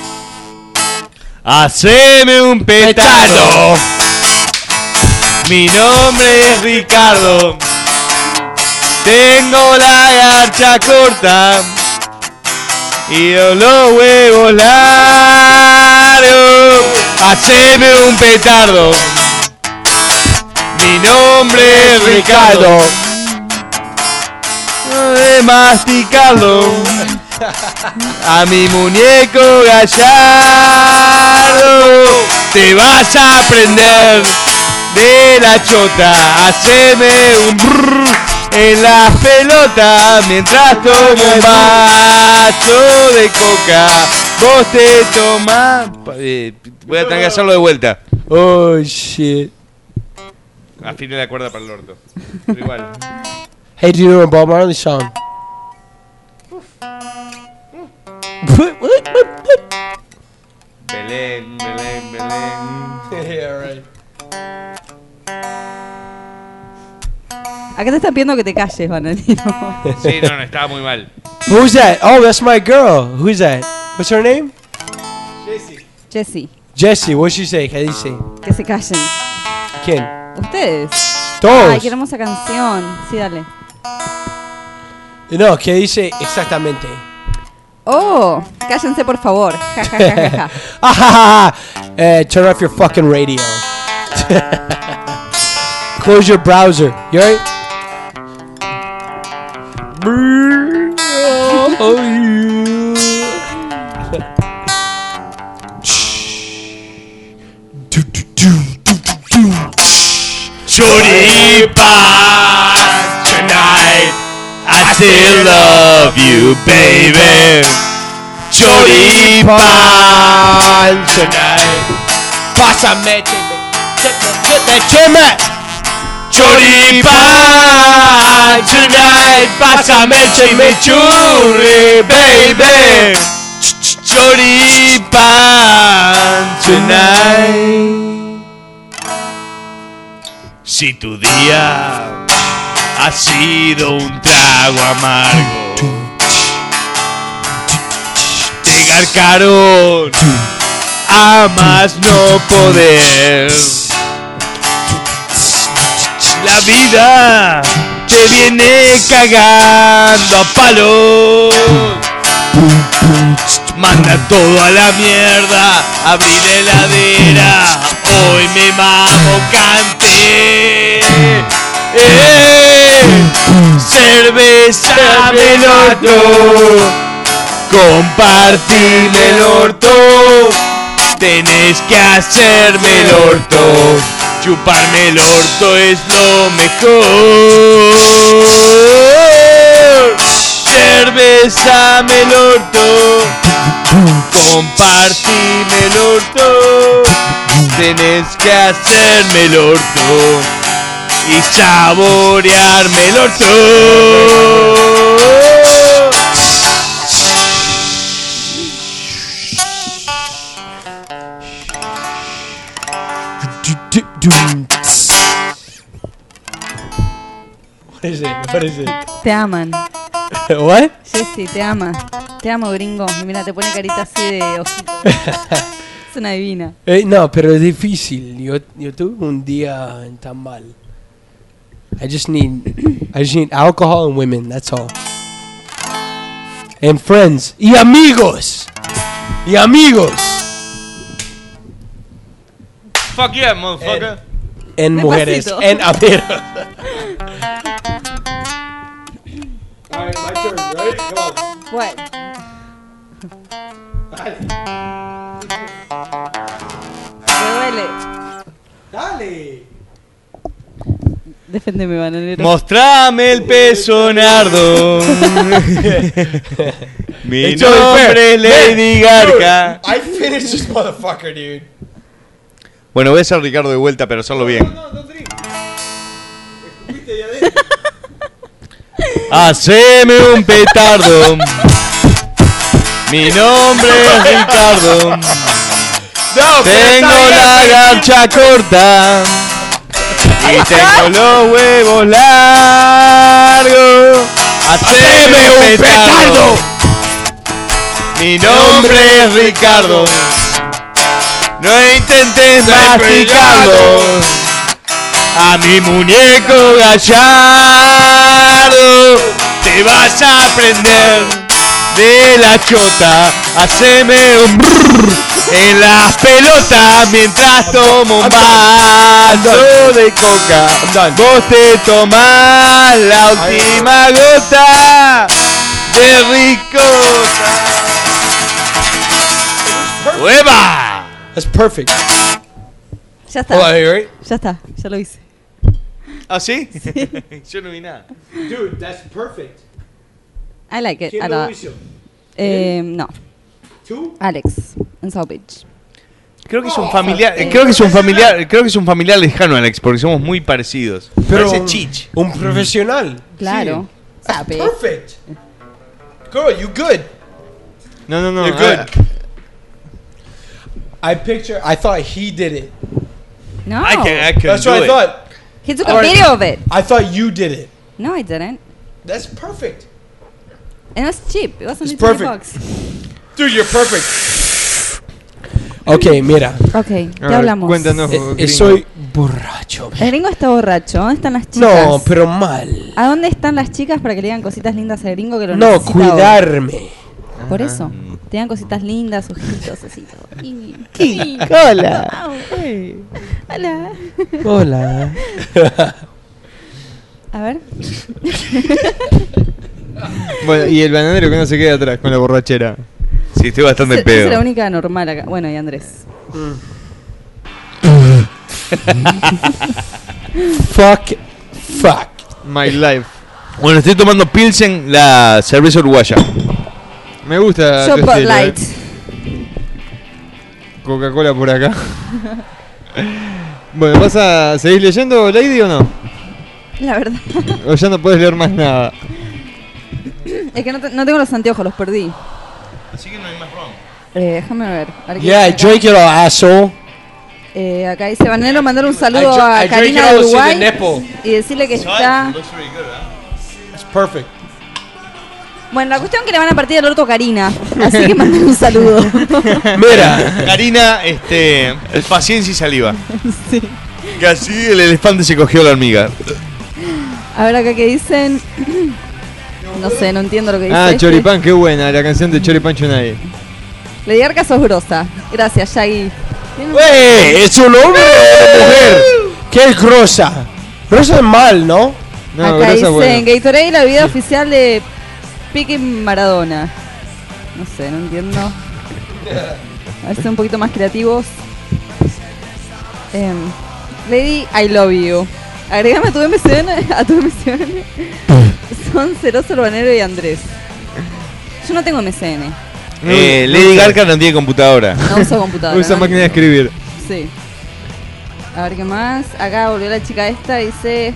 C: Haceme un petardo. Mi nombre es Ricardo. Tengo la garcha corta y los huevos largos. Haceme un petardo. Mi nombre es Ricardo. De masticarlo. A mi muñeco gallardo te vas a aprender de la chota. Haceme un brrr en la pelota mientras tomo un vaso de coca. Vos te tomás. pa- eh, voy a tener que hacerlo de vuelta.
D: Oh shit.
C: Afine la cuerda para el orto. Pero (laughs) igual.
D: Hey, do you know a Bob Marley song? (laughs)
C: Belén, Belén, Belén.
E: Acá te están pidiendo que te calles, Bananero.
C: Sí, no, no, estaba muy mal.
D: Who's that? Oh, that's my girl. Who's that? What's her name?
E: Jesse,
D: Jessie. What'd she say? ¿Qué dice?
E: que se callen.
D: ¿Quién?
E: Ah, Ustedes. Ay,
D: Todos.
E: qué hermosa canción. Sí, dale.
D: No, ¿qué dice exactamente?
E: Oh, cállense por favor. Ja, ja, ja, ja, ja.
D: Ah, ha, ha, ha. (laughs) Eh, turn off your fucking radio. (laughs) Close your browser. You alright?
C: Choripa tonight. I still love you, baby. Choripa tonight.
F: Pásame, cheme. Cheme, cheme.
C: Choripa tonight. Pásame el chimichurri, baby. Ch- ch- Choripa tonight. Si tu día ha sido un trago amargo. Te garcaron a más no poder. La vida te viene cagando a palos. Manda todo a la mierda, abrí la heladera, hoy me mamo cante. Eh, cerveza del orto, compartir el orto, tenés que hacerme el orto, chuparme el orto es lo mejor. Cerveza el orto, compartime el orto, tenés que hacerme el orto y saborearme el orto.
D: What is it? What is it?
E: (laughs)
D: (laughs)
E: Te aman.
D: What?
E: Jessy, te ama. Te amo, gringo. Y mira, te pone carita así de (laughs) ojito. es una divina.
D: Eh, no, pero es difícil. Yo, yo tuve un día tan mal. I just need, I just need alcohol and women. That's all. And friends y amigos y amigos
C: Fuck yeah, motherfucker.
D: en mujeres
E: Despacito.
D: en amigos.
E: What? Me duele.
D: Dale.
E: Deféndeme, bananero.
C: Mostrame el peso, Nardo. Mi
D: It's only fair.
C: nombre es Lady Garca.
D: I finished this motherfucker, dude.
C: Bueno, voy a ser Ricardo de vuelta, pero hacerlo bien. (laughs) Haceme un petardo. Mi nombre es (laughs) Ricardo. tengo la garcha corta. (laughs) Y tengo los huevos largos. Haceme un petardo. Mi nombre es Ricardo. No intentes masticarlo. A mi muñeco gallardo te vas a aprender de la chota. Haceme un brrr en las pelotas mientras tomo un vaso de coca. Vos te tomás la última gota de ricota. ¡Hueva!
D: That's perfect.
E: Ya está.
D: Hold on, you right?
E: Ya está. Ya lo hice.
C: ¿Ah, sí? Yo no vi nada.
F: Dude, that's perfect.
E: I like it.
F: ¿Quién
E: a
F: lo
E: lot.
F: hizo?
E: Eh, no.
F: ¿Tú?
E: Alex, en South Beach.
C: Creo que es
E: Oh.
C: un familiar, eh, creo que es un familiar, creo que es un familiar lejano, Alex, porque somos muy parecidos.
D: Pero-
C: Parece Chich.
D: Un profesional.
E: Claro. Sabe.
D: Perfect. Girl, you good.
B: No, no, no.
D: You're
B: ah,
D: good. I picture. I thought he did it.
E: No.
C: I can, I can
D: That's
C: do
D: what I
C: it.
D: thought.
E: He took a
D: Alright.
E: video of it.
D: I thought you did it.
E: No, I didn't.
D: That's perfect.
E: And it's cheap. It was only
D: It's
E: 20
D: perfect.
E: bucks.
D: Dude, you're perfect. Okay, mira.
E: Ok, ya
B: ah,
E: hablamos.
B: Cuéntanos,
D: Eh, eh,
B: gringo.
D: soy borracho.
E: El gringo está borracho. ¿Dónde están las chicas?
D: No, pero mal.
E: ¿A dónde están las chicas para que le digan cositas lindas al gringo que lo
D: No, Ah.
E: necesita hoy?
D: cuidarme.
E: Por eso. Te dan cositas lindas, ojitos, así (laughs) todo. Y- y-
D: Hola.
E: Au, ey. Hola.
D: Hola.
E: A ver.
B: Bueno, y el bananero que no se queda atrás con la borrachera.
C: Sí, estoy
E: (laughs)
C: bastante
E: Yo-
C: en
E: yo soy la
C: pedo.
E: única normal acá. Bueno, y Andrés.
D: fuck. Fuck.
B: My life.
C: Bueno, estoy tomando Pilsen, la cerveza uruguaya.
B: Me
D: Ah,
B: gusta.
E: Yo
B: tu
E: Bud
B: estilo, eh.
E: Light.
B: Coca-Cola por acá. bueno, ¿vas a seguir leyendo, Lady, o no?
E: La verdad. (laughs)
B: O ya no puedes leer más nada.
E: Es que no, te- no tengo los anteojos, los perdí.
C: Así que no hay más ron.
E: Eh, déjame ver. a ver qué
D: Yeah,
E: dice acá.
D: drink it all, asshole.
E: Eh, acá dice Banero mandar un
D: I
E: saludo
D: dr-
E: a
D: I drink
E: Karina
D: it
E: de
D: all, it's in the
E: Uruguay
D: nipple.
E: y decirle que está.
C: ¿eh? (laughs)
D: It's perfect.
E: Bueno, la cuestión es que le van a partir el orto a Karina, así que manden un saludo.
D: Mira,
C: Karina, este, paciencia y
E: (laughs)
C: saliva. Que así el elefante se cogió la hormiga.
E: A ver acá qué dicen. No sé, no entiendo lo que dice.
B: Ah,
E: este.
B: Choripán, qué buena la canción de Choripán Chunai.
E: Lady Arca sos grosa. Gracias, Shaggy.
D: güey, es un hombre o una mujer. Qué grosa. Grosa es mal, ¿no?
B: No,
E: acá
B: gracias,
E: dicen
B: bueno.
E: Gatorade, la vida oficial de Piqui Maradona. No sé, no entiendo. A ver si son un poquito más creativos. Em, Lady, I love you. Agregame a tu MCN. A tu MCN. Son Ceroso Urbanero y Andrés. Yo no tengo MCN.
C: Eh, Lady Garca no tiene computadora.
B: (laughs)
E: No uso computadora.
B: Usa
E: ¿no?
B: máquina de escribir.
E: Sí. A ver qué más. Acá volvió la chica esta dice.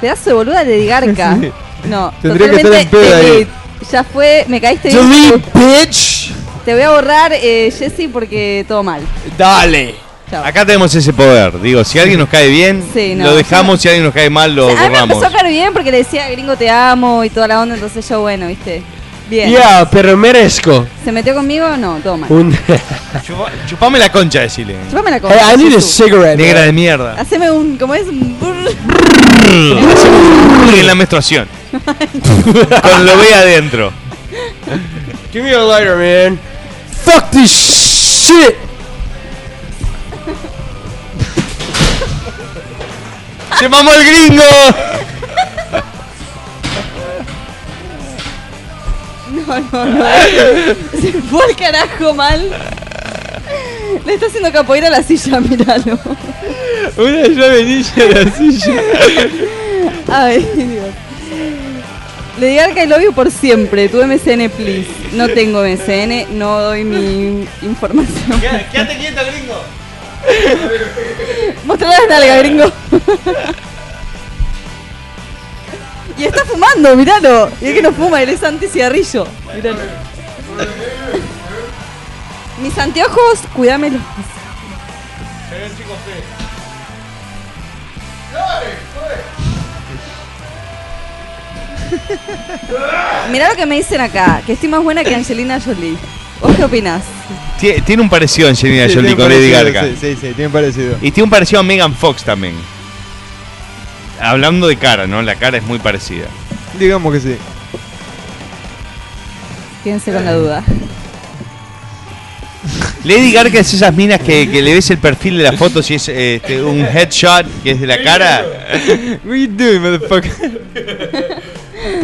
E: Pedazo de boluda de Digarca.
B: (laughs) Sí.
E: No,
B: Tendría que
E: totalmente
B: estar en pedo ahí.
E: delete. Ya fue, me caíste bien.
D: Delete, bitch.
E: Te voy a borrar, eh, Jessy, porque todo mal.
D: Dale.
E: Chao.
C: Acá tenemos ese poder. Digo, si alguien nos cae bien,
E: Sí, no.
C: lo dejamos. Si alguien nos cae mal, lo
E: O sea, a mí me empezó
C: borramos.
E: a caer bien porque le decía gringo te amo y toda la onda, entonces yo, bueno, viste. Bien.
D: Yeah, pero merezco.
E: ¿Se metió conmigo? No, todo mal.
D: Un (laughs)
C: Chupa- Chupame la concha, decirle.
E: Chúpame
B: Eh,
E: la cosa.
D: hey, I need a
E: Jesús.
D: cigarette.
C: Negra
D: man.
C: de
E: (laughs)
C: mierda.
E: Haceme un. ¿Cómo es? Un brr.
C: en la
E: (laughs)
C: menstruación. Con lo ve adentro.
D: Give me a lighter, man. Fuck this shit.
C: ¡Se mamó el gringo!
E: (laughs) No, no, no. (laughs) Se fue al carajo mal. Le está haciendo capoeira a la silla, míralo.
B: (laughs) Una llave ninja en la silla.
E: Ay, Dios. Le diga al que I love you por siempre. Tu MCN, please. No tengo MCN, no doy mi información. Quédate quieto, gringo. Mostrá las nalgas, gringo. Y está fumando, miralo. Y es que no fuma, él es anti-cigarrillo. Miralo. Mis anteojos, cuidámelos. Mirá lo que me dicen acá, que estoy más buena que Angelina Jolie. ¿Vos qué opinás?
C: Tie- Tiene un parecido Angelina
B: Sí,
C: Jolie
B: tiene
C: con Lady
B: parecido,
C: Garca.
B: Sí, sí, sí, tiene parecido.
C: Y tiene un parecido a Megan Fox también. Hablando de cara, ¿no? La cara es muy parecida.
B: Digamos que sí.
E: Quédense con la duda.
C: Lady Garca es esas minas que, que le ves el perfil de la foto si es eh, este, un headshot que es de la
E: (laughs)
C: cara.
B: What you doing, motherfucker?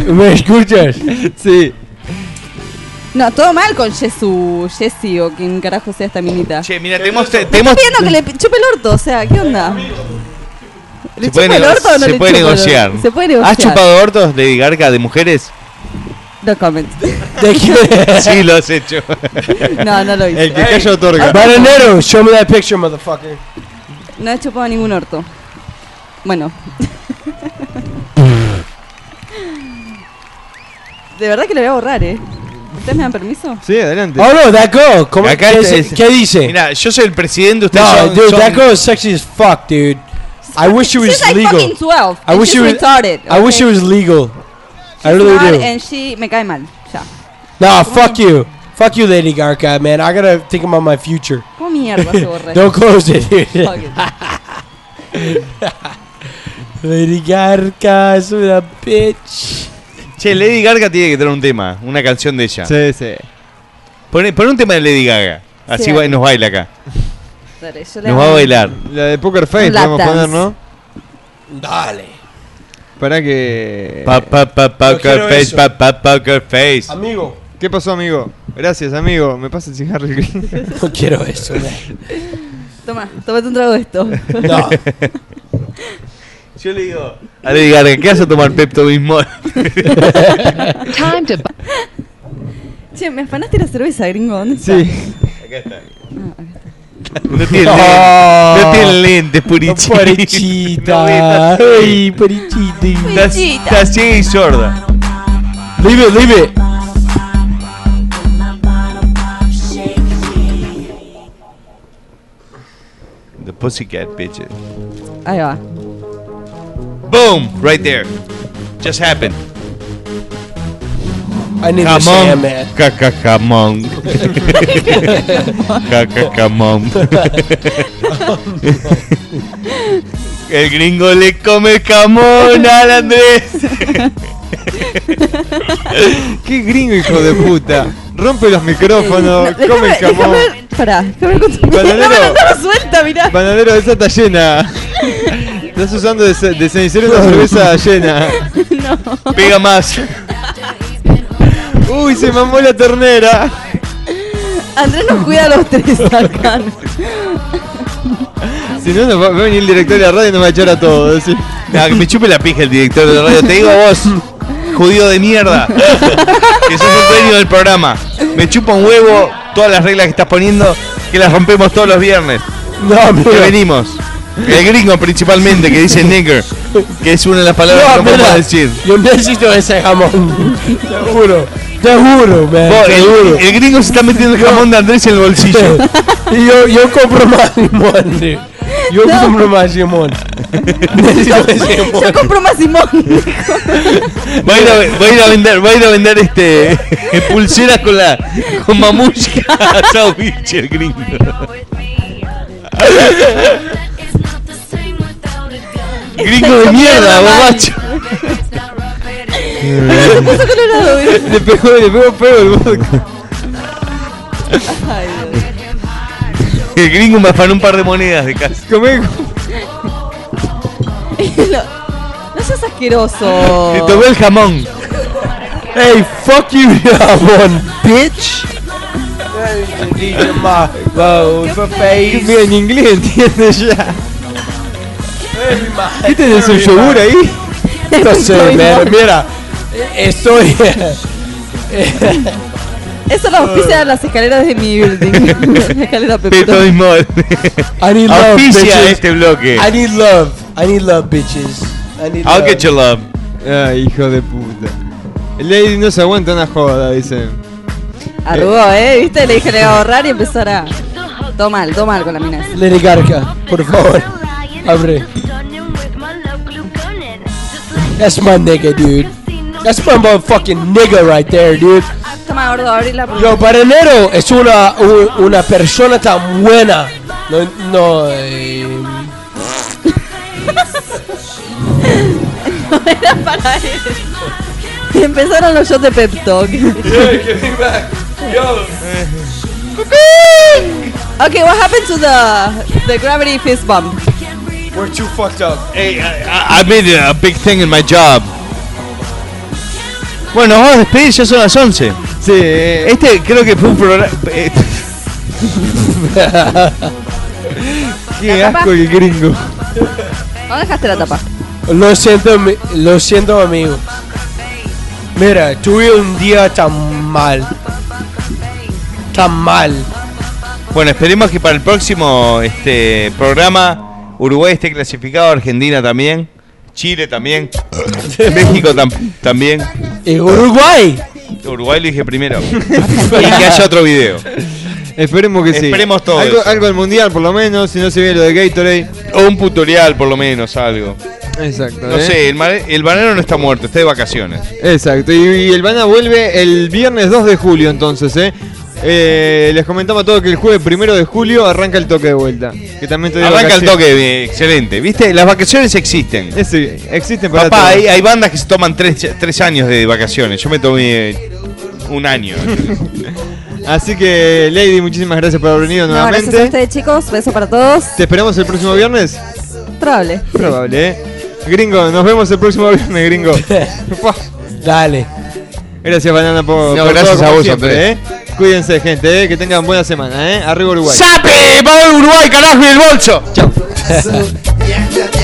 D: ¿Me escuchas?
B: Sí.
E: No, todo mal con Jesu, Jessy o quien carajo sea esta minita.
C: Che, mira, tenemos. te-
E: Estoy
C: tenemos
E: pidiendo que le chupe el orto, o sea, ¿qué onda? ¿Le
C: Se puede
E: chupa el
C: nego-
E: orto o no
C: se
E: le
C: puede
E: chupa el orto?
C: negociar.
E: Se puede negociar.
C: ¿Has chupado hortos, Lady Garca, de mujeres?
E: No comment.
D: ¿De quién?
C: (laughs) Sí, lo has hecho.
E: No, no lo hice.
B: El que calla otorga.
D: Bananero, show me that picture, motherfucker.
E: No he chupado ningún orto. Bueno. De verdad que lo voy a borrar, ¿eh? ¿Ustedes me dan permiso?
B: Sí, adelante.
D: Oh no, that girl. ¿Cómo?
C: Acá
D: ¿Qué,
C: este
D: dice-
C: es-
D: qué dice?
C: Mira, yo soy el presidente, ustedes
D: no,
C: son-
D: dude,
C: son-
D: that girl is sexy as fuck, dude. I wish she was
E: She's like
D: legal.
E: fucking 12.
D: I
E: and
D: wish
E: she's
D: she was.
E: retarded.
D: I wish she
E: okay?
D: was legal. I
E: She's
D: really
E: not
D: do.
E: And she me cae mal. Ya.
D: Nah, fuck you, fuck you, Lady Gaga, man. I gotta think about my future.
E: ¿Cómo mierda se
D: (laughs)
E: borra?
D: Don't close it, dude.
E: Fuck it.
D: Lady Gaga is a bitch.
C: Che, Lady Gaga tiene que tener un tema, una canción de ella.
B: Sí, sí.
C: Pon, pon un tema de Lady Gaga. Así
E: Sí,
C: va-
E: dale.
C: nos baila acá.
E: Dale, yo le
C: Nos va a
E: hago-
C: bailar.
B: La de Poker Face
E: Lap
B: podemos poner,
E: dance.
B: ¿no?
D: Dale.
B: Para que.
C: Pa, pa, pa, poker
D: Eh, quiero
C: face,
D: eso.
C: pa, pa, poker face.
D: Amigo.
B: ¿Qué pasó, amigo? Gracias, amigo. Me pasa el cigarro. (laughs) el-
D: No quiero eso, man.
E: Toma, tómate un trago de esto.
D: No.
C: Yo le digo. A Lady Gaga, ¿qué vas a tomar Pepto
D: (laughs)
C: Bismol?
E: (laughs) che, me afanaste la cerveza, gringo. ¿Dónde está?
B: sí.
C: No tiene
D: Oh.
C: lentes, no tiene lentes, Purichi.
D: Parichita.
C: (laughs) No,
D: Ay, parichita.
C: Está,
E: Purichita.
C: está ciega y sorda.
D: Leave it, leave it.
C: pussycat bitches.
E: Ahí va.
C: Boom! Right there. Just happened.
D: I need to
C: Come
D: say
C: on.
D: man.
C: Caca, come on.
E: (laughs)
C: Caca, come on. El gringo le come camón al Andrés.
B: Qué gringo, hijo de puta. Rompe los micrófonos, come
E: déjame,
B: el jamón.
E: déjame, pará, déjame continuar.
B: Bananero.
E: Déjame la suelta, mirá.
B: Bananero, esa está llena. Estás usando de, ce- de cenicero una cerveza llena.
C: Pega más.
B: Uy, se mamó la ternera.
E: Andrés nos cuida a los tres acá. ¿no?
B: Si no, nos va, va a venir el director de la radio y nos va a echar a todos.
C: (laughs)
B: ¿sí?
C: Nah, Ah, que me chupe la pija el director de radio. Te digo a vos, judío de mierda, que sos un dueño del programa. Me chupa un huevo todas las reglas que estás poniendo, que las rompemos todos los viernes.
D: No,
C: Que
D: mira.
C: venimos. El gringo principalmente, que dice nigger, que es una de las palabras que no
D: mira,
C: podemos decir.
D: Yo necesito ese jamón. Te juro. Te juro, man.
C: Vos,
D: te juro.
C: el, el gringo se está metiendo el jamón de Andrés en
B: (laughs)
C: el bolsillo.
D: Y yo, yo compro más limón, dude. Yo compro
E: (laughs)
D: más limón. necesito ese
E: Yo
D: limón.
E: compro más Simón.
C: Va a ir a, va a ir a vender, va a ir a vender (laughs) este pulseras con la con mamushka (laughs) a Sauvich, el gringo. Gringo de mierda, borracho.
E: Me puso colorado, mirá.
B: Le pegó, le pegó feo el vodka.
E: Ay, Dios.
C: El gringo me afanó un par de monedas de casa.
B: Comé,
E: Lo- No seas asqueroso.
C: Te
E: (laughs)
C: tomé el jamón.
D: Hey, fuck you, jamón, bitch.
B: comé en inglés, (laughs) ¿entiendes ya? ¿Qué tenés un yogur ahí?
D: No sé,
E: Soy
D: man.
E: mal.
D: Mira, eh, estoy. (laughs)
E: Eso lo auspicia las escaleras de mi building. (laughs) La escalera Pepito.
C: Peto (laughs) mismo.
D: I need love,
C: Auspicia
D: bitches.
C: este bloque.
D: I need love. I need love, bitches. I need
C: I'll
D: love.
C: get your love.
B: Ay, hijo de puta. El lady no se aguanta una joda, dice.
E: Arrugó, ¿eh? ¿Viste? Le dije le iba a borrar y empezar a... Todo mal, todo mal con la mina. esa.
D: Lady Garca, por favor. Abre. That's my nigga, dude. That's my motherfucking nigga right there, dude.
E: Toma, gordo, abrila. por
D: Yo, Baranero es una, u- una persona tan buena. No, no, eh,
E: Era para eso. Y empezaron los shows de pep talk. okay, what happened to the the gravity fist bump?
C: Hey, I, I- I made a big thing in my job. Bueno, nos vamos a despedir, ya son las 11.
B: Sí, eh,
C: Este creo que fue un programa.
B: qué asco el gringo.
E: No dejaste la tapa.
D: lo siento, ami- lo siento, amigo. Mira, tuve un día tan mal. Tan mal.
C: Bueno, esperemos que para el próximo este programa Uruguay esté clasificado, Argentina también, Chile también, México tam- también.
D: En Uruguay.
C: Uruguay lo dije primero. y que haya otro video.
B: Esperemos que sí.
C: Esperemos todo
B: Algo,
C: eso.
B: algo al mundial, por lo menos, si no se ve lo de Gatorade.
C: O un tutorial por lo menos, algo.
B: Exacto.
C: No
B: ¿eh?
C: sé, el, mar- el banano no está muerto, está de vacaciones.
B: Exacto, y, y el Bana vuelve el viernes 2 de julio entonces, ¿eh? Eh, les comentamos a todos que el jueves primero de julio arranca el toque de vuelta. Que también te digo
C: Arranca el toque, eh, excelente. ¿Viste? Las vacaciones existen.
B: existen para
C: Papá,
B: todos.
C: hay, hay bandas que se toman tres, tres años de vacaciones. Yo me tomé eh, un año.
B: Así que, Lady, muchísimas gracias por haber venido
E: No, gracias a
B: nuevamente.
E: ustedes, chicos. Beso para todos.
B: ¿Te esperamos el próximo viernes?
E: Probable.
B: Probable, ¿eh? Gringo, nos vemos el próximo viernes,
C: (laughs)
B: gringo. Fua.
D: Dale.
B: gracias, Banana, por,
C: No,
B: por
C: gracias
B: todo,
C: a
B: como
C: vos,
B: siempre, ¿eh? Cuídense, gente, ¿eh? que tengan buena semana, ¿eh? Arriba Uruguay.
C: ¡Sape! ¡Vamos a Uruguay, carajo, y el bolso!
A: So, yeah, yeah,